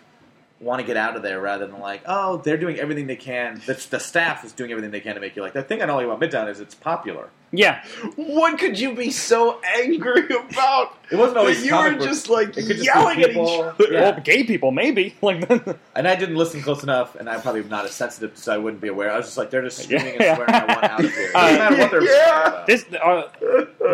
[SPEAKER 3] Want to get out of there rather than like, oh, they're doing everything they can. The, the staff is doing everything they can to make you like. The thing I don't like about Midtown is it's popular.
[SPEAKER 2] Yeah,
[SPEAKER 1] What could you be so angry about?
[SPEAKER 3] It wasn't always
[SPEAKER 1] that you
[SPEAKER 3] Oh, comic
[SPEAKER 1] were
[SPEAKER 3] book.
[SPEAKER 1] just like
[SPEAKER 3] It could just be
[SPEAKER 1] yelling at each
[SPEAKER 3] people.
[SPEAKER 1] other.
[SPEAKER 3] Yeah.
[SPEAKER 2] Well, gay people, maybe. Like,
[SPEAKER 3] And I didn't listen close enough, and I'm probably not as sensitive, so I wouldn't be aware. I was just like, they're just screaming
[SPEAKER 2] Yeah.
[SPEAKER 3] and swearing. I want out of here.
[SPEAKER 2] Uh,
[SPEAKER 3] no matter what they're
[SPEAKER 1] yeah.
[SPEAKER 3] about.
[SPEAKER 2] this uh,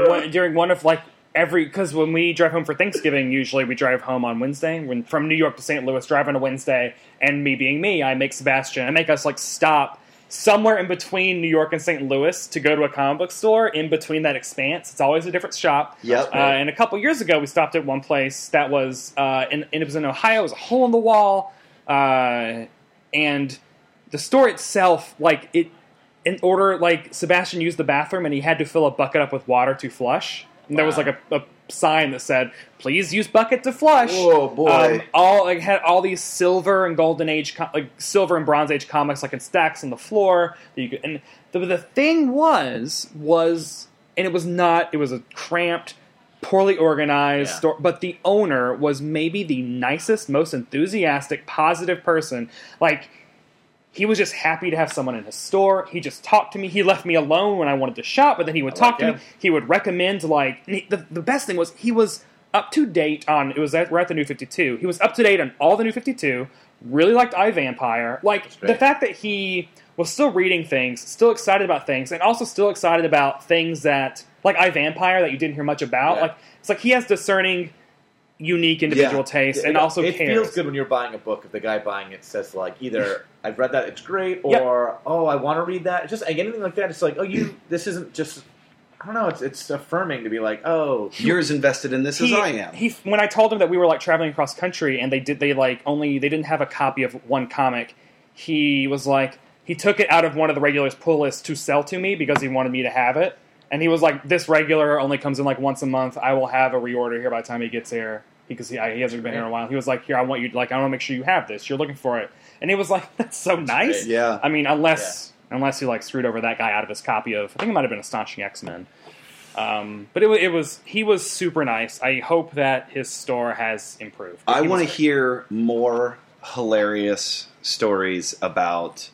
[SPEAKER 2] one- during one of like every because when we drive home for Thanksgiving, usually we drive home on Wednesday. When from New York to St. Louis, drive on a Wednesday, and me being me, I make Sebastian, I make us like stop somewhere in between New York and St. Louis to go to a comic book store. In between that expanse, it's always a different shop.
[SPEAKER 1] Yep.
[SPEAKER 2] Uh, and a couple years ago, we stopped at one place that was, uh, in, and it was in Ohio. It was a hole in the wall, uh, and the store itself, like it, in order, like Sebastian used the bathroom and he had to fill a bucket up with water to flush. And there was
[SPEAKER 3] Wow.
[SPEAKER 2] like a, a sign that said, "Please use bucket to flush."
[SPEAKER 1] Whoa, Oh, boy.
[SPEAKER 3] um,
[SPEAKER 2] Um, all like had all these silver and golden age, co- like silver and bronze age comics, like in stacks on the floor. That you could, and the, the thing was, was, and it was not. It was a cramped, poorly organized
[SPEAKER 3] Yeah.
[SPEAKER 2] store. But the owner was maybe the nicest, most enthusiastic, positive person. Like he was just happy to have someone in his store. He just talked to me. He left me alone when I wanted to shop, but then he would
[SPEAKER 3] I
[SPEAKER 2] talk
[SPEAKER 3] like
[SPEAKER 2] to
[SPEAKER 3] him.
[SPEAKER 2] me. He would recommend like and he- the the best thing was he was up to date on it was at, we're at the new 52. He was up to date on all the new 52. Really liked I Vampire. Like the
[SPEAKER 3] great.
[SPEAKER 2] fact that he was still reading things, still excited about things, and also still excited about things that like I Vampire that you didn't hear much about.
[SPEAKER 3] Yeah.
[SPEAKER 2] Like it's like he has discerning, unique individual tastes, and
[SPEAKER 3] it,
[SPEAKER 2] also
[SPEAKER 3] it
[SPEAKER 2] cares.
[SPEAKER 3] feels good when you're buying a book. If the guy buying it says like, either I've read that, it's great,
[SPEAKER 2] Yep.
[SPEAKER 3] or oh, I want to read that. Just like, anything like that. It's like, oh, you. This isn't just. I don't know. It's it's affirming to be like, oh,
[SPEAKER 1] You're as invested in this
[SPEAKER 2] he,
[SPEAKER 1] as I am.
[SPEAKER 2] He when I told him that we were like traveling across country and they did they like only they didn't have a copy of one comic. He was like he took it out of one of the regulars' pull lists to sell to me because he wanted me to have it. And he was like, "This regular only comes in like once a month. I will have a reorder here by the time he gets here because he, I, he hasn't been here in a while." He was like, "Here, I want you like I want to make sure you have this. You're looking for it." And he was like, "That's so nice."
[SPEAKER 1] Yeah.
[SPEAKER 2] I mean, unless unless he like screwed over that guy out of his copy of I think it might have been Astonishing X Men. Um, but it, wa- it was he was super nice. I hope that his store has improved.
[SPEAKER 1] I
[SPEAKER 2] He was
[SPEAKER 1] want to
[SPEAKER 2] great.
[SPEAKER 1] hear more hilarious stories about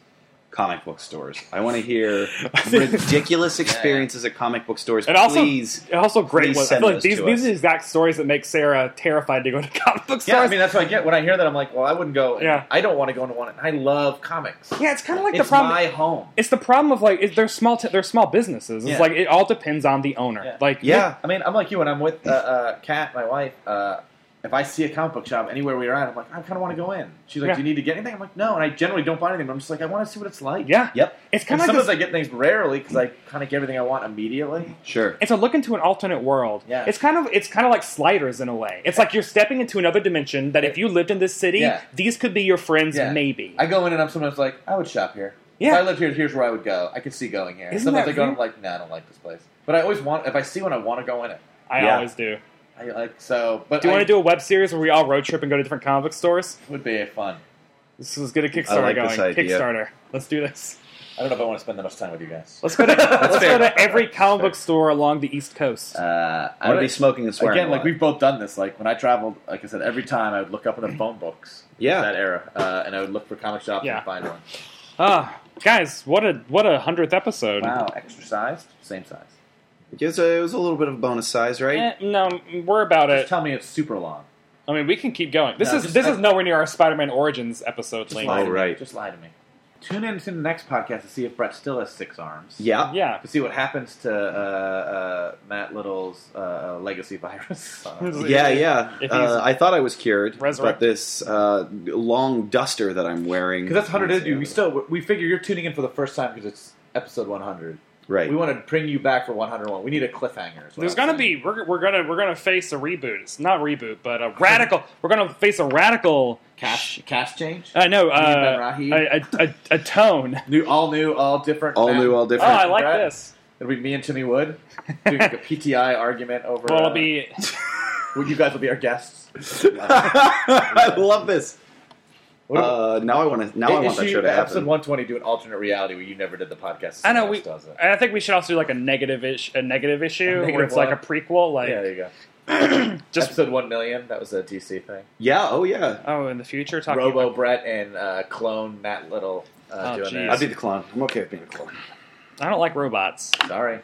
[SPEAKER 1] comic book stores. I want to hear ridiculous experiences at comic book stores.
[SPEAKER 2] And also-
[SPEAKER 1] Please.
[SPEAKER 2] And also great
[SPEAKER 1] Please
[SPEAKER 2] ones. I
[SPEAKER 1] send
[SPEAKER 2] feel like
[SPEAKER 1] those
[SPEAKER 2] these,
[SPEAKER 1] to
[SPEAKER 2] these
[SPEAKER 1] us.
[SPEAKER 2] are the exact stories that make Sarah terrified to go to comic book
[SPEAKER 3] Yeah, I
[SPEAKER 2] stores.
[SPEAKER 3] mean that's what I get when I hear that. I'm like, well, I wouldn't go.
[SPEAKER 2] Yeah.
[SPEAKER 3] Yeah. I don't want to go into one. I love comics.
[SPEAKER 2] Yeah, it's kind of like
[SPEAKER 3] it's
[SPEAKER 2] the problem.
[SPEAKER 3] my home.
[SPEAKER 2] it's the problem of like it, they're small. T- they're small businesses. It's
[SPEAKER 1] Yeah.
[SPEAKER 2] like it all depends on the owner.
[SPEAKER 3] Yeah.
[SPEAKER 2] Like
[SPEAKER 1] Yeah.
[SPEAKER 3] I mean, I'm like you when I'm with uh, uh, Kat, my wife. Uh, if I see a comic book shop anywhere we are at, I'm like, I kind of want to go in. She's like,
[SPEAKER 2] Yeah.
[SPEAKER 3] Do you need to get anything? I'm like, No. And I generally don't buy anything. But I'm just like, I want to see what it's like.
[SPEAKER 2] yeah,
[SPEAKER 1] Yep.
[SPEAKER 2] It's kind
[SPEAKER 3] And
[SPEAKER 2] of like
[SPEAKER 3] sometimes
[SPEAKER 2] this,
[SPEAKER 3] I get things rarely because I kind of get everything I want immediately.
[SPEAKER 1] Sure.
[SPEAKER 2] it's a look into an alternate world.
[SPEAKER 3] Yeah.
[SPEAKER 2] It's kind of it's kind of like sliders in a way. It's like you're stepping into another dimension that if you lived in this city,
[SPEAKER 3] Yeah.
[SPEAKER 2] these could be your friends
[SPEAKER 3] Yeah.
[SPEAKER 2] maybe.
[SPEAKER 3] I go in and I'm sometimes like, I would shop here.
[SPEAKER 2] Yeah.
[SPEAKER 3] If I lived here, here's where I would go. I could see going here.
[SPEAKER 2] Isn't
[SPEAKER 3] sometimes
[SPEAKER 2] that
[SPEAKER 3] I go and I'm
[SPEAKER 2] weird?
[SPEAKER 3] like, No, I don't like this place. But I always want if I see one, I want to go in it.
[SPEAKER 2] I
[SPEAKER 1] Yeah.
[SPEAKER 2] always do.
[SPEAKER 3] I like so. But
[SPEAKER 2] Do you
[SPEAKER 3] I,
[SPEAKER 2] want to do a web series where we all road trip and go to different comic book stores?
[SPEAKER 3] Would be fun.
[SPEAKER 2] This is get a Kickstarter
[SPEAKER 1] I like
[SPEAKER 2] going.
[SPEAKER 1] this idea.
[SPEAKER 2] Kickstarter. Let's do this.
[SPEAKER 3] I don't know if I want to spend that much time with you guys.
[SPEAKER 2] Let's go to let's
[SPEAKER 1] fair.
[SPEAKER 2] go to every comic book store along the East Coast.
[SPEAKER 1] Uh, I would
[SPEAKER 3] What
[SPEAKER 1] be
[SPEAKER 3] if-
[SPEAKER 1] smoking and swearing.
[SPEAKER 3] Again,
[SPEAKER 1] a
[SPEAKER 3] like
[SPEAKER 1] lot.
[SPEAKER 3] we've both done this. Like when I traveled, like I said, every time I would look up in the phone books.
[SPEAKER 1] Yeah.
[SPEAKER 3] That era, uh, and I would look for comic shops
[SPEAKER 2] Yeah.
[SPEAKER 3] and find one.
[SPEAKER 2] Ah, guys, what a what a hundredth episode.
[SPEAKER 3] Wow, exercised, same size.
[SPEAKER 1] it, was a, it was a little bit of a bonus size, right?
[SPEAKER 2] Eh, no, we're about
[SPEAKER 3] Just
[SPEAKER 2] it.
[SPEAKER 3] tell me it's super long.
[SPEAKER 2] I mean, we can keep going. This
[SPEAKER 3] No,
[SPEAKER 2] is
[SPEAKER 3] just-
[SPEAKER 2] this
[SPEAKER 3] I-
[SPEAKER 2] is nowhere near our Spider-Man Origins episode
[SPEAKER 3] Just
[SPEAKER 2] link.
[SPEAKER 3] lie to
[SPEAKER 1] Oh,
[SPEAKER 3] me.
[SPEAKER 1] right.
[SPEAKER 3] Just lie to me. Tune in to the next podcast to see if Brett still has six arms.
[SPEAKER 1] Yeah.
[SPEAKER 2] Yeah.
[SPEAKER 3] To see what happens to uh, uh, Matt Little's uh, legacy virus.
[SPEAKER 1] Yeah, yeah.
[SPEAKER 2] Oh, If he's
[SPEAKER 1] Uh, I thought I was cured, but
[SPEAKER 2] resurrected.
[SPEAKER 1] this uh, long duster that I'm wearing
[SPEAKER 3] Because that's 100 dude. We still we figure you're tuning in for the first time because it's episode 100.
[SPEAKER 1] right.
[SPEAKER 3] We want to bring you back for 101. We need a cliffhanger.
[SPEAKER 2] There's gonna be we're, we're gonna we're gonna face a reboot. It's not reboot, but a radical. We're gonna face a radical.
[SPEAKER 3] cash cast change.
[SPEAKER 2] I know. Uh,
[SPEAKER 3] Ben Rahi?
[SPEAKER 2] a, a, a, a tone.
[SPEAKER 3] New, all new, all different.
[SPEAKER 1] all
[SPEAKER 3] Matt.
[SPEAKER 1] new, all
[SPEAKER 2] Oh,
[SPEAKER 1] different.
[SPEAKER 2] I like
[SPEAKER 3] Brad.
[SPEAKER 2] this.
[SPEAKER 3] It'll be me and Timmy Wood doing like a PTI argument over.
[SPEAKER 2] Well, it'll
[SPEAKER 3] uh,
[SPEAKER 2] be
[SPEAKER 3] well, you guys will be our guests.
[SPEAKER 1] I love this.
[SPEAKER 3] What-
[SPEAKER 1] Uh, now I want to. Now I
[SPEAKER 3] Issue-
[SPEAKER 1] want that show to
[SPEAKER 3] episode
[SPEAKER 1] happen.
[SPEAKER 3] 120 do an alternate reality where you never did the podcast.
[SPEAKER 2] I know
[SPEAKER 3] someone
[SPEAKER 2] we.
[SPEAKER 3] else does it.
[SPEAKER 2] I think we should also do like a negative ish, a negative issue
[SPEAKER 3] negative
[SPEAKER 2] where it's like
[SPEAKER 3] one.
[SPEAKER 2] a prequel, like
[SPEAKER 3] Yeah, there you go.
[SPEAKER 2] just
[SPEAKER 3] episode one million. That was a DC thing.
[SPEAKER 1] Yeah. Oh yeah.
[SPEAKER 2] oh in the future talking
[SPEAKER 3] Robo
[SPEAKER 2] about.
[SPEAKER 3] Brett and uh, clone Matt Little uh,
[SPEAKER 2] Oh,
[SPEAKER 3] doing
[SPEAKER 2] jeez.
[SPEAKER 1] I'd
[SPEAKER 3] that.
[SPEAKER 1] be the clone. I'm okay with being a clone.
[SPEAKER 2] I don't like robots.
[SPEAKER 3] Sorry,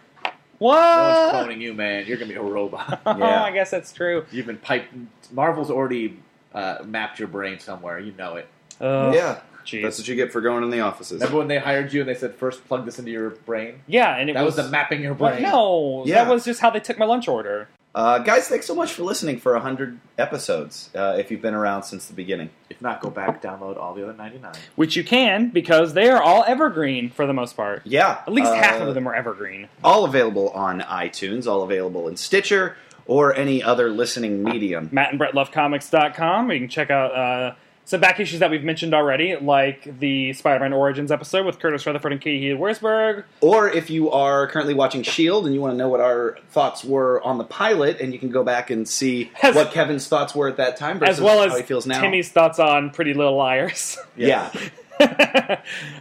[SPEAKER 2] What? Oh,
[SPEAKER 3] no
[SPEAKER 2] Uh.
[SPEAKER 3] one's cloning you, man. You're gonna be a robot.
[SPEAKER 1] Yeah.
[SPEAKER 2] I guess that's true.
[SPEAKER 3] You've been piped. Marvel's already uh, mapped your brain somewhere. You know it.
[SPEAKER 2] Uh,
[SPEAKER 1] yeah.
[SPEAKER 2] jeez.
[SPEAKER 1] That's what you get for going in the offices.
[SPEAKER 3] Remember when they hired you and they said first plug this into your brain?
[SPEAKER 2] yeah, and it
[SPEAKER 3] That was the mapping your
[SPEAKER 2] But
[SPEAKER 3] brain.
[SPEAKER 2] no,
[SPEAKER 1] Yeah.
[SPEAKER 2] that was just how they took my lunch order.
[SPEAKER 1] Uh, guys, thanks so much for listening for 100 episodes. Uh, if you've been around since the beginning,
[SPEAKER 3] If not, go back, download all the other 99.
[SPEAKER 2] Which you can because they are all evergreen for the most part.
[SPEAKER 1] yeah,
[SPEAKER 2] At least half
[SPEAKER 1] uh,
[SPEAKER 2] of them are evergreen.
[SPEAKER 1] all available on iTunes, all available in Stitcher or any other listening medium.
[SPEAKER 2] Matt and Brett love comics.com. You can check out uh, some back issues that we've mentioned already, like the Spider Man Origins episode with Curtis Rutherford and Katie Heath Wurzburg.
[SPEAKER 1] Or if you are currently watching Shield E and you want to know what our thoughts were on the pilot, and you can go back and see
[SPEAKER 2] As-
[SPEAKER 1] what Kevin's thoughts were at that time versus
[SPEAKER 2] As well
[SPEAKER 1] how
[SPEAKER 2] as
[SPEAKER 1] he feels now.
[SPEAKER 2] Timmy's thoughts on Pretty Little Liars.
[SPEAKER 1] yeah,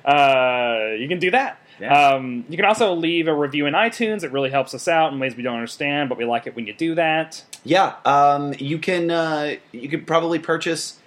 [SPEAKER 2] uh, you can do that.
[SPEAKER 3] Yeah.
[SPEAKER 2] Um, you can also leave a review in iTunes. It really helps us out in ways we don't understand, but we like it when you do that.
[SPEAKER 1] yeah. Um, you can uh, you could probably purchase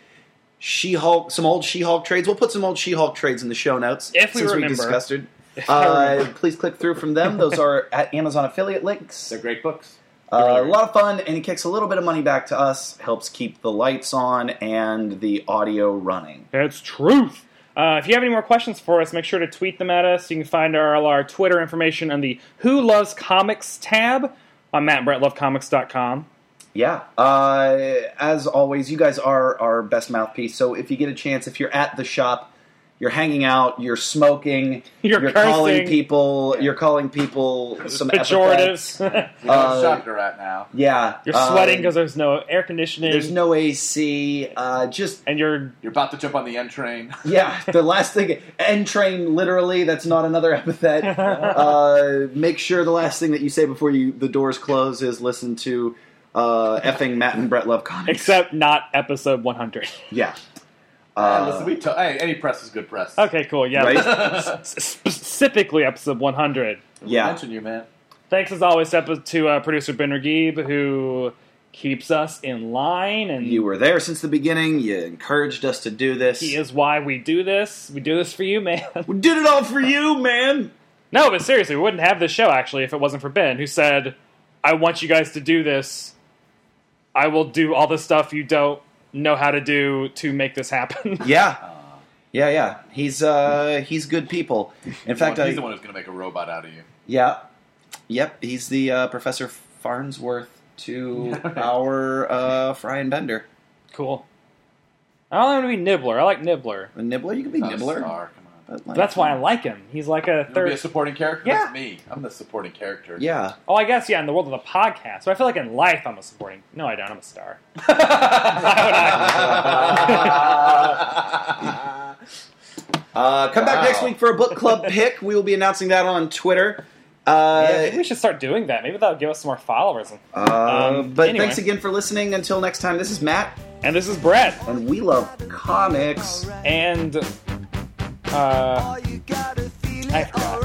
[SPEAKER 1] She-Hulk, E some old She-Hulk trades. We'll put some old She-Hulk E trades in the show notes
[SPEAKER 2] If we
[SPEAKER 1] since
[SPEAKER 2] remember.
[SPEAKER 1] we discussed it.
[SPEAKER 2] I
[SPEAKER 1] Uh, please click through from them. Those are at Amazon affiliate links.
[SPEAKER 3] They're great books.
[SPEAKER 1] Uh, a lot of fun, and it kicks a little bit of money back to us. Helps keep the lights on and the audio running.
[SPEAKER 2] That's truth. Uh, if you have any more questions for us, make sure to tweet them at us. You can find our, all our Twitter information on the Who Loves Comics tab on mattandbrettlovecomics.com.
[SPEAKER 1] Yeah. Uh, as always, you guys are our best mouthpiece. So if you get a chance, if you're at the shop, you're hanging out, you're smoking,
[SPEAKER 2] You're
[SPEAKER 1] calling
[SPEAKER 2] cursing.
[SPEAKER 1] people, you're calling people some epithets.
[SPEAKER 2] Pejoratives.
[SPEAKER 3] We got
[SPEAKER 1] Uh,
[SPEAKER 3] a shocker right now.
[SPEAKER 1] Yeah.
[SPEAKER 2] You're sweating
[SPEAKER 1] Um,
[SPEAKER 2] because there's no air conditioning.
[SPEAKER 1] there's no AC. Uh, just
[SPEAKER 2] and you're
[SPEAKER 3] You're about to jump on the N train.
[SPEAKER 1] Yeah, the last thing, end train, literally, that's not another epithet. Uh, make sure the last thing that you say before you the doors close is listen to uh, effing Matt and Brett Love comics.
[SPEAKER 2] except not episode 100.
[SPEAKER 1] yeah.
[SPEAKER 3] Yeah,
[SPEAKER 1] Uh,
[SPEAKER 3] listen, we to- hey, any press is good press.
[SPEAKER 2] Okay, cool. Yeah.
[SPEAKER 1] Right?
[SPEAKER 2] S- Specifically, episode 100.
[SPEAKER 3] I
[SPEAKER 1] yeah.
[SPEAKER 3] mentioned you, man.
[SPEAKER 2] Thanks as always to, epi- to uh, producer Ben Raghib, who keeps us in line, and
[SPEAKER 1] You were there since the beginning. You encouraged us to do this.
[SPEAKER 2] he is why we do this. We do this for you, man.
[SPEAKER 1] We did it all for you, man.
[SPEAKER 2] no, but seriously, we wouldn't have this show actually if it wasn't for Ben, who said, "I want you guys to do this. I will do all the stuff you don't know how to do to make this happen."
[SPEAKER 1] Yeah. Yeah, yeah. He's uh he's good people. In fact,
[SPEAKER 4] he's
[SPEAKER 1] I,
[SPEAKER 4] the one who's going to make a robot out of you.
[SPEAKER 1] yeah. Yep, he's the uh, Professor Farnsworth to our uh Fry and Bender.
[SPEAKER 2] cool. I don't want to be Nibbler. I like Nibbler.
[SPEAKER 1] A nibbler, you can be
[SPEAKER 4] Not a
[SPEAKER 1] nibbler.
[SPEAKER 4] star, come on.
[SPEAKER 1] but, like,
[SPEAKER 2] But that's why I like him. He's like a
[SPEAKER 4] You wanna
[SPEAKER 2] third.
[SPEAKER 4] be a supporting character?
[SPEAKER 2] Yeah.
[SPEAKER 4] That's me. I'm the supporting character.
[SPEAKER 1] Yeah.
[SPEAKER 2] Oh, I guess yeah. In the world of the podcast, but I feel like in life I'm a supporting. No, I don't. I'm a star.
[SPEAKER 1] Uh, Uh,
[SPEAKER 2] Why
[SPEAKER 1] come back
[SPEAKER 4] Wow.
[SPEAKER 1] next week for a book club pick. We will be announcing that on Twitter. Uh,
[SPEAKER 2] yeah, maybe we should start doing that. Maybe that'll give us some more followers. And,
[SPEAKER 1] uh,
[SPEAKER 2] Um,
[SPEAKER 1] but
[SPEAKER 2] anyway.
[SPEAKER 1] thanks again for listening. Until next time, this is Matt,
[SPEAKER 2] and this is Brett.
[SPEAKER 1] and we love comics.
[SPEAKER 2] And uh,
[SPEAKER 5] All you gotta feel it,
[SPEAKER 2] I forgot.